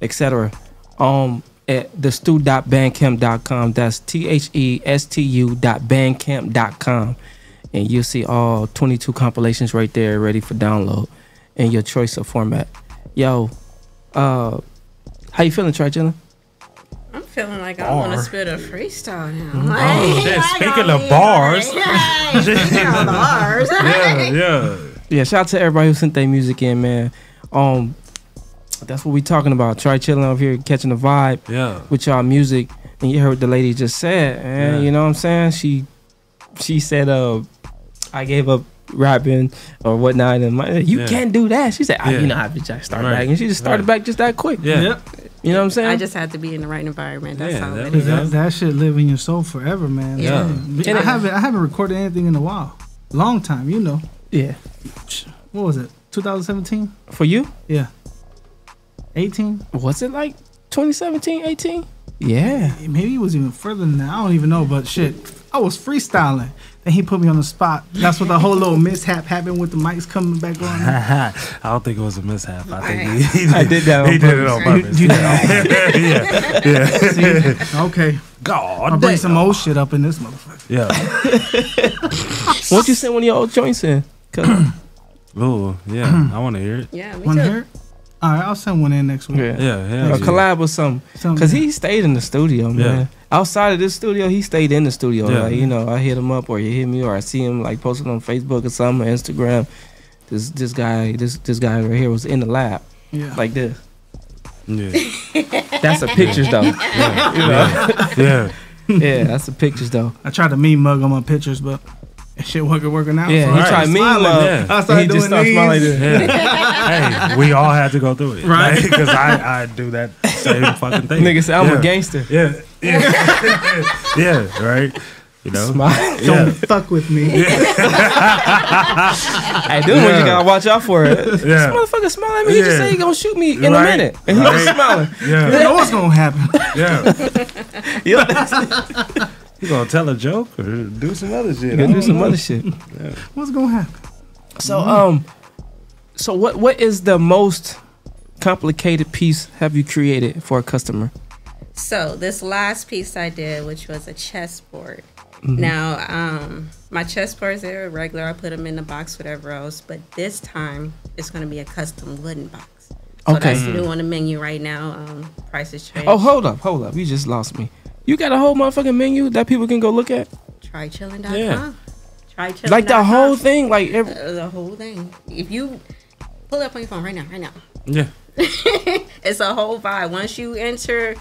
[SPEAKER 5] etc. Um, at thestu.bandcamp.com. That's T H E S T U dot bandcamp.com. And you'll see all 22 compilations right there ready for download in your choice of format. Yo, uh, how you feeling, Trigella?
[SPEAKER 7] I'm feeling like I want to
[SPEAKER 5] Bar.
[SPEAKER 7] spit a freestyle now.
[SPEAKER 5] Mhm.
[SPEAKER 7] Like,
[SPEAKER 5] Oh, shit,
[SPEAKER 7] I
[SPEAKER 5] speaking
[SPEAKER 7] gotta
[SPEAKER 5] of
[SPEAKER 7] be
[SPEAKER 5] bars.
[SPEAKER 7] all right. Speaking of bars.
[SPEAKER 5] yeah. Yeah, shout out to everybody who sent their music in, man. Um, that's what we talking about. Try chilling over here, catching the vibe.
[SPEAKER 6] Yeah.
[SPEAKER 5] With y'all music, and you heard what the lady just said, man.
[SPEAKER 6] Yeah.
[SPEAKER 5] You know what I'm saying? She, she said, uh, I gave up rapping or whatnot, and my, you
[SPEAKER 6] Yeah.
[SPEAKER 5] can't do that. She said, I,
[SPEAKER 6] Yeah.
[SPEAKER 5] you know, I just start
[SPEAKER 6] Right.
[SPEAKER 5] back, and she just started
[SPEAKER 6] Right.
[SPEAKER 5] back just that quick.
[SPEAKER 6] Yeah. Yep.
[SPEAKER 5] You know what I'm saying?
[SPEAKER 7] I just had to be in the right environment. That's all it
[SPEAKER 8] That,
[SPEAKER 7] is.
[SPEAKER 8] that, shit live in your soul forever, man.
[SPEAKER 7] Yeah.
[SPEAKER 8] I haven't I haven't recorded anything in a while. Long time, you know.
[SPEAKER 5] Yeah.
[SPEAKER 8] What was it? 2017?
[SPEAKER 5] For you?
[SPEAKER 8] Yeah. 18?
[SPEAKER 5] Was it like 2017, 18?
[SPEAKER 8] Yeah. Maybe it was even further than that. I don't even know, but shit. I was freestyling. Then he put me on the spot. That's what the whole little mishap happened with the mics coming back on.
[SPEAKER 6] I don't think it was a mishap. I think he, he
[SPEAKER 8] I did that
[SPEAKER 6] He
[SPEAKER 8] on
[SPEAKER 6] did it on
[SPEAKER 8] purpose.
[SPEAKER 6] purpose.
[SPEAKER 8] You- you
[SPEAKER 6] yeah, yeah,
[SPEAKER 8] See? Okay.
[SPEAKER 6] God,
[SPEAKER 8] I'll bring
[SPEAKER 6] damn.
[SPEAKER 8] some old shit up in this motherfucker.
[SPEAKER 6] yeah.
[SPEAKER 5] What you send one of your old joints in? 'Cause-
[SPEAKER 6] Ooh, yeah. I want to hear it.
[SPEAKER 7] Yeah, me
[SPEAKER 8] Wanna
[SPEAKER 7] too.
[SPEAKER 8] hear it? All right, I'll send one in next week.
[SPEAKER 5] Yeah,
[SPEAKER 6] yeah,
[SPEAKER 5] a
[SPEAKER 6] yeah.
[SPEAKER 5] collab or something. Because he stayed in the studio, man.
[SPEAKER 6] Yeah.
[SPEAKER 5] Outside of this studio, he stayed in the studio.
[SPEAKER 6] Yeah.
[SPEAKER 5] Like, you know, I hit him up, or you hit me, or I see him like posted on Facebook or something, or Instagram. This this guy, this this guy right here was in the lab,
[SPEAKER 8] Yeah.
[SPEAKER 5] like this.
[SPEAKER 8] Yeah.
[SPEAKER 5] That's the pictures though.
[SPEAKER 8] Yeah.
[SPEAKER 5] You know?
[SPEAKER 8] Yeah.
[SPEAKER 5] Yeah, that's the pictures though.
[SPEAKER 8] I tried to meme mug on my pictures, but that shit wasn't working out.
[SPEAKER 5] Yeah,
[SPEAKER 8] so
[SPEAKER 5] he
[SPEAKER 8] I
[SPEAKER 5] tried
[SPEAKER 8] started
[SPEAKER 5] meme
[SPEAKER 8] smiling.
[SPEAKER 5] mug, yeah.
[SPEAKER 8] I started
[SPEAKER 5] He
[SPEAKER 8] doing
[SPEAKER 5] just started
[SPEAKER 8] these.
[SPEAKER 5] smiling like this.
[SPEAKER 6] Yeah. hey, we all had to go through it,
[SPEAKER 8] Right.
[SPEAKER 6] Because I, I do that same fucking thing.
[SPEAKER 5] Nigga said, "I'm a
[SPEAKER 6] Yeah.
[SPEAKER 5] gangster."
[SPEAKER 6] Yeah, yeah, yeah, right. You know,
[SPEAKER 5] Smile.
[SPEAKER 8] Don't fuck with me.
[SPEAKER 5] I do. Yeah. You
[SPEAKER 6] Yeah.
[SPEAKER 5] gotta watch out for it. This
[SPEAKER 6] Yeah.
[SPEAKER 5] motherfucker smile at me. He just
[SPEAKER 6] Yeah.
[SPEAKER 5] said he gonna shoot me in a
[SPEAKER 6] Right.
[SPEAKER 5] minute, and he was
[SPEAKER 6] Right.
[SPEAKER 5] smiling.
[SPEAKER 6] Yeah.
[SPEAKER 8] You know what's gonna happen.
[SPEAKER 6] Yeah.
[SPEAKER 5] yeah.
[SPEAKER 6] You gonna tell a joke or do some other shit?
[SPEAKER 5] You gonna
[SPEAKER 6] I
[SPEAKER 5] do
[SPEAKER 6] don't
[SPEAKER 5] some
[SPEAKER 6] know.
[SPEAKER 5] other shit.
[SPEAKER 6] Yeah.
[SPEAKER 8] What's gonna happen?
[SPEAKER 5] So um, so what what is the most complicated piece have you created for a customer?
[SPEAKER 7] So this last piece I did, which was a chessboard.
[SPEAKER 5] Mhm.
[SPEAKER 7] Now, um, my chessboards they're regular. I put them in the box, whatever else. But this time, it's going to be a custom wooden box. So
[SPEAKER 5] Okay.
[SPEAKER 7] that's new
[SPEAKER 5] Mm.
[SPEAKER 7] on the menu right now. Um, prices change.
[SPEAKER 5] Oh, hold up, hold up. You just lost me. You got a whole motherfucking menu that people can go look at?
[SPEAKER 7] Trychilling.com.
[SPEAKER 5] Yeah.
[SPEAKER 7] Trychilling.com.
[SPEAKER 5] Like the whole thing, like every,
[SPEAKER 7] Uh, the whole thing. If you pull it up on your phone right now, right now.
[SPEAKER 6] Yeah.
[SPEAKER 7] it's a whole vibe. Once you enter,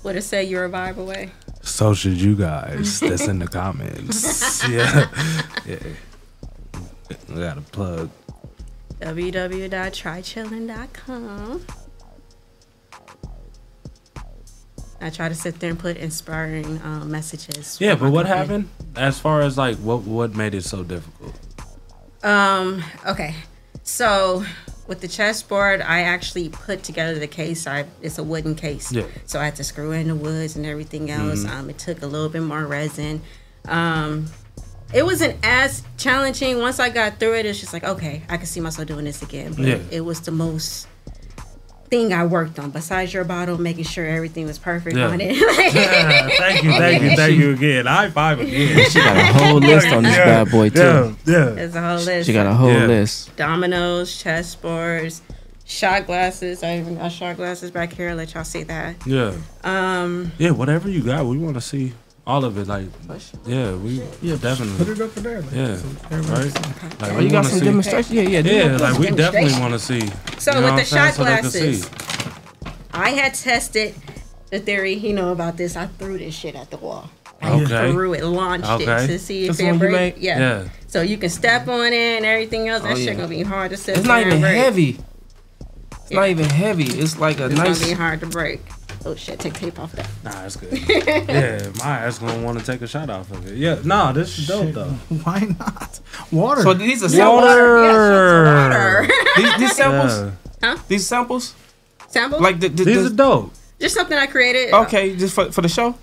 [SPEAKER 7] what it say, you're a vibe away.
[SPEAKER 6] So should you guys. That's in the comments. yeah. yeah. I got to plug.
[SPEAKER 7] www.trychillin.com. I try to sit there and put inspiring um, messages. for
[SPEAKER 6] Yeah,
[SPEAKER 7] my
[SPEAKER 6] but what
[SPEAKER 7] company.
[SPEAKER 6] happened? As far as like what what made it so difficult?
[SPEAKER 7] Um, okay. So with the chessboard, I actually put together the case. I it's a wooden case.
[SPEAKER 6] Yeah.
[SPEAKER 7] So I had to screw in the woods and everything else.
[SPEAKER 6] Mhm.
[SPEAKER 7] Um, it took a little bit more resin. Um, it wasn't as challenging once I got through it. It's just like okay, I can see myself doing this again. But
[SPEAKER 15] Yeah.
[SPEAKER 7] it was the most thing I worked on besides your bottle, making sure everything was perfect
[SPEAKER 6] Yeah.
[SPEAKER 7] on it.
[SPEAKER 6] thank you, thank you, thank you again. High five again.
[SPEAKER 7] She got a
[SPEAKER 5] whole list on this bad boy, too.
[SPEAKER 6] Yeah, yeah.
[SPEAKER 7] There's a whole list.
[SPEAKER 5] She got a whole Yeah. list.
[SPEAKER 7] Dominoes, chessboards, shot glasses. I even got shot glasses back here. Let y'all see that.
[SPEAKER 6] Yeah.
[SPEAKER 7] Um.
[SPEAKER 6] Yeah, whatever you got, we want to see all of it. Like, yeah, we
[SPEAKER 8] Yeah, just
[SPEAKER 6] definitely
[SPEAKER 8] put it up for there, like,
[SPEAKER 6] yeah,
[SPEAKER 8] so everybody
[SPEAKER 6] right.
[SPEAKER 8] can see.
[SPEAKER 6] Like,
[SPEAKER 8] Oh,
[SPEAKER 6] we
[SPEAKER 8] you got
[SPEAKER 6] wanna
[SPEAKER 8] some
[SPEAKER 6] see-
[SPEAKER 8] demonstration? Yeah, yeah, do
[SPEAKER 6] yeah.
[SPEAKER 8] that.
[SPEAKER 6] Like, we definitely
[SPEAKER 7] Demonstration.
[SPEAKER 6] want to see.
[SPEAKER 7] So
[SPEAKER 6] you know what
[SPEAKER 7] with the
[SPEAKER 6] I'm saying?
[SPEAKER 7] shot
[SPEAKER 6] So they can
[SPEAKER 7] glasses,
[SPEAKER 6] see.
[SPEAKER 7] I had tested the theory. He know about this. I threw this shit at the wall. I
[SPEAKER 6] Okay.
[SPEAKER 7] threw it, launched
[SPEAKER 6] Okay.
[SPEAKER 7] it to see
[SPEAKER 6] That's
[SPEAKER 7] if
[SPEAKER 6] the one
[SPEAKER 7] it
[SPEAKER 6] you
[SPEAKER 7] break.
[SPEAKER 6] made?
[SPEAKER 7] Yeah.
[SPEAKER 6] Yeah.
[SPEAKER 7] So you can step on it and everything else. That
[SPEAKER 5] Oh,
[SPEAKER 7] shit
[SPEAKER 5] yeah.
[SPEAKER 7] gonna be hard to sit.
[SPEAKER 5] It's not
[SPEAKER 7] there and
[SPEAKER 5] even
[SPEAKER 7] break.
[SPEAKER 5] heavy. It's not even heavy. It's like a
[SPEAKER 7] It's
[SPEAKER 5] nice.
[SPEAKER 7] gonna be hard to break. Oh shit! Take tape off that.
[SPEAKER 6] Nah, that's good. yeah, my ass gonna want to take a shot off of it. Yeah, nah, this is dope though.
[SPEAKER 8] Why not? Water.
[SPEAKER 5] So these are samples.
[SPEAKER 6] Water.
[SPEAKER 5] these, these samples.
[SPEAKER 7] Huh?
[SPEAKER 5] These samples.
[SPEAKER 7] Sample?
[SPEAKER 5] Like the, the,
[SPEAKER 6] These
[SPEAKER 5] the-
[SPEAKER 6] are dope.
[SPEAKER 7] Just something I created.
[SPEAKER 5] Okay, just for, for the show.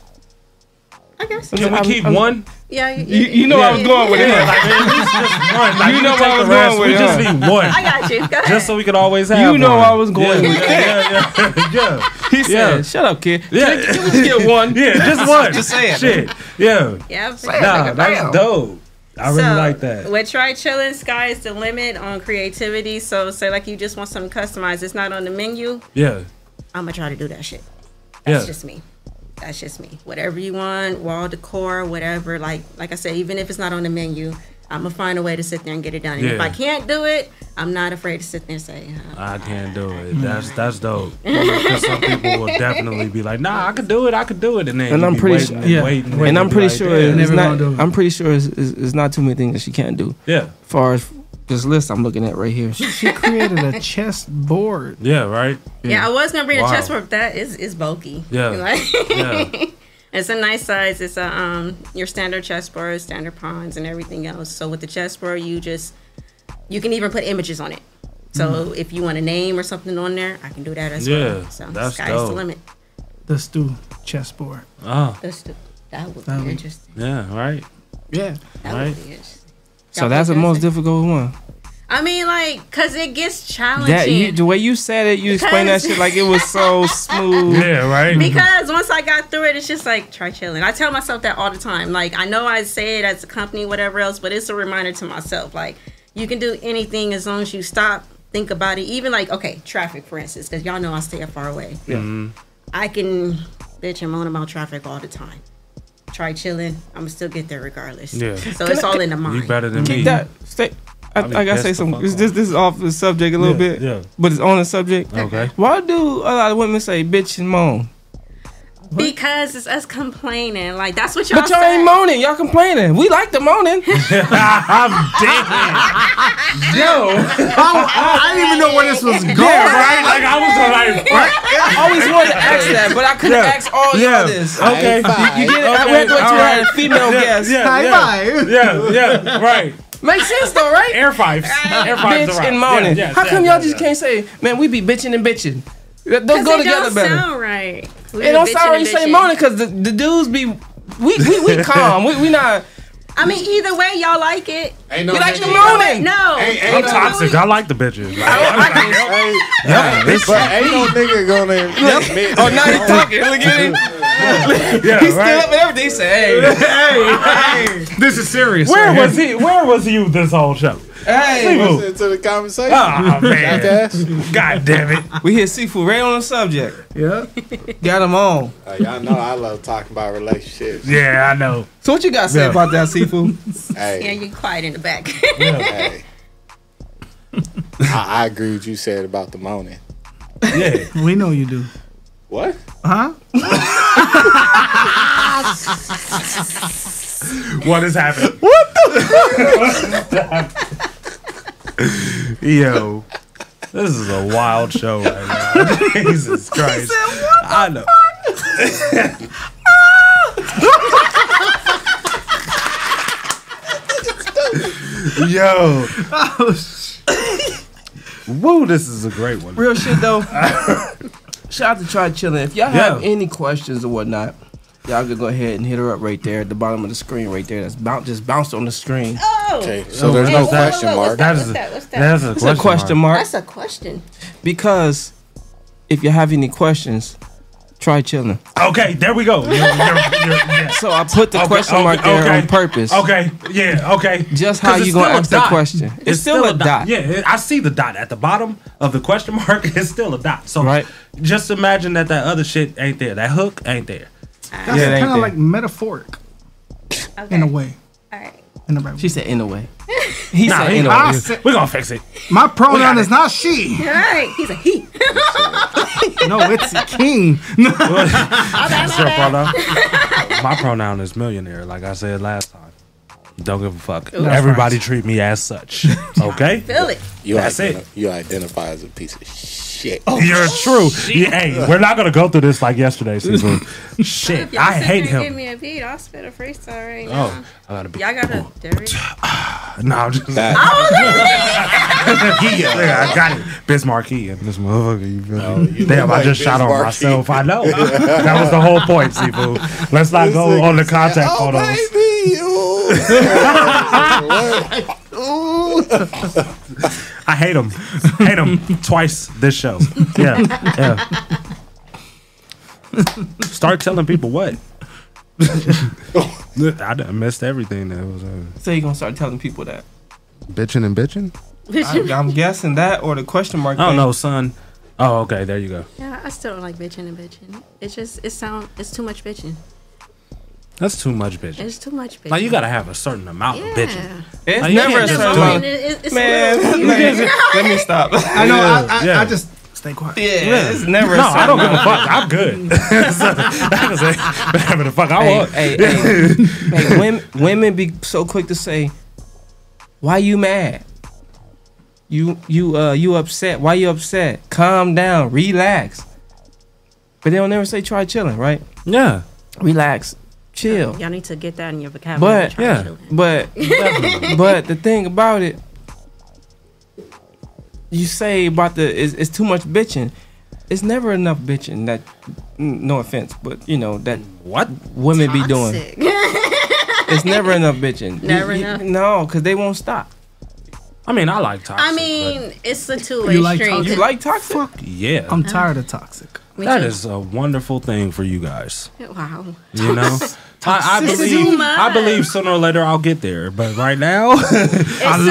[SPEAKER 7] I guess.
[SPEAKER 5] Can we keep one?
[SPEAKER 7] Yeah. y-
[SPEAKER 5] You, you know I was going with it.
[SPEAKER 6] Yeah, like, at least just one. Like,
[SPEAKER 5] you know
[SPEAKER 6] take
[SPEAKER 5] I was
[SPEAKER 6] the rest.
[SPEAKER 5] going with
[SPEAKER 6] We
[SPEAKER 5] it.
[SPEAKER 6] just
[SPEAKER 5] huh?
[SPEAKER 6] need one.
[SPEAKER 7] I got you. Go ahead.
[SPEAKER 6] Just so we could always have.
[SPEAKER 5] You know
[SPEAKER 6] one.
[SPEAKER 5] I was going
[SPEAKER 6] Yeah,
[SPEAKER 5] with
[SPEAKER 6] yeah,
[SPEAKER 5] that.
[SPEAKER 6] Yeah, yeah, yeah.
[SPEAKER 5] He said,
[SPEAKER 6] Yeah.
[SPEAKER 5] "Shut up, kid.
[SPEAKER 6] Yeah.
[SPEAKER 5] Can, can we just get one?
[SPEAKER 6] Yeah, just one.
[SPEAKER 5] just saying.
[SPEAKER 6] Shit. Yeah.
[SPEAKER 7] Yeah. I'm saying, like
[SPEAKER 6] Nah,
[SPEAKER 7] a
[SPEAKER 6] that's
[SPEAKER 7] bio.
[SPEAKER 6] dope. I really
[SPEAKER 7] So,
[SPEAKER 6] like that.
[SPEAKER 7] With Try Chillin', sky is the limit on creativity. So say like you just want something customized, it's not on the menu.
[SPEAKER 6] Yeah.
[SPEAKER 7] I'm gonna try to do that shit.
[SPEAKER 6] Yeah.
[SPEAKER 7] That's just me. That's just me. Whatever you want, wall decor, whatever. Like like I said, even if it's not on the menu, I'm gonna find a way to sit there and get it done. And if
[SPEAKER 6] Yeah.
[SPEAKER 7] I can't do it, I'm not afraid to sit there and say, uh,
[SPEAKER 6] I can't do it. That's that's dope. 'Cause some people will definitely be like, Nah, I could do it. I could do it, and then
[SPEAKER 5] And
[SPEAKER 6] you
[SPEAKER 5] I'm
[SPEAKER 6] be
[SPEAKER 5] pretty
[SPEAKER 6] waiting
[SPEAKER 5] sure,
[SPEAKER 6] and waiting,
[SPEAKER 5] and, I'm
[SPEAKER 6] be
[SPEAKER 5] pretty
[SPEAKER 6] like,
[SPEAKER 5] sure
[SPEAKER 6] "Yeah,
[SPEAKER 5] it's
[SPEAKER 6] never
[SPEAKER 5] not.
[SPEAKER 6] gonna do it."
[SPEAKER 5] I'm pretty sure it's, it's, it's not too many things that she can't do.
[SPEAKER 6] Yeah.
[SPEAKER 5] far as this list I'm looking at right here.
[SPEAKER 8] She created a chess board.
[SPEAKER 6] Yeah, right.
[SPEAKER 7] yeah. I was gonna bring
[SPEAKER 5] Mm. Wow.
[SPEAKER 7] a chest but that is is bulky.
[SPEAKER 5] Yeah.
[SPEAKER 7] Like,
[SPEAKER 5] Yeah.
[SPEAKER 7] It's a nice size. It's a um your standard chessboard, standard pawns, and everything else. So with the chessboard, you just you can even put images on it. So
[SPEAKER 5] Mm.
[SPEAKER 8] Mhm.
[SPEAKER 7] if you want a name or something on there, I can do that as well.
[SPEAKER 8] Yeah,
[SPEAKER 7] So
[SPEAKER 8] that's
[SPEAKER 7] sky's the
[SPEAKER 8] dope.
[SPEAKER 7] limit.
[SPEAKER 8] The stew chess board.
[SPEAKER 6] Oh.
[SPEAKER 7] That's the, that would be
[SPEAKER 8] That would-
[SPEAKER 7] interesting.
[SPEAKER 6] Yeah. Right.
[SPEAKER 5] Yeah.
[SPEAKER 7] That
[SPEAKER 6] right.
[SPEAKER 7] would be interesting.
[SPEAKER 5] So that's the most difficult one.
[SPEAKER 7] I mean, like, cause it gets challenging.
[SPEAKER 5] That you, the way you said it, you explained that
[SPEAKER 7] Because-
[SPEAKER 5] shit like it was so smooth.
[SPEAKER 6] Yeah, right.
[SPEAKER 7] Because once I got through it, it's just like try chilling. I tell myself that all the time. Like I know I say it as a company, whatever else, but it's a reminder to myself. Like you can do anything as long as you stop, think about it. Even like okay, traffic for instance, because y'all know I stay up far away.
[SPEAKER 5] Yeah.
[SPEAKER 6] Mm.
[SPEAKER 7] I can bitch and moan about traffic all the time. Try chilling. I'm gonna still get there regardless.
[SPEAKER 5] Yeah.
[SPEAKER 7] So it's all in the mind.
[SPEAKER 6] You better than
[SPEAKER 5] Keep
[SPEAKER 6] me.
[SPEAKER 5] that. Stay. I,
[SPEAKER 6] I'll be
[SPEAKER 5] I gotta say
[SPEAKER 6] pissed the
[SPEAKER 5] something.
[SPEAKER 6] fuck
[SPEAKER 5] This, this this is off the subject a little
[SPEAKER 6] Yeah,
[SPEAKER 5] bit.
[SPEAKER 6] yeah.
[SPEAKER 5] But it's on the subject.
[SPEAKER 6] Okay.
[SPEAKER 5] Why do a lot of women say bitch and moan?
[SPEAKER 7] Because it's us complaining. Like that's what y'all.
[SPEAKER 5] But y'all ain't moaning. Y'all complaining. We like the moaning. I'm dead. Yo.
[SPEAKER 15] I didn't even know where this was going.
[SPEAKER 5] right?
[SPEAKER 15] Like I was like,
[SPEAKER 5] I always wanted to ask that, but I couldn't
[SPEAKER 15] Yeah.
[SPEAKER 5] ask all
[SPEAKER 15] Yeah.
[SPEAKER 5] y'all this.
[SPEAKER 15] Okay.
[SPEAKER 5] You, you get it? I
[SPEAKER 15] Okay.
[SPEAKER 5] went to
[SPEAKER 15] All
[SPEAKER 5] had
[SPEAKER 15] right.
[SPEAKER 5] a female
[SPEAKER 15] Yeah,
[SPEAKER 5] guest.
[SPEAKER 15] yeah, High yeah. five.
[SPEAKER 6] Yeah, yeah, right.
[SPEAKER 5] Makes sense though, right?
[SPEAKER 6] Air fives. Air fives
[SPEAKER 5] Bitch
[SPEAKER 6] are
[SPEAKER 5] and
[SPEAKER 6] right.
[SPEAKER 5] moaning.
[SPEAKER 6] Yeah, yeah,
[SPEAKER 5] How come
[SPEAKER 6] yeah,
[SPEAKER 5] y'all just can't say, man, we be bitching and bitching? Th- Those go
[SPEAKER 7] it
[SPEAKER 5] together
[SPEAKER 7] don't
[SPEAKER 5] better.
[SPEAKER 7] Sound right. We
[SPEAKER 5] it
[SPEAKER 7] be
[SPEAKER 5] don't
[SPEAKER 7] bitching
[SPEAKER 5] sound right you
[SPEAKER 7] and
[SPEAKER 5] say
[SPEAKER 7] bitching.
[SPEAKER 5] moaning because the, the dudes be, we, we, we calm. we, we not.
[SPEAKER 7] I mean, either way, y'all like it.
[SPEAKER 5] Ain't no We like bitching. the moaning.
[SPEAKER 7] No.
[SPEAKER 6] I'm toxic. I like the bitches. Like, I'm like, yeah, this
[SPEAKER 1] But ain't no nigga gonna admit
[SPEAKER 5] Oh, now he talking. Look at him.
[SPEAKER 6] Yeah,
[SPEAKER 5] He's
[SPEAKER 6] right.
[SPEAKER 5] still up and everything. He said, hey. hey.
[SPEAKER 6] This is serious.
[SPEAKER 5] right
[SPEAKER 6] Where
[SPEAKER 5] here.
[SPEAKER 6] was he? Where was you this whole show?
[SPEAKER 5] Hey.
[SPEAKER 6] Seafood.
[SPEAKER 1] to the conversation.
[SPEAKER 6] Oh man.
[SPEAKER 1] Jackass.
[SPEAKER 6] God damn it.
[SPEAKER 5] We hit seafood right on the subject. Yeah. Got him on.
[SPEAKER 1] Uh, y'all know I love talking about relationships.
[SPEAKER 6] Yeah, I know.
[SPEAKER 5] So what you got to say
[SPEAKER 1] Yeah.
[SPEAKER 5] about that seafood?
[SPEAKER 1] Hey,
[SPEAKER 7] Yeah, you quiet in the back.
[SPEAKER 1] hey. I, I agree with you said about the moaning.
[SPEAKER 6] Yeah.
[SPEAKER 8] we know you do.
[SPEAKER 1] What?
[SPEAKER 8] Huh?
[SPEAKER 6] What is happening?
[SPEAKER 15] What
[SPEAKER 6] Yo, this is a wild show right now. Jesus Christ. I know. Yo. Woo, this is a great one.
[SPEAKER 5] Real shit though. Shout out to Try Chillin'. If y'all have any questions or whatnot, Y'all can go ahead and hit her up right there at the bottom of the screen, right there. That's boun just bounced on the screen.
[SPEAKER 7] Oh. Okay, so there's no question mark.
[SPEAKER 5] That
[SPEAKER 7] What's
[SPEAKER 5] is
[SPEAKER 7] that? What's that?
[SPEAKER 5] That's a question, mark.
[SPEAKER 7] That's a question.
[SPEAKER 5] because if you have any questions, try chilling.
[SPEAKER 6] Okay, there we go.
[SPEAKER 5] So I put the question mark there on purpose.
[SPEAKER 6] Okay, yeah, okay.
[SPEAKER 5] Just
[SPEAKER 6] 'Cause
[SPEAKER 5] how
[SPEAKER 6] it's
[SPEAKER 5] you gonna
[SPEAKER 6] still a
[SPEAKER 5] ask the
[SPEAKER 6] dot.
[SPEAKER 5] question. It's still a dot.
[SPEAKER 6] Yeah, it- I see the dot at the bottom of the question mark. It's still a dot. So just imagine that that other shit ain't there. That hook ain't there.
[SPEAKER 7] Ah.
[SPEAKER 8] That's kind of like metaphoric, in a way. All right. In a right
[SPEAKER 5] She said in a way. He
[SPEAKER 8] Nah,
[SPEAKER 5] said
[SPEAKER 8] he-
[SPEAKER 5] in a
[SPEAKER 8] I
[SPEAKER 5] way.
[SPEAKER 8] said-
[SPEAKER 6] We're gonna fix it.
[SPEAKER 8] My pronoun is not she.
[SPEAKER 7] Right. He's a he.
[SPEAKER 8] No, it's king.
[SPEAKER 6] That's your pronoun. My pronoun is millionaire, like I said last time. Don't give a fuck.
[SPEAKER 7] Ooh. That's
[SPEAKER 6] Everybody treat me as such. Okay?
[SPEAKER 7] Feel it.
[SPEAKER 6] You That's it.
[SPEAKER 1] You identify as a piece of Oh, shit.
[SPEAKER 6] Oh, You're true. Yeah, hey, we're not gonna go through this like yesterday, Caesar.
[SPEAKER 7] If
[SPEAKER 6] Shit,
[SPEAKER 7] y'all
[SPEAKER 6] I
[SPEAKER 7] sit
[SPEAKER 6] hate
[SPEAKER 7] there and Give
[SPEAKER 6] him.
[SPEAKER 7] me a beat. I'll spit a freestyle right
[SPEAKER 6] Oh,
[SPEAKER 7] now.
[SPEAKER 6] I gotta be.
[SPEAKER 7] Y'all gotta. There Oh, it is.
[SPEAKER 6] No, I'm just. yeah, I got it. Bismarck and this motherfucker. You feel me?
[SPEAKER 1] Oh, look
[SPEAKER 6] Damn, I
[SPEAKER 1] like
[SPEAKER 6] just shot on
[SPEAKER 1] Bismarck.
[SPEAKER 6] myself. I know. that was the whole point, Seafood. Let's not go on the contact
[SPEAKER 1] Oh,
[SPEAKER 6] photos. I hate him. Hate him twice this show. Yeah, yeah. Start telling people what. I done missed everything that was uh,
[SPEAKER 5] So you gonna start telling people that?
[SPEAKER 29] Bitching and bitching.
[SPEAKER 5] I, I'm guessing that or the question
[SPEAKER 6] I
[SPEAKER 5] mark.
[SPEAKER 6] don't
[SPEAKER 5] thing.
[SPEAKER 6] know, son. Oh, okay, there you go.
[SPEAKER 7] Yeah, I still don't like bitching and bitching. It's just it sound it's too much bitching.
[SPEAKER 6] That's too much bitching.
[SPEAKER 7] It's too much bitching.
[SPEAKER 6] Like you gotta have a certain amount of bitching.
[SPEAKER 7] Yeah.
[SPEAKER 5] It's
[SPEAKER 6] Like, you
[SPEAKER 5] never
[SPEAKER 6] can't
[SPEAKER 5] a
[SPEAKER 6] just
[SPEAKER 5] certain
[SPEAKER 6] do
[SPEAKER 5] amount.
[SPEAKER 6] it.
[SPEAKER 7] It- it's
[SPEAKER 5] Man,
[SPEAKER 7] little-
[SPEAKER 5] let me stop.
[SPEAKER 8] I know. I, I,
[SPEAKER 6] Yeah.
[SPEAKER 8] I just stay quiet.
[SPEAKER 5] Yeah, it's never. a
[SPEAKER 6] No, I don't give
[SPEAKER 5] certain
[SPEAKER 6] a
[SPEAKER 5] amount.
[SPEAKER 6] fuck. I'm good. so, I can say whatever the fuck I
[SPEAKER 5] Hey,
[SPEAKER 6] want.
[SPEAKER 5] hey, hey, hey, women, women be so quick to say, "Why you mad? You you uh you upset? Why you upset? Calm down, relax." But they don't never say try chilling, right?
[SPEAKER 6] Yeah,
[SPEAKER 5] relax, chill.
[SPEAKER 7] Y'all need to get that in your vocabulary.
[SPEAKER 5] But yeah, but
[SPEAKER 7] Definitely.
[SPEAKER 5] but the thing about it, you say about the it's, it's too much bitching. It's never enough bitching. That n- no offense, but you know that
[SPEAKER 6] what
[SPEAKER 5] women be doing. It's never enough bitching. You-
[SPEAKER 7] Never
[SPEAKER 5] you-
[SPEAKER 7] enough.
[SPEAKER 5] no, because they won't stop.
[SPEAKER 6] I mean, I like
[SPEAKER 7] I mean, it's a two
[SPEAKER 5] You
[SPEAKER 7] way
[SPEAKER 5] like
[SPEAKER 7] street.
[SPEAKER 5] toxic? You like toxic? Fuck
[SPEAKER 6] yeah.
[SPEAKER 8] I'm tired of toxic.
[SPEAKER 7] Me
[SPEAKER 6] That
[SPEAKER 7] too.
[SPEAKER 6] is a wonderful thing for you guys.
[SPEAKER 7] Wow.
[SPEAKER 6] You know, I, I
[SPEAKER 7] It's
[SPEAKER 6] believe
[SPEAKER 7] too
[SPEAKER 6] I believe sooner or later I'll get there, but right now, I
[SPEAKER 7] too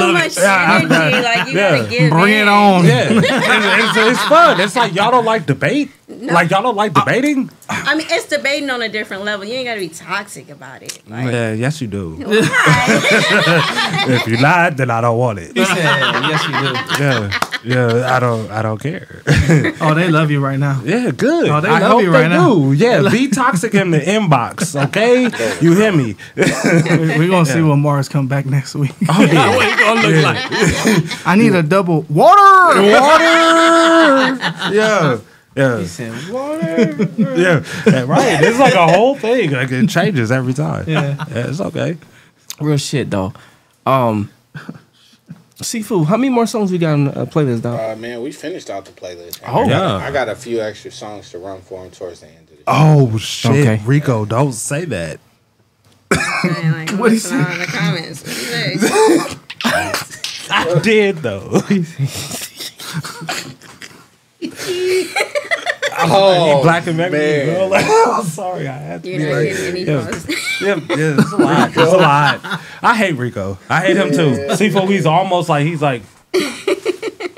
[SPEAKER 6] love
[SPEAKER 7] much
[SPEAKER 6] it. Yeah, I-
[SPEAKER 7] energy, like, you gotta give Bring it in.
[SPEAKER 8] on.
[SPEAKER 6] Yeah, it's, it's- it's fun. It's like y'all don't like debate. Like y'all don't like
[SPEAKER 7] Uh,
[SPEAKER 6] debating.
[SPEAKER 7] I mean, it's debating on a different level. You ain't gotta be toxic about it.
[SPEAKER 6] yeah, yes you do. if you lied, then I don't want it.
[SPEAKER 5] yes, you do.
[SPEAKER 6] Yeah, yeah, I don't, I don't care.
[SPEAKER 8] Oh, they love you right now.
[SPEAKER 6] Yeah, good.
[SPEAKER 8] Oh, they
[SPEAKER 6] I
[SPEAKER 8] love
[SPEAKER 6] hope
[SPEAKER 8] you
[SPEAKER 6] they
[SPEAKER 8] right now.
[SPEAKER 6] do. Yeah, be toxic in the inbox, okay? You hear me?
[SPEAKER 8] We're gonna see what Mars come back next week.
[SPEAKER 6] Oh, yeah. What it gonna look Yeah.
[SPEAKER 8] I need a double water.
[SPEAKER 6] Water. Yeah. Yeah. yeah. yeah, Right. It's like a whole thing. Like it changes every time.
[SPEAKER 5] Yeah.
[SPEAKER 6] it's okay.
[SPEAKER 5] Real shit though. Um, seafood. How many more songs we got on the uh, playlist, dog?
[SPEAKER 1] Uh, man, we finished out the playlist.
[SPEAKER 5] Oh.
[SPEAKER 1] I got-
[SPEAKER 5] Yeah.
[SPEAKER 1] I got a few extra songs to run for him towards the end.
[SPEAKER 6] Oh shit,
[SPEAKER 5] Okay.
[SPEAKER 6] Rico! Don't say that.
[SPEAKER 7] what is on in the comments? What you say?
[SPEAKER 6] I did though. I'm
[SPEAKER 1] Oh,
[SPEAKER 6] black and Mexican,
[SPEAKER 1] man.
[SPEAKER 6] bro. Like, I'm sorry, I had to
[SPEAKER 1] You
[SPEAKER 6] be
[SPEAKER 1] know,
[SPEAKER 6] like,
[SPEAKER 1] you didn't need
[SPEAKER 6] yeah,
[SPEAKER 1] those.
[SPEAKER 6] yeah, yeah, it's a lot. It's a lot. I hate Rico. I hate him
[SPEAKER 1] Yeah.
[SPEAKER 6] too. See, for he's almost like he's like,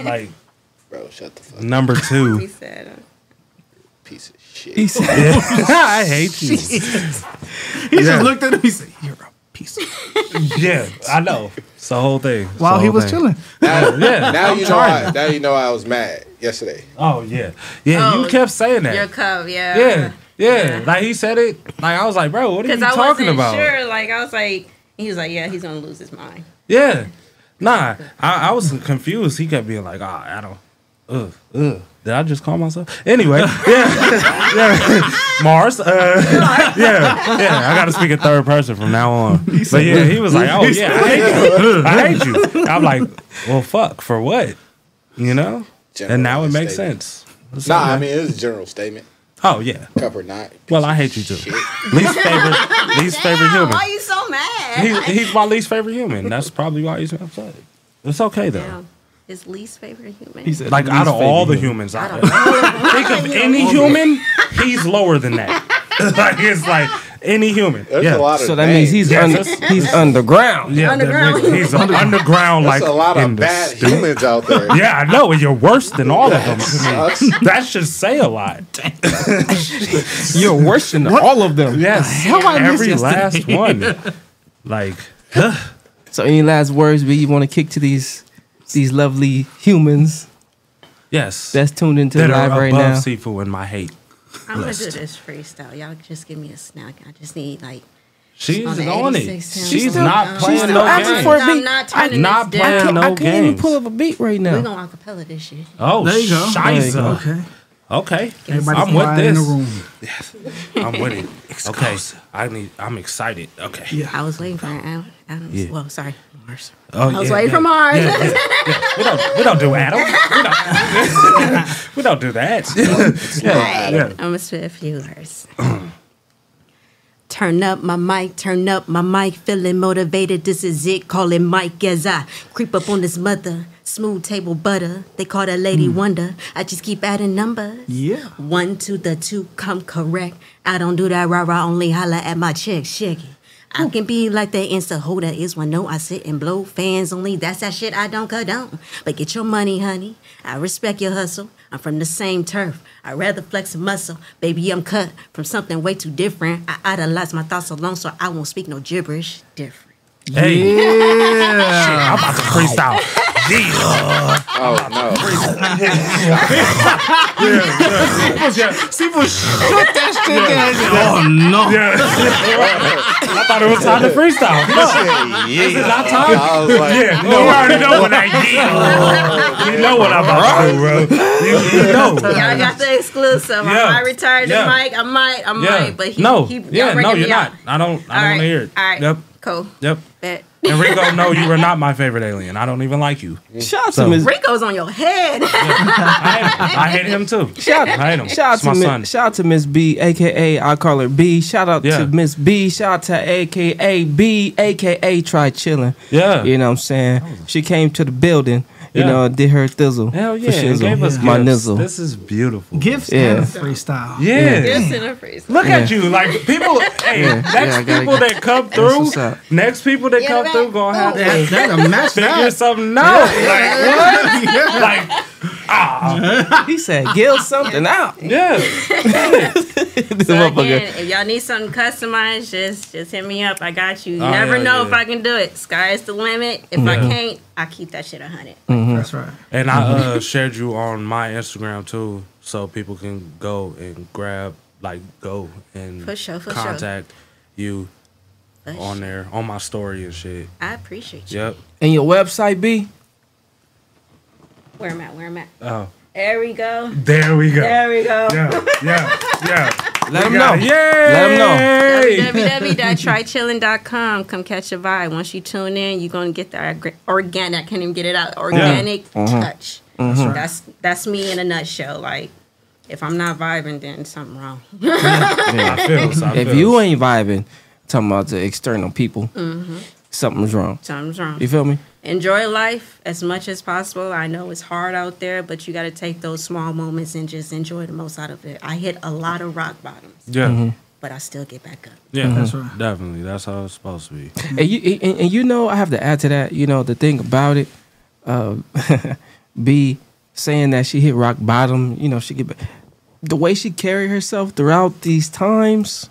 [SPEAKER 6] like,
[SPEAKER 1] bro, shut the fuck.
[SPEAKER 6] number
[SPEAKER 7] He
[SPEAKER 6] two.
[SPEAKER 7] said, uh,
[SPEAKER 1] Piece of shit.
[SPEAKER 6] He said- Yeah. I hate you.
[SPEAKER 8] He
[SPEAKER 6] Yeah.
[SPEAKER 8] just looked at him. He said, "You're a piece." of-"
[SPEAKER 6] Yeah, I know. It's the whole thing. It's
[SPEAKER 8] While
[SPEAKER 6] the
[SPEAKER 8] he
[SPEAKER 6] whole
[SPEAKER 8] was
[SPEAKER 6] thing.
[SPEAKER 8] chilling.
[SPEAKER 1] Now,
[SPEAKER 6] yeah,
[SPEAKER 1] now
[SPEAKER 6] I'm
[SPEAKER 1] you know.
[SPEAKER 6] trying.
[SPEAKER 1] I, now you know I was mad yesterday.
[SPEAKER 6] Oh yeah, yeah.
[SPEAKER 7] Oh,
[SPEAKER 6] you kept saying that.
[SPEAKER 7] Your cup, yeah.
[SPEAKER 6] yeah, yeah, Like he said it. Like I was like, bro, what are you
[SPEAKER 7] Because I
[SPEAKER 6] talking
[SPEAKER 7] wasn't
[SPEAKER 6] about?
[SPEAKER 7] sure. Like I was like, he was like, yeah, he's gonna lose his mind.
[SPEAKER 6] Yeah. Nah, I, I was confused. He kept being like, ah, I don't. Ugh, ugh. Did I just call myself? Anyway, yeah, yeah. Mars. Uh, yeah, yeah. I gotta speak in third person from now on. But yeah, he was like, oh
[SPEAKER 15] He
[SPEAKER 6] yeah, I hate you. I hate you. I'm like, well, fuck for what? You know. and now it makes sense. What's
[SPEAKER 1] nah,
[SPEAKER 6] up,
[SPEAKER 1] I
[SPEAKER 6] man?
[SPEAKER 1] mean it's a general statement.
[SPEAKER 6] Oh yeah.
[SPEAKER 1] Cup or not.
[SPEAKER 6] Well, I hate you too. least favorite, least favorite
[SPEAKER 7] Damn,
[SPEAKER 6] human.
[SPEAKER 7] Why you so mad?
[SPEAKER 6] He's, he's my least favorite human. That's probably why he's upset. It's okay though.
[SPEAKER 7] Damn. His least favorite human.
[SPEAKER 6] like out of all the humans, I think of any human, he's lower than that. like it's like any human.
[SPEAKER 1] There's a
[SPEAKER 6] yeah.
[SPEAKER 1] lot of
[SPEAKER 5] So that means he's
[SPEAKER 6] Yes,
[SPEAKER 5] under,
[SPEAKER 6] that's-
[SPEAKER 5] he's underground.
[SPEAKER 6] Yeah, that Underground. nigga, he's under- underground,
[SPEAKER 1] There's
[SPEAKER 6] like,
[SPEAKER 1] a lot
[SPEAKER 6] in
[SPEAKER 1] of
[SPEAKER 6] the
[SPEAKER 1] bad
[SPEAKER 6] street.
[SPEAKER 1] humans out there.
[SPEAKER 6] Yeah, I know. and You're worse than all of them.
[SPEAKER 1] That
[SPEAKER 6] I mean, that should say a lot. You're worse than all of them. Yes.
[SPEAKER 5] hell I missed
[SPEAKER 6] Every last
[SPEAKER 5] yesterday?
[SPEAKER 6] one. Like,
[SPEAKER 5] So any last words we want to kick to these these lovely humans
[SPEAKER 6] yes.
[SPEAKER 5] that's tuned into
[SPEAKER 6] that
[SPEAKER 5] the live
[SPEAKER 6] are
[SPEAKER 5] right
[SPEAKER 6] above
[SPEAKER 5] now?
[SPEAKER 6] Sifu in my hate.
[SPEAKER 7] I'm gonna do
[SPEAKER 6] list.
[SPEAKER 7] this freestyle. Y'all just give me a snack. I just need like.
[SPEAKER 6] She's
[SPEAKER 7] on, the
[SPEAKER 6] on it.
[SPEAKER 7] 86
[SPEAKER 6] She's
[SPEAKER 7] sound.
[SPEAKER 6] still- not
[SPEAKER 7] Um,
[SPEAKER 6] playing no
[SPEAKER 5] asking
[SPEAKER 6] games.
[SPEAKER 5] for a
[SPEAKER 7] I'm
[SPEAKER 5] beat.
[SPEAKER 7] not turning this
[SPEAKER 6] not
[SPEAKER 7] down.
[SPEAKER 6] playing no
[SPEAKER 5] I can't even
[SPEAKER 6] games.
[SPEAKER 5] pull up a beat right
[SPEAKER 7] We
[SPEAKER 5] now.
[SPEAKER 7] gonna acapella this shit.
[SPEAKER 6] Oh,
[SPEAKER 5] There you go.
[SPEAKER 6] shiza.
[SPEAKER 5] There you go.
[SPEAKER 6] Okay. Okay.
[SPEAKER 5] Everybody's
[SPEAKER 6] I'm with
[SPEAKER 5] quiet
[SPEAKER 6] this.
[SPEAKER 5] in the room.
[SPEAKER 6] Yes. I'm with it. okay. I need I'm excited. Okay.
[SPEAKER 7] I was waiting for Adam. Adams.
[SPEAKER 6] Yeah.
[SPEAKER 7] Well, sorry, Mars.
[SPEAKER 6] Oh,
[SPEAKER 7] I was
[SPEAKER 6] yeah,
[SPEAKER 7] waiting
[SPEAKER 6] yeah,
[SPEAKER 7] for Mars.
[SPEAKER 6] yeah, yeah, yeah. We don't we don't do Adam. We don't, we don't do that. yeah,
[SPEAKER 7] Right.
[SPEAKER 6] yeah.
[SPEAKER 7] I'm gonna spit a few words. Turn up my mic, turn up my mic, feeling motivated. This is it, calling Mike as I creep up on this mother. Smooth table butter, they call that
[SPEAKER 6] Hmm.
[SPEAKER 7] Lady Wonder. I just keep adding numbers.
[SPEAKER 8] Yeah.
[SPEAKER 7] One to the two come correct. I don't do that rah rah, only holla at my chick, shake it. I can be like that insta who that is one. No, I sit and blow fans only. That's that shit I don't condone. But get your money, honey. I respect your hustle. I'm from the same turf. I rather flex a muscle. Baby, I'm cut from something way too different. I idolize my thoughts alone, so I won't speak no gibberish. Different.
[SPEAKER 6] Hey.
[SPEAKER 7] Yeah.
[SPEAKER 6] Shit, I'm about to freestyle. Yeah.
[SPEAKER 1] Oh no.
[SPEAKER 15] Shut that shit
[SPEAKER 6] Oh no! I thought it was time to freestyle. No. This is our time.
[SPEAKER 15] I was like,
[SPEAKER 6] yeah, no, I already know what I did. you know what I'm about to do, bro. You, you know.
[SPEAKER 7] Y'all got the exclusive.
[SPEAKER 6] Yeah.
[SPEAKER 7] I might retire to
[SPEAKER 6] Yeah.
[SPEAKER 7] Mike. I might.
[SPEAKER 6] yeah.
[SPEAKER 7] I might. But he,
[SPEAKER 6] no,
[SPEAKER 7] he y'all
[SPEAKER 6] yeah, no,
[SPEAKER 7] bringing
[SPEAKER 6] you're
[SPEAKER 7] me
[SPEAKER 6] not.
[SPEAKER 7] out.
[SPEAKER 6] I don't. I don't
[SPEAKER 7] All
[SPEAKER 6] want
[SPEAKER 7] right.
[SPEAKER 6] to hear it.
[SPEAKER 7] All right.
[SPEAKER 6] Yep.
[SPEAKER 7] Cool.
[SPEAKER 6] Yep.
[SPEAKER 7] Bet.
[SPEAKER 6] And Rico, no, you were not my favorite alien. I don't even like you.
[SPEAKER 5] Shout
[SPEAKER 6] So,
[SPEAKER 7] Rico's on your head.
[SPEAKER 6] I hate him too.
[SPEAKER 5] Shout,
[SPEAKER 6] I hate him.
[SPEAKER 5] shout
[SPEAKER 6] It's
[SPEAKER 5] out
[SPEAKER 6] my
[SPEAKER 5] to
[SPEAKER 6] son.
[SPEAKER 5] Miss, shout out to Miss B, aka I call her B. Shout out
[SPEAKER 6] Yeah.
[SPEAKER 5] to Miss B. Shout out to aka B, aka Try Chillin.
[SPEAKER 6] Yeah,
[SPEAKER 5] you know what I'm saying. She came to the building, you
[SPEAKER 6] Yeah.
[SPEAKER 5] know, did her thizzle.
[SPEAKER 6] Hell
[SPEAKER 5] for
[SPEAKER 6] yeah, and
[SPEAKER 5] shizzle,
[SPEAKER 6] gave us
[SPEAKER 5] my
[SPEAKER 6] gifts.
[SPEAKER 5] nizzle.
[SPEAKER 6] This is beautiful.
[SPEAKER 8] Gifts
[SPEAKER 5] Yeah.
[SPEAKER 8] and a freestyle.
[SPEAKER 6] Yeah.
[SPEAKER 5] Gifts
[SPEAKER 7] and a freestyle.
[SPEAKER 6] Look at
[SPEAKER 5] Yeah.
[SPEAKER 6] you, like people. Hey,
[SPEAKER 5] Yeah,
[SPEAKER 6] next
[SPEAKER 5] yeah, I gotta
[SPEAKER 6] people
[SPEAKER 5] get-
[SPEAKER 6] that come
[SPEAKER 5] That's
[SPEAKER 6] through,
[SPEAKER 5] what's up.
[SPEAKER 6] next people that
[SPEAKER 5] Yeah,
[SPEAKER 6] come
[SPEAKER 5] right.
[SPEAKER 6] through gonna have
[SPEAKER 5] Yeah,
[SPEAKER 6] to
[SPEAKER 5] that's a mess
[SPEAKER 6] figure
[SPEAKER 5] up.
[SPEAKER 6] something out.
[SPEAKER 5] Yeah. Yeah.
[SPEAKER 6] Like what? Like ah,
[SPEAKER 5] he said, "Gill something out."
[SPEAKER 6] Yeah,
[SPEAKER 5] This
[SPEAKER 7] So
[SPEAKER 5] motherfucker.
[SPEAKER 7] again, if y'all need something customized, just just hit me up. I got you. You
[SPEAKER 5] Oh,
[SPEAKER 7] never
[SPEAKER 5] yeah,
[SPEAKER 7] know if
[SPEAKER 5] yeah.
[SPEAKER 7] I can do it. Sky's the limit. If I
[SPEAKER 6] Yeah.
[SPEAKER 7] can't, I keep that shit a hundred.
[SPEAKER 5] That's right.
[SPEAKER 6] And I
[SPEAKER 5] Mhm.
[SPEAKER 6] uh, shared you on my Instagram too, so people can go and grab, like, go and
[SPEAKER 7] For sure, for sure.
[SPEAKER 6] contact you
[SPEAKER 7] For
[SPEAKER 6] on there on my story and shit.
[SPEAKER 7] I appreciate you.
[SPEAKER 6] Yep.
[SPEAKER 5] And your website B?
[SPEAKER 7] Where am I? Where am I?
[SPEAKER 6] Oh,
[SPEAKER 7] There we go.
[SPEAKER 6] there we go.
[SPEAKER 7] There we go.
[SPEAKER 6] Yeah, yeah, yeah.
[SPEAKER 5] Let
[SPEAKER 6] We
[SPEAKER 5] him
[SPEAKER 6] got
[SPEAKER 5] know.
[SPEAKER 6] it.
[SPEAKER 5] Let him know.
[SPEAKER 6] Yay!
[SPEAKER 7] www.trychillin.com. Come catch a vibe. Once you tune in, you're gonna get that orga- organic. I can't even get it out. Organic
[SPEAKER 5] Uh-huh.
[SPEAKER 6] Mhm.
[SPEAKER 7] touch.
[SPEAKER 5] Mm-hmm.
[SPEAKER 6] Mhm.
[SPEAKER 7] That's, that's me in a nutshell. Like, if I'm not vibing, then something wrong.
[SPEAKER 6] I feel, I
[SPEAKER 5] if
[SPEAKER 6] feel.
[SPEAKER 5] you ain't vibing, talking about the external people,
[SPEAKER 7] Mhm.
[SPEAKER 5] something's wrong.
[SPEAKER 7] Something's wrong.
[SPEAKER 5] You feel me?
[SPEAKER 7] Enjoy life as much as possible. I know it's hard out there, but you got to take those small moments and just enjoy the most out of it. I hit a lot of rock bottoms,
[SPEAKER 6] Yeah.
[SPEAKER 5] Mm-hmm.
[SPEAKER 7] but I still get back up.
[SPEAKER 6] Yeah,
[SPEAKER 5] That's
[SPEAKER 6] Definitely. That's how it's supposed to be.
[SPEAKER 5] And Uh-huh. you and, and you know, I have to add to that. You know, the thing about it, uh, B saying that she hit rock bottom. You know, she get back. the way she carried herself throughout these times.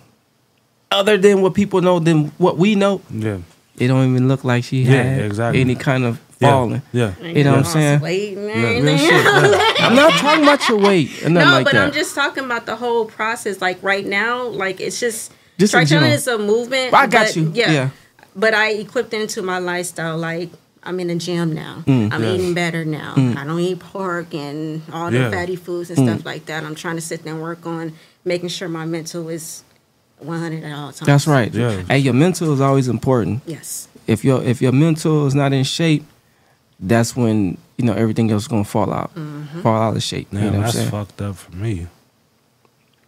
[SPEAKER 5] Other than what people know, than what we know,
[SPEAKER 6] Yeah.
[SPEAKER 5] it don't even look like she
[SPEAKER 6] Yeah,
[SPEAKER 5] had
[SPEAKER 6] exactly.
[SPEAKER 5] any kind of
[SPEAKER 6] Yeah,
[SPEAKER 5] falling.
[SPEAKER 6] yeah.
[SPEAKER 5] you know what I'm
[SPEAKER 7] Lost
[SPEAKER 5] saying.
[SPEAKER 7] weight and
[SPEAKER 5] Yeah, real
[SPEAKER 7] everything.
[SPEAKER 5] shit, yeah. I'm not talking about your weight and nothing
[SPEAKER 7] no,
[SPEAKER 5] like
[SPEAKER 7] but
[SPEAKER 5] that.
[SPEAKER 7] I'm just talking about the whole process. Like right now, like it's just
[SPEAKER 5] Just in
[SPEAKER 7] Trichella
[SPEAKER 5] general.
[SPEAKER 7] is a movement.
[SPEAKER 5] I got
[SPEAKER 7] but,
[SPEAKER 5] you. Yeah.
[SPEAKER 7] But I equipped it into my lifestyle. Like I'm in the gym now.
[SPEAKER 5] Mm.
[SPEAKER 7] I'm
[SPEAKER 5] Yeah.
[SPEAKER 7] eating better now.
[SPEAKER 5] Mm.
[SPEAKER 7] I don't eat pork and all
[SPEAKER 5] Yeah.
[SPEAKER 7] the fatty foods and
[SPEAKER 5] Mm.
[SPEAKER 7] stuff like that. I'm trying to sit there and work on making sure my mental is 100 at all times.
[SPEAKER 5] That's right. And your mental is always important.
[SPEAKER 7] Yes.
[SPEAKER 5] If your if your mental is not in shape, that's when you know everything else is gonna fall out,
[SPEAKER 6] Mhm.
[SPEAKER 5] fall out of shape.
[SPEAKER 6] Now
[SPEAKER 5] you know what I'm
[SPEAKER 6] that's
[SPEAKER 5] saying?
[SPEAKER 6] fucked up for me.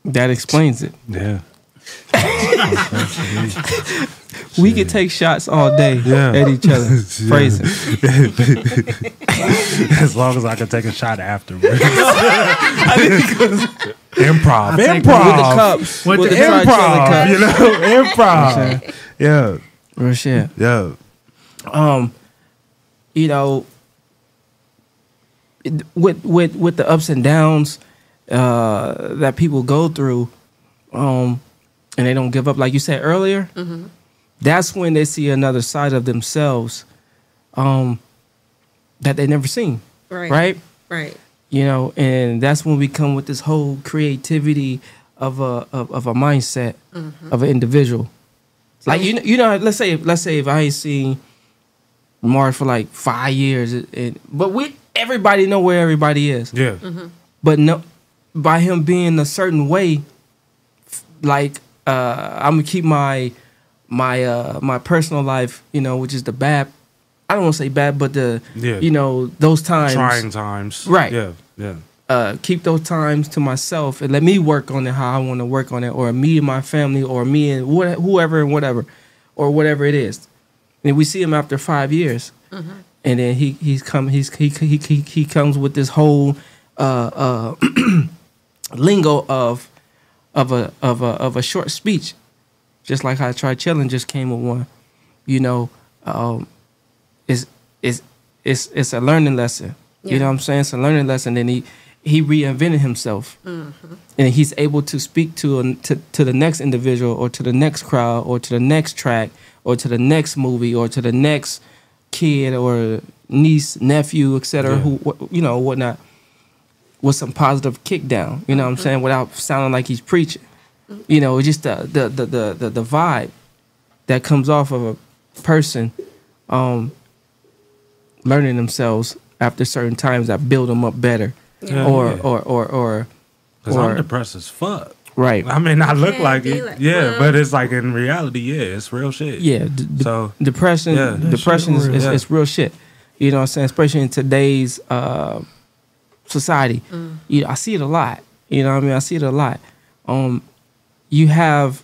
[SPEAKER 5] That explains it.
[SPEAKER 18] Yeah.
[SPEAKER 6] Mm-hmm.
[SPEAKER 5] we could take shots all day at each other. Praise him.
[SPEAKER 18] as long as I can take a shot afterwards.
[SPEAKER 5] I
[SPEAKER 18] improv, improv,
[SPEAKER 5] I'll take one. With the cups. With
[SPEAKER 18] With
[SPEAKER 5] the
[SPEAKER 18] the
[SPEAKER 5] tri-chiller
[SPEAKER 18] improv,
[SPEAKER 5] cups.
[SPEAKER 18] you know,
[SPEAKER 5] You know what I'm
[SPEAKER 18] improv. yeah,
[SPEAKER 5] real shit.
[SPEAKER 18] Yeah,
[SPEAKER 5] Um, you know, it- with with with the ups and downs uh, that people go through, um, and they don't give up, like you said earlier.
[SPEAKER 7] Mm-hmm.
[SPEAKER 5] that's when they see another side of themselves um that they never seen
[SPEAKER 7] Right.
[SPEAKER 5] right
[SPEAKER 7] Right.
[SPEAKER 5] you know and that's when we come with this whole creativity of a of, of a mindset
[SPEAKER 7] Mhm.
[SPEAKER 5] of an individual like you know, you know let's say let's say if i ain't seen mars for like five years it- it- but we everybody know where everybody is
[SPEAKER 18] yeah
[SPEAKER 15] Mm-hmm.
[SPEAKER 7] Mm-hmm.
[SPEAKER 5] but no by him being a certain way f- like uh i'm gonna keep my my uh my personal life you know which is the bad i don't want to say bad but the
[SPEAKER 18] Yeah.
[SPEAKER 5] you know those times
[SPEAKER 18] trying times.
[SPEAKER 5] right
[SPEAKER 18] Yeah, yeah.
[SPEAKER 5] uh keep those times to myself and let me work on it how i want to work on it or me and my family or me and what, whoever and whatever or whatever it is and we see him after five years and then he he's come he's he he he, he comes with this whole uh, uh, lingo of of a of a of a short speech, just like how Try Chillin just came with one. You know, um, it's it's it's it's a learning lesson. You
[SPEAKER 7] Yeah.
[SPEAKER 5] know what I'm saying? It's a learning lesson. And he he reinvented himself
[SPEAKER 7] Mm-hmm.
[SPEAKER 5] and he's able to speak to, an to to the next individual or to the next crowd or to the next track or to the next movie or to the next kid or niece nephew etc
[SPEAKER 18] Yeah.
[SPEAKER 5] who wh- you know whatnot with some positive kick down you know what i'm saying without sounding like he's preaching you know it's just the the the the, the, the vibe that comes off of a person um learning themselves after certain times that build them up better
[SPEAKER 18] Yeah.
[SPEAKER 5] or,
[SPEAKER 18] Yeah.
[SPEAKER 5] or or or
[SPEAKER 18] because I'm
[SPEAKER 5] or-
[SPEAKER 18] depressed as fuck.
[SPEAKER 5] Right.
[SPEAKER 18] I may not look
[SPEAKER 5] Yeah,
[SPEAKER 18] like
[SPEAKER 5] be
[SPEAKER 18] it.
[SPEAKER 5] like-
[SPEAKER 18] yeah,
[SPEAKER 5] well-
[SPEAKER 18] but it's like in reality, yeah, it's real shit.
[SPEAKER 5] Yeah. d- d-
[SPEAKER 18] so
[SPEAKER 5] depression,
[SPEAKER 18] Yeah. That shit
[SPEAKER 5] depression is,
[SPEAKER 18] real.
[SPEAKER 5] is,
[SPEAKER 18] Yeah.
[SPEAKER 5] is real shit. You know what I'm saying? Especially in today's uh, society.
[SPEAKER 18] Mm.
[SPEAKER 5] You I see it a lot. You know what I mean? I see it a lot. Um, you have.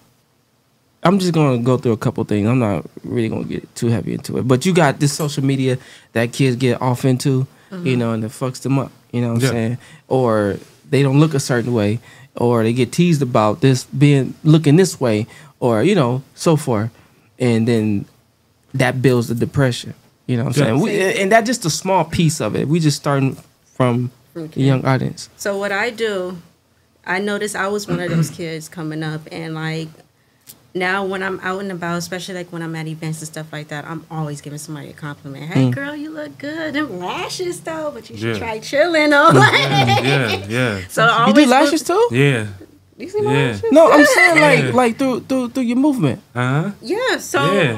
[SPEAKER 5] I'm just gonna go through a couple things. I'm not really gonna get too heavy into it, but you got this social media that kids get off into, you
[SPEAKER 18] Mhm.
[SPEAKER 5] know, and it fucks them up. You know what I'm
[SPEAKER 18] Yeah.
[SPEAKER 5] saying? Or they don't look a certain way, or they get teased about this being looking this way, or you know, so forth, and then that builds the depression. You know what I'm
[SPEAKER 18] Yeah.
[SPEAKER 5] saying? We, and that's just a small piece of it. We just starting from
[SPEAKER 7] Okay.
[SPEAKER 5] the young audience.
[SPEAKER 7] So what I do, I noticed I was one of those kids coming up, and like now when I'm out and about, especially like when I'm at events and stuff like that, I'm always giving somebody a compliment. Hey,
[SPEAKER 15] Mm.
[SPEAKER 7] girl, you look good. Them lashes though, but you should
[SPEAKER 18] Yeah.
[SPEAKER 7] try chilling though.
[SPEAKER 18] yeah, yeah.
[SPEAKER 7] Oh, So I always look-
[SPEAKER 5] too?
[SPEAKER 18] Yeah.
[SPEAKER 7] You see my
[SPEAKER 18] Yeah.
[SPEAKER 7] lashes?
[SPEAKER 5] No, I'm saying
[SPEAKER 18] Yeah.
[SPEAKER 5] like like through through through your movement.
[SPEAKER 18] Uh huh.
[SPEAKER 7] Yeah. So
[SPEAKER 18] yeah.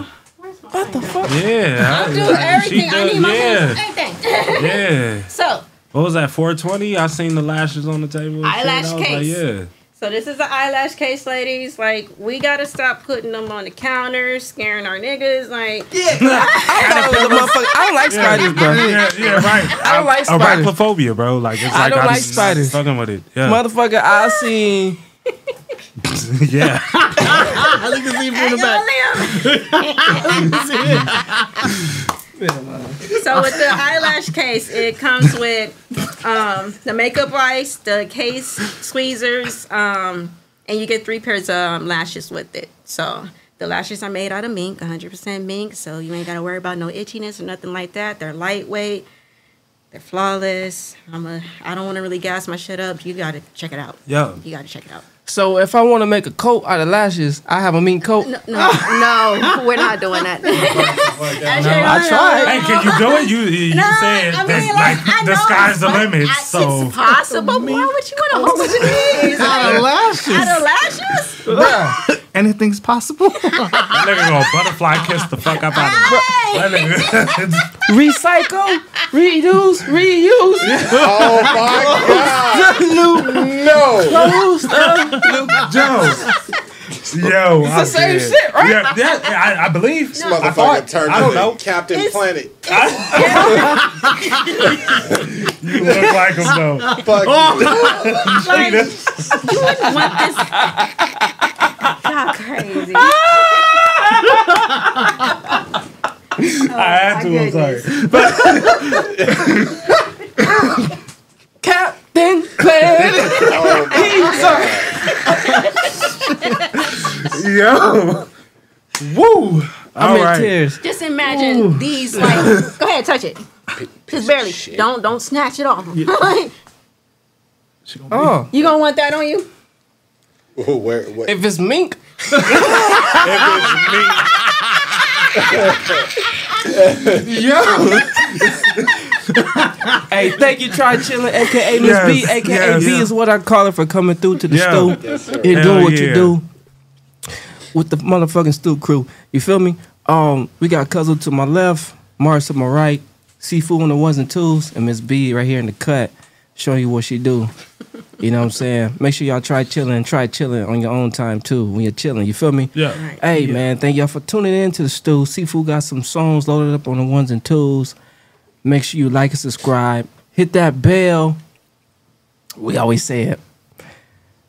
[SPEAKER 7] what the fuck?
[SPEAKER 18] Yeah.
[SPEAKER 7] I
[SPEAKER 18] I-
[SPEAKER 7] do
[SPEAKER 18] I- she
[SPEAKER 7] everything. I
[SPEAKER 18] does-
[SPEAKER 7] need my hands,
[SPEAKER 18] yeah.
[SPEAKER 7] everything.
[SPEAKER 18] Yeah.
[SPEAKER 7] So
[SPEAKER 18] What was that? 420. I seen the lashes on the table. and shit. I
[SPEAKER 7] Eyelash
[SPEAKER 18] was like,
[SPEAKER 7] case.
[SPEAKER 18] yeah.
[SPEAKER 7] So this is the eyelash case, ladies. Like we gotta stop putting them on the counter, scaring our niggas. Like
[SPEAKER 5] I was a motherfucker. I don't like spiders, bro.
[SPEAKER 18] Yeah, yeah, right.
[SPEAKER 5] I don't like spiders.
[SPEAKER 18] Arachnophobia, bro. Like it's like
[SPEAKER 5] I don't like
[SPEAKER 18] just
[SPEAKER 5] spiders.
[SPEAKER 18] Fucking with it. Yeah.
[SPEAKER 5] Motherfucker, I seen
[SPEAKER 18] yeah.
[SPEAKER 8] Ah,
[SPEAKER 15] I look at Zebra in the back.
[SPEAKER 7] so with the eyelash case, it comes with um, the makeup wipes, the case squeezers, um, and you get three pairs of um, lashes with it. So the lashes are made out of mink, 100% mink. So you ain't gotta worry about no itchiness or nothing like that. They're lightweight. They're flawless. I'm a. I don't want to really gas my shit up. You gotta check it out.
[SPEAKER 5] Yeah.
[SPEAKER 7] You gotta check it out.
[SPEAKER 5] So if I want to make a coat out of lashes, I have a mean coat.
[SPEAKER 7] No, no, we're not doing that.
[SPEAKER 5] I tried.
[SPEAKER 18] Hey, can you do it? You you
[SPEAKER 7] No,
[SPEAKER 18] said
[SPEAKER 7] I mean,
[SPEAKER 18] that,
[SPEAKER 7] like,
[SPEAKER 18] like,
[SPEAKER 7] I
[SPEAKER 18] the
[SPEAKER 7] know
[SPEAKER 18] sky's
[SPEAKER 7] it's
[SPEAKER 18] the
[SPEAKER 7] fun.
[SPEAKER 18] limit.
[SPEAKER 7] I-
[SPEAKER 18] so
[SPEAKER 7] It's possible. Why would you want a whole bunch of these?
[SPEAKER 8] Out of
[SPEAKER 7] Like,
[SPEAKER 8] lashes.
[SPEAKER 7] Out of lashes?
[SPEAKER 8] Bruh, anything's possible.
[SPEAKER 18] that nigga gonna butterfly kiss the fuck up out of that nigga.
[SPEAKER 5] Recycle, reduce, reuse.
[SPEAKER 15] Oh
[SPEAKER 5] my god!
[SPEAKER 15] No.
[SPEAKER 5] Clothes, uh, new
[SPEAKER 18] Joe. Yo,
[SPEAKER 15] It's the
[SPEAKER 18] I'm
[SPEAKER 15] same
[SPEAKER 18] dead.
[SPEAKER 15] shit, right?
[SPEAKER 18] Yeah, yeah, I, I believe.
[SPEAKER 1] This
[SPEAKER 18] I
[SPEAKER 1] motherfucker
[SPEAKER 18] thought,
[SPEAKER 1] turned
[SPEAKER 18] I don't
[SPEAKER 1] into
[SPEAKER 18] know.
[SPEAKER 1] Captain Planet.
[SPEAKER 18] you look like like him though.
[SPEAKER 15] Fuck
[SPEAKER 18] Oh.
[SPEAKER 15] Like,
[SPEAKER 7] you wouldn't want this. God, crazy.
[SPEAKER 18] I had to. I'm sorry.
[SPEAKER 5] Captain Clay.
[SPEAKER 18] Yo. Woo.
[SPEAKER 5] I'm in tears.
[SPEAKER 7] Just imagine these. Like, go ahead, touch it. Just barely. Don't don't snatch it off.
[SPEAKER 5] Oh.
[SPEAKER 7] you gonna want that on you?
[SPEAKER 1] where, where?
[SPEAKER 5] If it's mink. Yo. hey, thank you, Try Chillin', aka Miss B,
[SPEAKER 18] Yes,
[SPEAKER 5] aka
[SPEAKER 18] yes.
[SPEAKER 5] B is what I call it for coming through to the
[SPEAKER 18] Yeah.
[SPEAKER 5] stool
[SPEAKER 18] Yes, sir.
[SPEAKER 5] and
[SPEAKER 18] Hell
[SPEAKER 5] doing what
[SPEAKER 18] yeah.
[SPEAKER 5] you do with the motherfucking stool crew. You feel me? Um, we got Cuzzle to my left, Mars to my right, Seafood on the ones and twos, and Miss B right here in the cut, showing you what she do. You know what I'm saying? Make sure y'all try chilling, try chilling on your own time too when you're chilling. You feel me?
[SPEAKER 18] Yeah.
[SPEAKER 5] Hey man, thank y'all for tuning in to the stew. Seafood got some songs loaded up on the ones and twos. Make sure you like and subscribe. Hit that bell. We always say it.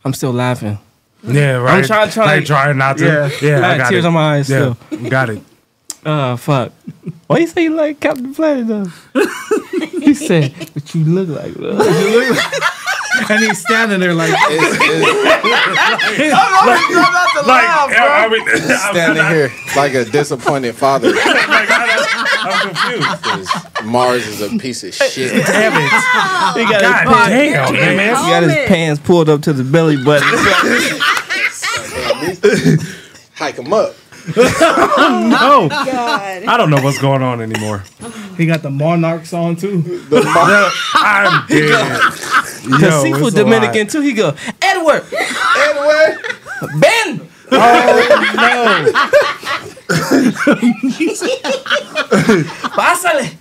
[SPEAKER 5] I'm still laughing.
[SPEAKER 18] Yeah, right.
[SPEAKER 5] I'm trying, trying,
[SPEAKER 18] Like, trying not to. Yeah, I
[SPEAKER 5] had
[SPEAKER 18] got
[SPEAKER 5] tears
[SPEAKER 18] it.
[SPEAKER 5] on my eyes
[SPEAKER 18] Yeah,
[SPEAKER 5] still.
[SPEAKER 18] got it.
[SPEAKER 5] Uh, fuck. Why you say you like Captain Planet though? he said, "What you look like, bro."
[SPEAKER 8] and he's standing there like,
[SPEAKER 1] Like,
[SPEAKER 18] I
[SPEAKER 1] standing here like a disappointed father.
[SPEAKER 18] I'm confused.
[SPEAKER 1] Mars is a piece of shit.
[SPEAKER 5] Damn it. He got
[SPEAKER 1] God
[SPEAKER 5] his pants-
[SPEAKER 1] damn, man.
[SPEAKER 5] He got his pants pulled up to the belly button.
[SPEAKER 1] Hike him up.
[SPEAKER 15] Oh
[SPEAKER 18] no.
[SPEAKER 8] God.
[SPEAKER 18] I don't know what's going on anymore.
[SPEAKER 8] he got the monarchs on too.
[SPEAKER 18] Yeah, I'm dead.
[SPEAKER 5] Cause
[SPEAKER 18] Yo,
[SPEAKER 5] seafood
[SPEAKER 18] it's a lot.
[SPEAKER 5] Dominican too. He go Edward,
[SPEAKER 1] Edward,
[SPEAKER 5] Ben.
[SPEAKER 15] Oh,
[SPEAKER 5] Pásale.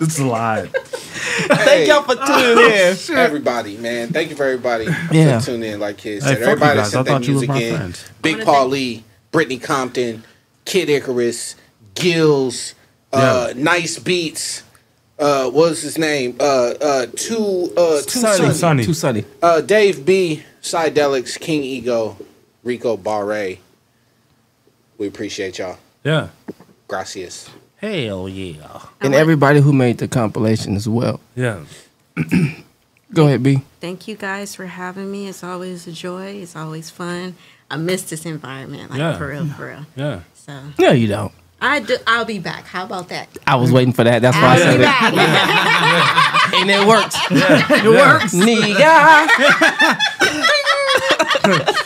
[SPEAKER 18] It's a lot.
[SPEAKER 1] Thank
[SPEAKER 5] y'all for
[SPEAKER 18] Oh,
[SPEAKER 5] tuning
[SPEAKER 1] Oh,
[SPEAKER 5] in.
[SPEAKER 1] Everybody, man. Thank you for everybody
[SPEAKER 18] Yeah.
[SPEAKER 1] for tuning in. Like kids
[SPEAKER 18] Hey,
[SPEAKER 1] said,
[SPEAKER 18] fuck you
[SPEAKER 1] everybody
[SPEAKER 18] guys. I
[SPEAKER 1] sent their
[SPEAKER 18] thought you was
[SPEAKER 1] music
[SPEAKER 18] my
[SPEAKER 1] in.
[SPEAKER 18] friend.
[SPEAKER 1] Big Paul Lee, Brittany Compton, Kid Icarus, Gills, uh, Nice Beats. Uh, what was his name? Uh, uh, two, uh, two
[SPEAKER 5] Sunny.
[SPEAKER 1] Sunny.
[SPEAKER 5] Sunny. Too sunny.
[SPEAKER 1] Uh, Dave B, Psydelics, King Ego, Rico Barre. We appreciate y'all.
[SPEAKER 18] Yeah.
[SPEAKER 1] Gracias.
[SPEAKER 6] Oh,
[SPEAKER 18] Hell yeah.
[SPEAKER 5] And everybody who made the compilation as well.
[SPEAKER 18] Yeah.
[SPEAKER 5] Go ahead, B.
[SPEAKER 7] Thank you guys for having me. It's always a joy. It's always fun. I miss this environment, like
[SPEAKER 5] Yeah.
[SPEAKER 7] for real, for real.
[SPEAKER 18] Yeah.
[SPEAKER 7] So
[SPEAKER 5] No, you don't.
[SPEAKER 7] I do. I'll be back. How about that?
[SPEAKER 5] I
[SPEAKER 18] Mm-hmm.
[SPEAKER 5] was waiting for that. That's why I said it. And it worked.
[SPEAKER 15] It works.
[SPEAKER 5] Nigga.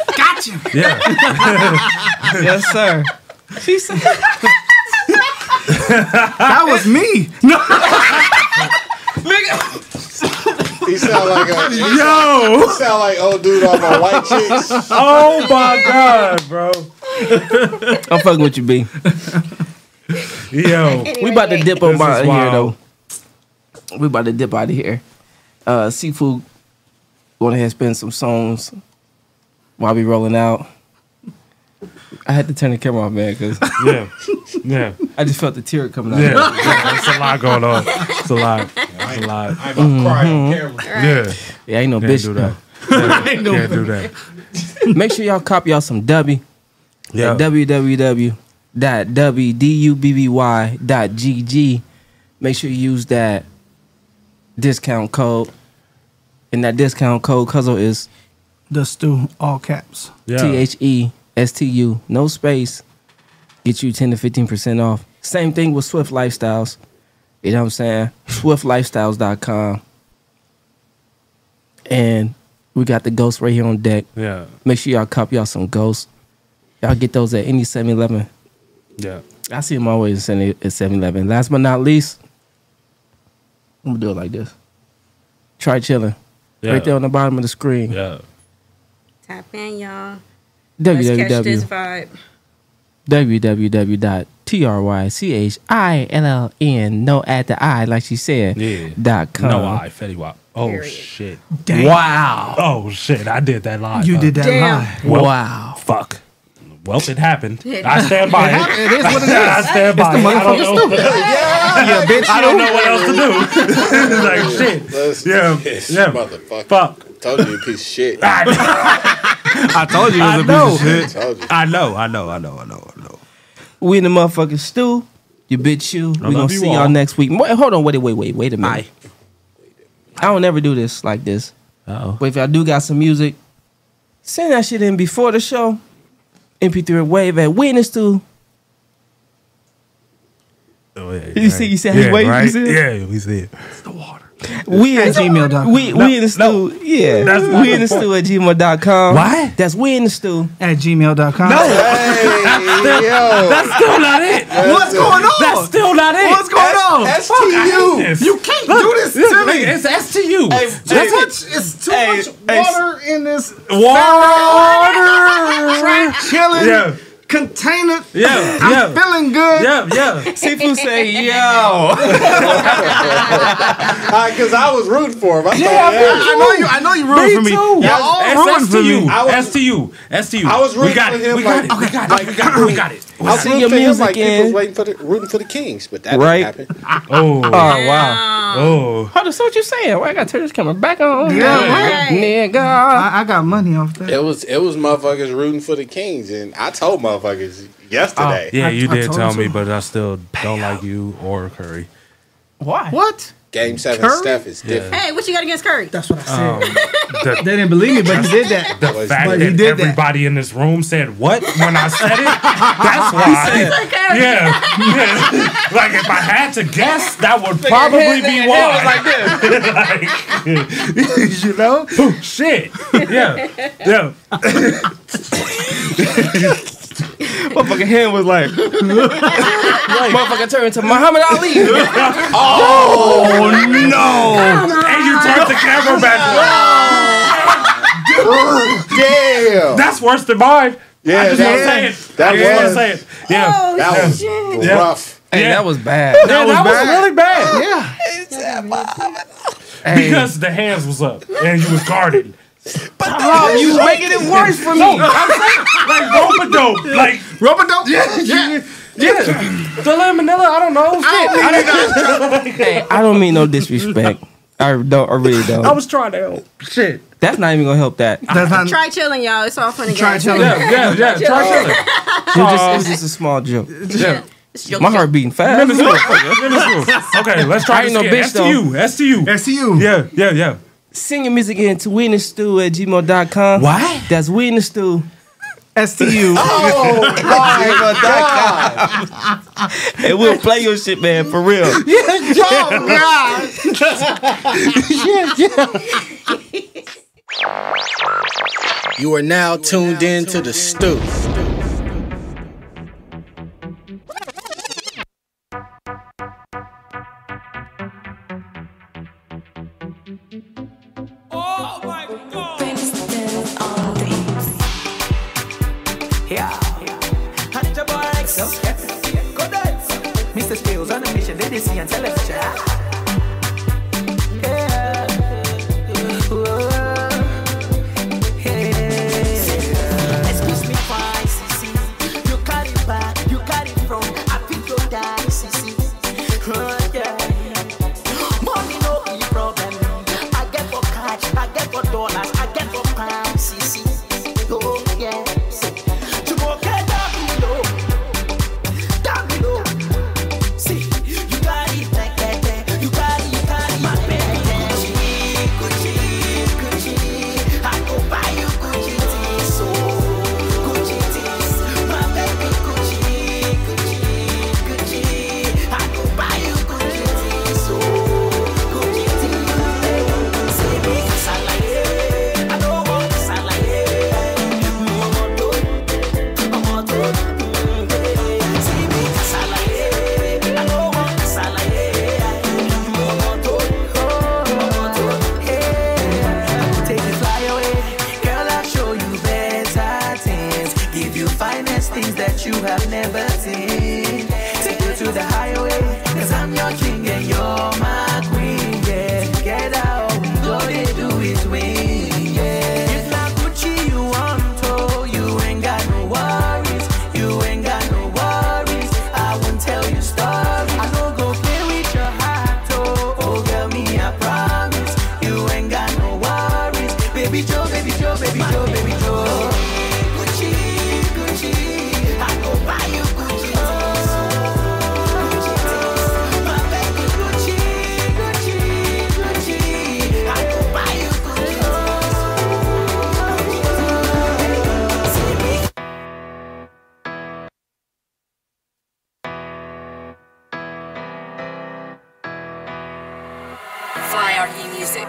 [SPEAKER 15] Gotcha.
[SPEAKER 18] Yeah.
[SPEAKER 5] yes, sir. She said
[SPEAKER 8] that was me. No.
[SPEAKER 1] He sound like a
[SPEAKER 18] Yo!
[SPEAKER 1] He sound like old dude off on White Chicks.
[SPEAKER 18] Oh my god, bro.
[SPEAKER 5] I'm fucking with you, B.
[SPEAKER 18] Yo.
[SPEAKER 5] we about to dip on
[SPEAKER 18] This
[SPEAKER 5] out
[SPEAKER 18] is
[SPEAKER 5] of here
[SPEAKER 18] wild.
[SPEAKER 5] though. We about to dip out of here. Uh, Seafood going ahead and spin some songs while we rolling out. I had to turn the camera off, man, because
[SPEAKER 18] Yeah. Yeah.
[SPEAKER 5] I just felt the tear coming out.
[SPEAKER 18] Yeah, yeah, it's a lot going on. It's a lot. It's a lot.
[SPEAKER 5] I ain't about to cry on
[SPEAKER 18] Mhm.
[SPEAKER 5] camera.
[SPEAKER 18] Yeah.
[SPEAKER 5] Mm-hmm. Yeah, ain't no
[SPEAKER 18] Can't
[SPEAKER 5] bitch,
[SPEAKER 18] Do
[SPEAKER 5] though.
[SPEAKER 18] that.
[SPEAKER 5] Ain't
[SPEAKER 18] Can't,
[SPEAKER 5] no
[SPEAKER 18] can't do
[SPEAKER 5] bitch.
[SPEAKER 18] that.
[SPEAKER 5] Make sure y'all copy y'all some W.
[SPEAKER 18] Yeah.
[SPEAKER 5] Yeah. www.wdubby.gg. Make sure you use that discount code. And that discount code Cuzzle is
[SPEAKER 8] The stew, all caps.
[SPEAKER 5] T H E S T U, no space. Get you 10 to 15% off. Same thing with Swift Lifestyles. You know what I'm saying? SwiftLifestyles.com. And we got the ghost right here on deck.
[SPEAKER 18] Yeah.
[SPEAKER 5] Make sure y'all cop y'all some ghosts. Y'all get those at any 7 Eleven.
[SPEAKER 18] Yeah.
[SPEAKER 5] I see them always in- at 7 Eleven. Last but not least, I'm going to do it like this. Try chilling.
[SPEAKER 18] Yeah.
[SPEAKER 5] Right there on the bottom of the screen.
[SPEAKER 18] Yeah.
[SPEAKER 7] Tap in, y'all. Let's catch this
[SPEAKER 5] www.
[SPEAKER 7] vibe.
[SPEAKER 5] www.trychillin, no at the I, like she said,
[SPEAKER 18] Yeah.
[SPEAKER 5] dot com.
[SPEAKER 18] No, I Fetty Wap. Oh shit.
[SPEAKER 5] Damn.
[SPEAKER 18] Wow. Oh shit. I did that live.
[SPEAKER 5] You
[SPEAKER 18] huh?
[SPEAKER 5] did that Damn. live.
[SPEAKER 18] Well,
[SPEAKER 5] Wow.
[SPEAKER 18] Fuck.
[SPEAKER 6] Well, it happened.
[SPEAKER 15] It
[SPEAKER 6] I stand by it.
[SPEAKER 15] happened. It is what it
[SPEAKER 6] I
[SPEAKER 15] is.
[SPEAKER 6] stand
[SPEAKER 15] It's
[SPEAKER 6] by
[SPEAKER 15] the
[SPEAKER 6] it. I don't know.
[SPEAKER 15] motherfucking stupid. Yeah.
[SPEAKER 6] yeah, bitch. I don't know what else to do. like
[SPEAKER 1] Yeah.
[SPEAKER 6] shit.
[SPEAKER 1] Let's-
[SPEAKER 6] Yeah, yeah.
[SPEAKER 1] Motherfucker.
[SPEAKER 6] Fuck.
[SPEAKER 1] Told you you piece of shit.
[SPEAKER 6] I
[SPEAKER 5] told you it was a piece of shit.
[SPEAKER 1] I told you.
[SPEAKER 6] I know, I know, I know, I know.
[SPEAKER 5] We in the motherfucking stew. You bitch you.
[SPEAKER 6] I
[SPEAKER 5] we gonna
[SPEAKER 6] love you
[SPEAKER 5] see y'all
[SPEAKER 6] all.
[SPEAKER 5] next week. Wait, hold on, wait, wait, wait, wait a minute. I don't ever do this like this.
[SPEAKER 6] Uh-oh.
[SPEAKER 5] But if y'all do got some music, send that shit in before the show. MP3 wave at witness to. You see, you see how he
[SPEAKER 6] Oh, Yeah,
[SPEAKER 5] waved. You
[SPEAKER 6] right?
[SPEAKER 5] see it?
[SPEAKER 6] Yeah, we see it.
[SPEAKER 5] We at
[SPEAKER 8] gmail.com.
[SPEAKER 5] We, we in the stew. Yeah.
[SPEAKER 8] That's not
[SPEAKER 5] we in
[SPEAKER 8] the
[SPEAKER 5] the
[SPEAKER 8] point.
[SPEAKER 5] stew at gmail.com.
[SPEAKER 8] What?
[SPEAKER 5] That's we in the stew.
[SPEAKER 8] At gmail.com.
[SPEAKER 5] No.
[SPEAKER 8] Hey, yo.
[SPEAKER 6] That's still not it.
[SPEAKER 8] What's going on?
[SPEAKER 6] That's still not it.
[SPEAKER 8] What's going on?
[SPEAKER 6] You can't do this to me. It's STU.
[SPEAKER 8] That's
[SPEAKER 6] what.
[SPEAKER 8] much, it's too
[SPEAKER 6] Hey,
[SPEAKER 8] much
[SPEAKER 6] hey,
[SPEAKER 8] water in this
[SPEAKER 6] Water.
[SPEAKER 8] chilling
[SPEAKER 6] Yeah.
[SPEAKER 8] container.
[SPEAKER 6] Yeah,
[SPEAKER 8] I'm
[SPEAKER 6] yeah.
[SPEAKER 8] feeling good.
[SPEAKER 6] Yeah, yeah.
[SPEAKER 5] Seafood say, yo.
[SPEAKER 1] Because I was rooting for him. I,
[SPEAKER 6] Yeah,
[SPEAKER 1] thought,
[SPEAKER 6] me
[SPEAKER 1] yeah.
[SPEAKER 6] too. Me too.
[SPEAKER 1] Y'all all
[SPEAKER 6] That's
[SPEAKER 1] rooting for
[SPEAKER 6] STU.
[SPEAKER 1] me. I was-
[SPEAKER 6] STU. STU.
[SPEAKER 1] I was
[SPEAKER 6] we
[SPEAKER 1] rooting
[SPEAKER 6] got
[SPEAKER 1] for
[SPEAKER 6] it.
[SPEAKER 1] him.
[SPEAKER 6] We got
[SPEAKER 1] like,
[SPEAKER 6] it. We got it. We got it. We got it.
[SPEAKER 1] I was
[SPEAKER 6] See
[SPEAKER 1] rooting
[SPEAKER 6] your
[SPEAKER 1] for him like
[SPEAKER 6] music
[SPEAKER 1] people was
[SPEAKER 6] in.
[SPEAKER 1] waiting for the, rooting for the Kings, but that
[SPEAKER 6] Right.
[SPEAKER 1] didn't happen.
[SPEAKER 6] Oh. Oh
[SPEAKER 5] wow.
[SPEAKER 6] Oh.
[SPEAKER 5] Hold on, so what you saying? Why I gotta turn this camera back on?
[SPEAKER 1] Yeah,
[SPEAKER 5] Nigga.
[SPEAKER 8] I, I got money off that.
[SPEAKER 1] It was it was motherfuckers rooting for the Kings, and I told motherfuckers yesterday.
[SPEAKER 6] Oh, Yeah, you did tell me, but I still don't like you or Curry.
[SPEAKER 5] Why?
[SPEAKER 8] What?
[SPEAKER 1] Game seven
[SPEAKER 6] Curry?
[SPEAKER 1] stuff is
[SPEAKER 6] Yeah.
[SPEAKER 1] different.
[SPEAKER 7] Hey, what you got against Curry?
[SPEAKER 8] That's what I
[SPEAKER 6] Um, the-
[SPEAKER 8] They didn't believe me, but you did that.
[SPEAKER 6] The fact
[SPEAKER 8] But
[SPEAKER 6] that
[SPEAKER 8] you did that.
[SPEAKER 6] everybody in this room said what when I said it, that's why. yeah, yeah. Like if I had to guess, that would
[SPEAKER 15] Like,
[SPEAKER 6] probably
[SPEAKER 15] his-
[SPEAKER 6] be
[SPEAKER 15] his
[SPEAKER 6] why.
[SPEAKER 15] was like
[SPEAKER 6] Like, you know, shit. Yeah, yeah.
[SPEAKER 5] Motherfucking hand was like, motherfucker turned to Muhammad Ali.
[SPEAKER 15] Oh,
[SPEAKER 6] no! And you turned the camera back.
[SPEAKER 1] Damn.
[SPEAKER 6] That's worse than mine. Yeah, I
[SPEAKER 1] Yeah,
[SPEAKER 6] just want to
[SPEAKER 1] that-
[SPEAKER 6] say it.
[SPEAKER 1] that
[SPEAKER 6] I just want to
[SPEAKER 1] was-
[SPEAKER 6] say it. Yeah,
[SPEAKER 1] Oh,
[SPEAKER 6] yeah.
[SPEAKER 1] That was
[SPEAKER 6] Yeah.
[SPEAKER 1] rough.
[SPEAKER 5] Hey,
[SPEAKER 6] Yeah.
[SPEAKER 5] that was bad.
[SPEAKER 6] Yeah,
[SPEAKER 5] That was bad.
[SPEAKER 6] really bad.
[SPEAKER 8] Yeah.
[SPEAKER 5] Hey.
[SPEAKER 6] Because the hands was up and you was guarded. But
[SPEAKER 5] Rob, you making it worse for me.
[SPEAKER 6] No, I'm saying, like rope dope, like
[SPEAKER 8] rope dope.
[SPEAKER 6] Yeah, yeah, yeah. The lemon manila, I don't know. Shit, I, don't know.
[SPEAKER 5] I don't mean no disrespect. I don't. I really don't.
[SPEAKER 6] I was trying to help. Shit.
[SPEAKER 5] That's not even gonna help that. That's
[SPEAKER 7] Try chilling, y'all. It's all fun and
[SPEAKER 5] Try
[SPEAKER 7] games.
[SPEAKER 5] chilling. Yeah, yeah, yeah. Try chilling.
[SPEAKER 6] Uh,
[SPEAKER 5] it was just a small joke.
[SPEAKER 7] Yeah. It's joke,
[SPEAKER 5] My
[SPEAKER 7] joke.
[SPEAKER 5] heart beating fast.
[SPEAKER 6] Lemon Manila. Lemon Manila. Okay, let's try
[SPEAKER 5] I ain't no
[SPEAKER 6] this again.
[SPEAKER 5] bitch though.
[SPEAKER 6] STU. STU.
[SPEAKER 8] STU.
[SPEAKER 6] Yeah, yeah, yeah.
[SPEAKER 5] Send your music in to witnessstew at gmail.com.
[SPEAKER 6] Why?
[SPEAKER 5] That's witnessstew.
[SPEAKER 8] STU.
[SPEAKER 15] Oh, my
[SPEAKER 5] And we'll play your shit, man, for real.
[SPEAKER 15] yeah, yeah.
[SPEAKER 3] You are now tuned in to the stoop.
[SPEAKER 15] Yeah. Hatch your boy like so. Go dance. Mr. Spills on a mission, ladies and celestial. Yeah. Whoa. Yeah. Excuse me twice, see. You got it back, you got it wrong. I think you die, see, see. Oh, yeah. Money no be problem. I get for cash, I get for dollars, I get for pounds, see, see. Oh, yeah. see. You go get down below, down below. See, you got it, like that, that. you got it, you got it, my baby. Gucci, Gucci, Gucci, I go buy you Gucci tees, so Gucci tees, my baby. Gucci, Gucci, Gucci, I go buy you Gucci tees, so Gucci tees, baby. Say me, 'cause I like it. oh.
[SPEAKER 19] Hierarchy Music.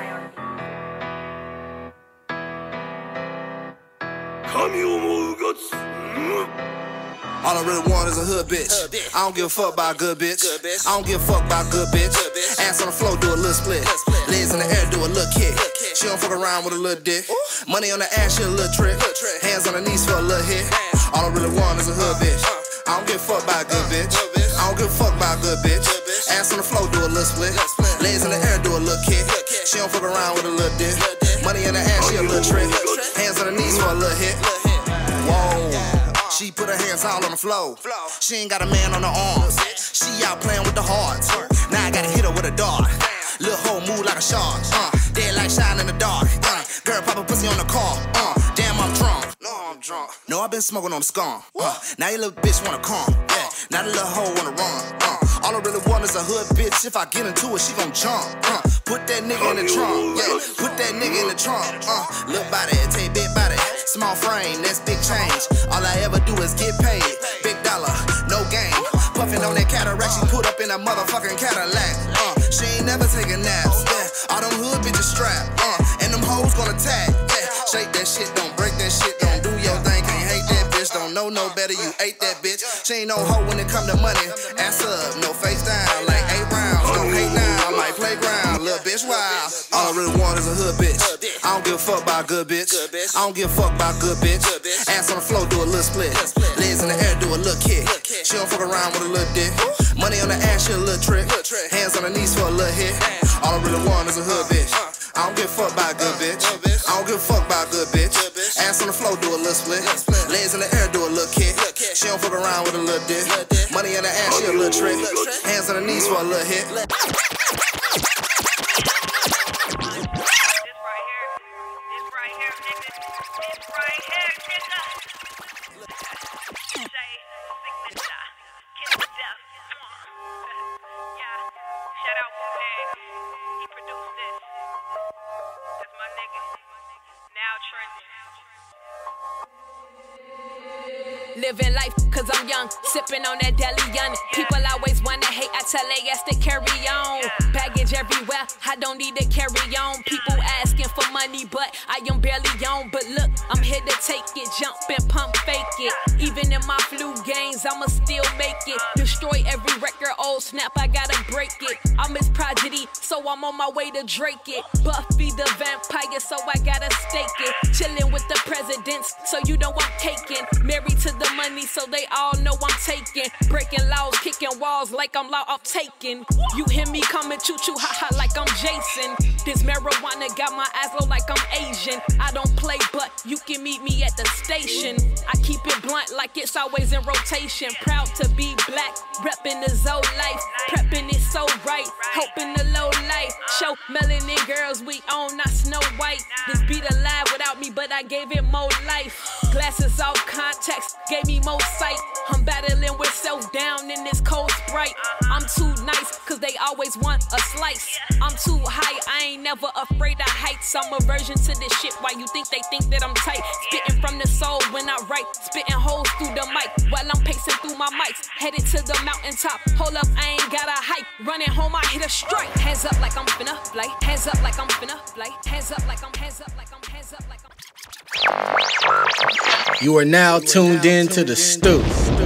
[SPEAKER 26] All I really want is a hood bitch. I don't give a fuck by a good bitch. I don't give a fuck by a good bitch. Ass on the floor, do a little split. Legs in the air, do a little kick. She don't fuck around with a little dick. Money on the ass, she a little trick. Hands on her knees for a little hit. All I really want is a hood bitch. I don't give a fuck by a uh. good bitch. I don't give a fuck by a good bitch. Ass on the floor, do a little split. Legs in the air, do a little kick. She don't fuck around with a little dick. Money on the ass, she a little trick. Hands on her knees for a little hit. Whoa. She put her hands all on the floor. She ain't got a man on her arms. She out playing with the hearts. Now I gotta hit her with a dart. Lil' hoe move like a shark. Uh, dead like shine in the dark. Uh, girl, pop a pussy on the car. Uh, damn, I'm drunk. No, I'm drunk. No, I've been smoking on scum. Uh, now your little bitch wanna come. Yeah, now the little hoe wanna run. Uh, all I really want is a hood bitch. If I get into it, she gon' jump. Uh, put that nigga in the trunk. Yeah, put that nigga in the trunk. Uh, little body, take big body. Small frame, that's big change. All I ever do is get paid. Big dollar, no game. Puffin' on that cataract, she put up in a motherfucking Cadillac. Uh, she ain't never taking naps. Yeah, all them hood bitches strapped. Uh, and them hoes gonna tag. Yeah, shake that shit, don't break that shit, don't do your thing. Can't hate that bitch, don't know no better. You ate that bitch. She ain't no hoe when it come to money. Ass up, no face down, like eight rounds. Don't hate now, like playground. Little bitch wild. All I really want is a hood bitch. I don't give a fuck by a good bitch. I don't give a fuck by a good bitch. Ass on the floor, do a little split. Legs in the air, do a little kick. She don't fuck around with a little dick. Money on the ass, she a little trick. Hands on her knees for a little hit. All I really want is a hood bitch. I don't give a fuck by a good bitch. I don't give a fuck by a good bitch. Ass on the floor, do a little split. Legs in the air, do a little kick. She don't fuck around with a little dick. Money on the ass, she a little trick. Hands on her knees for a little hit.
[SPEAKER 19] Living life, cause I'm young, sipping on that deli young. People always wanna hate, I tell they yes to carry on. Baggage everywhere, I don't need to carry on. People asking for money, but I am barely on. But look, I'm here to take it, jump and pump fake it. Even in my flu games, I'ma still make it. Destroy every record, old snap, I gotta break it. I'm his prodigy, so I'm on my way to Drake it. Buffy the vampire, so I gotta stake it. Chillin' with the presidents, so you know I'm taking. Married to the money, so they all know I'm taking. Breaking laws, kicking walls like I'm law, I'm taking. You hear me coming choo choo, ha ha, like I'm Jason. This marijuana got my eyes low like I'm Asian. I don't play, but you can meet me at the station. I keep it blunt like it's always in rotation. Proud to be black, reppin' the Zoe life. Preppin' it so right, hoping the low light. Show melanin girls we own, not Snow White. This beat alive without me, but I gave it more life. Glasses off context, gave me more sight. I'm battling with self down in this cold sprite. I'm too nice, cause they always want a slice. I'm too high, I ain't never afraid of heights. I'm aversion to this shit. Why you think they think that I'm tight? Spitting from the soul when I write, spitting holes through the mic while I'm pacing through my mics. Headed to the mountaintop. Hold up, I ain't got a hike. Running home, I hit a strike. Hands up like I'm finna fly. Hands up like I'm finna fly. Hands up like I'm hands up like I'm hands up like I'm.
[SPEAKER 3] You are now tuned in to the Stew.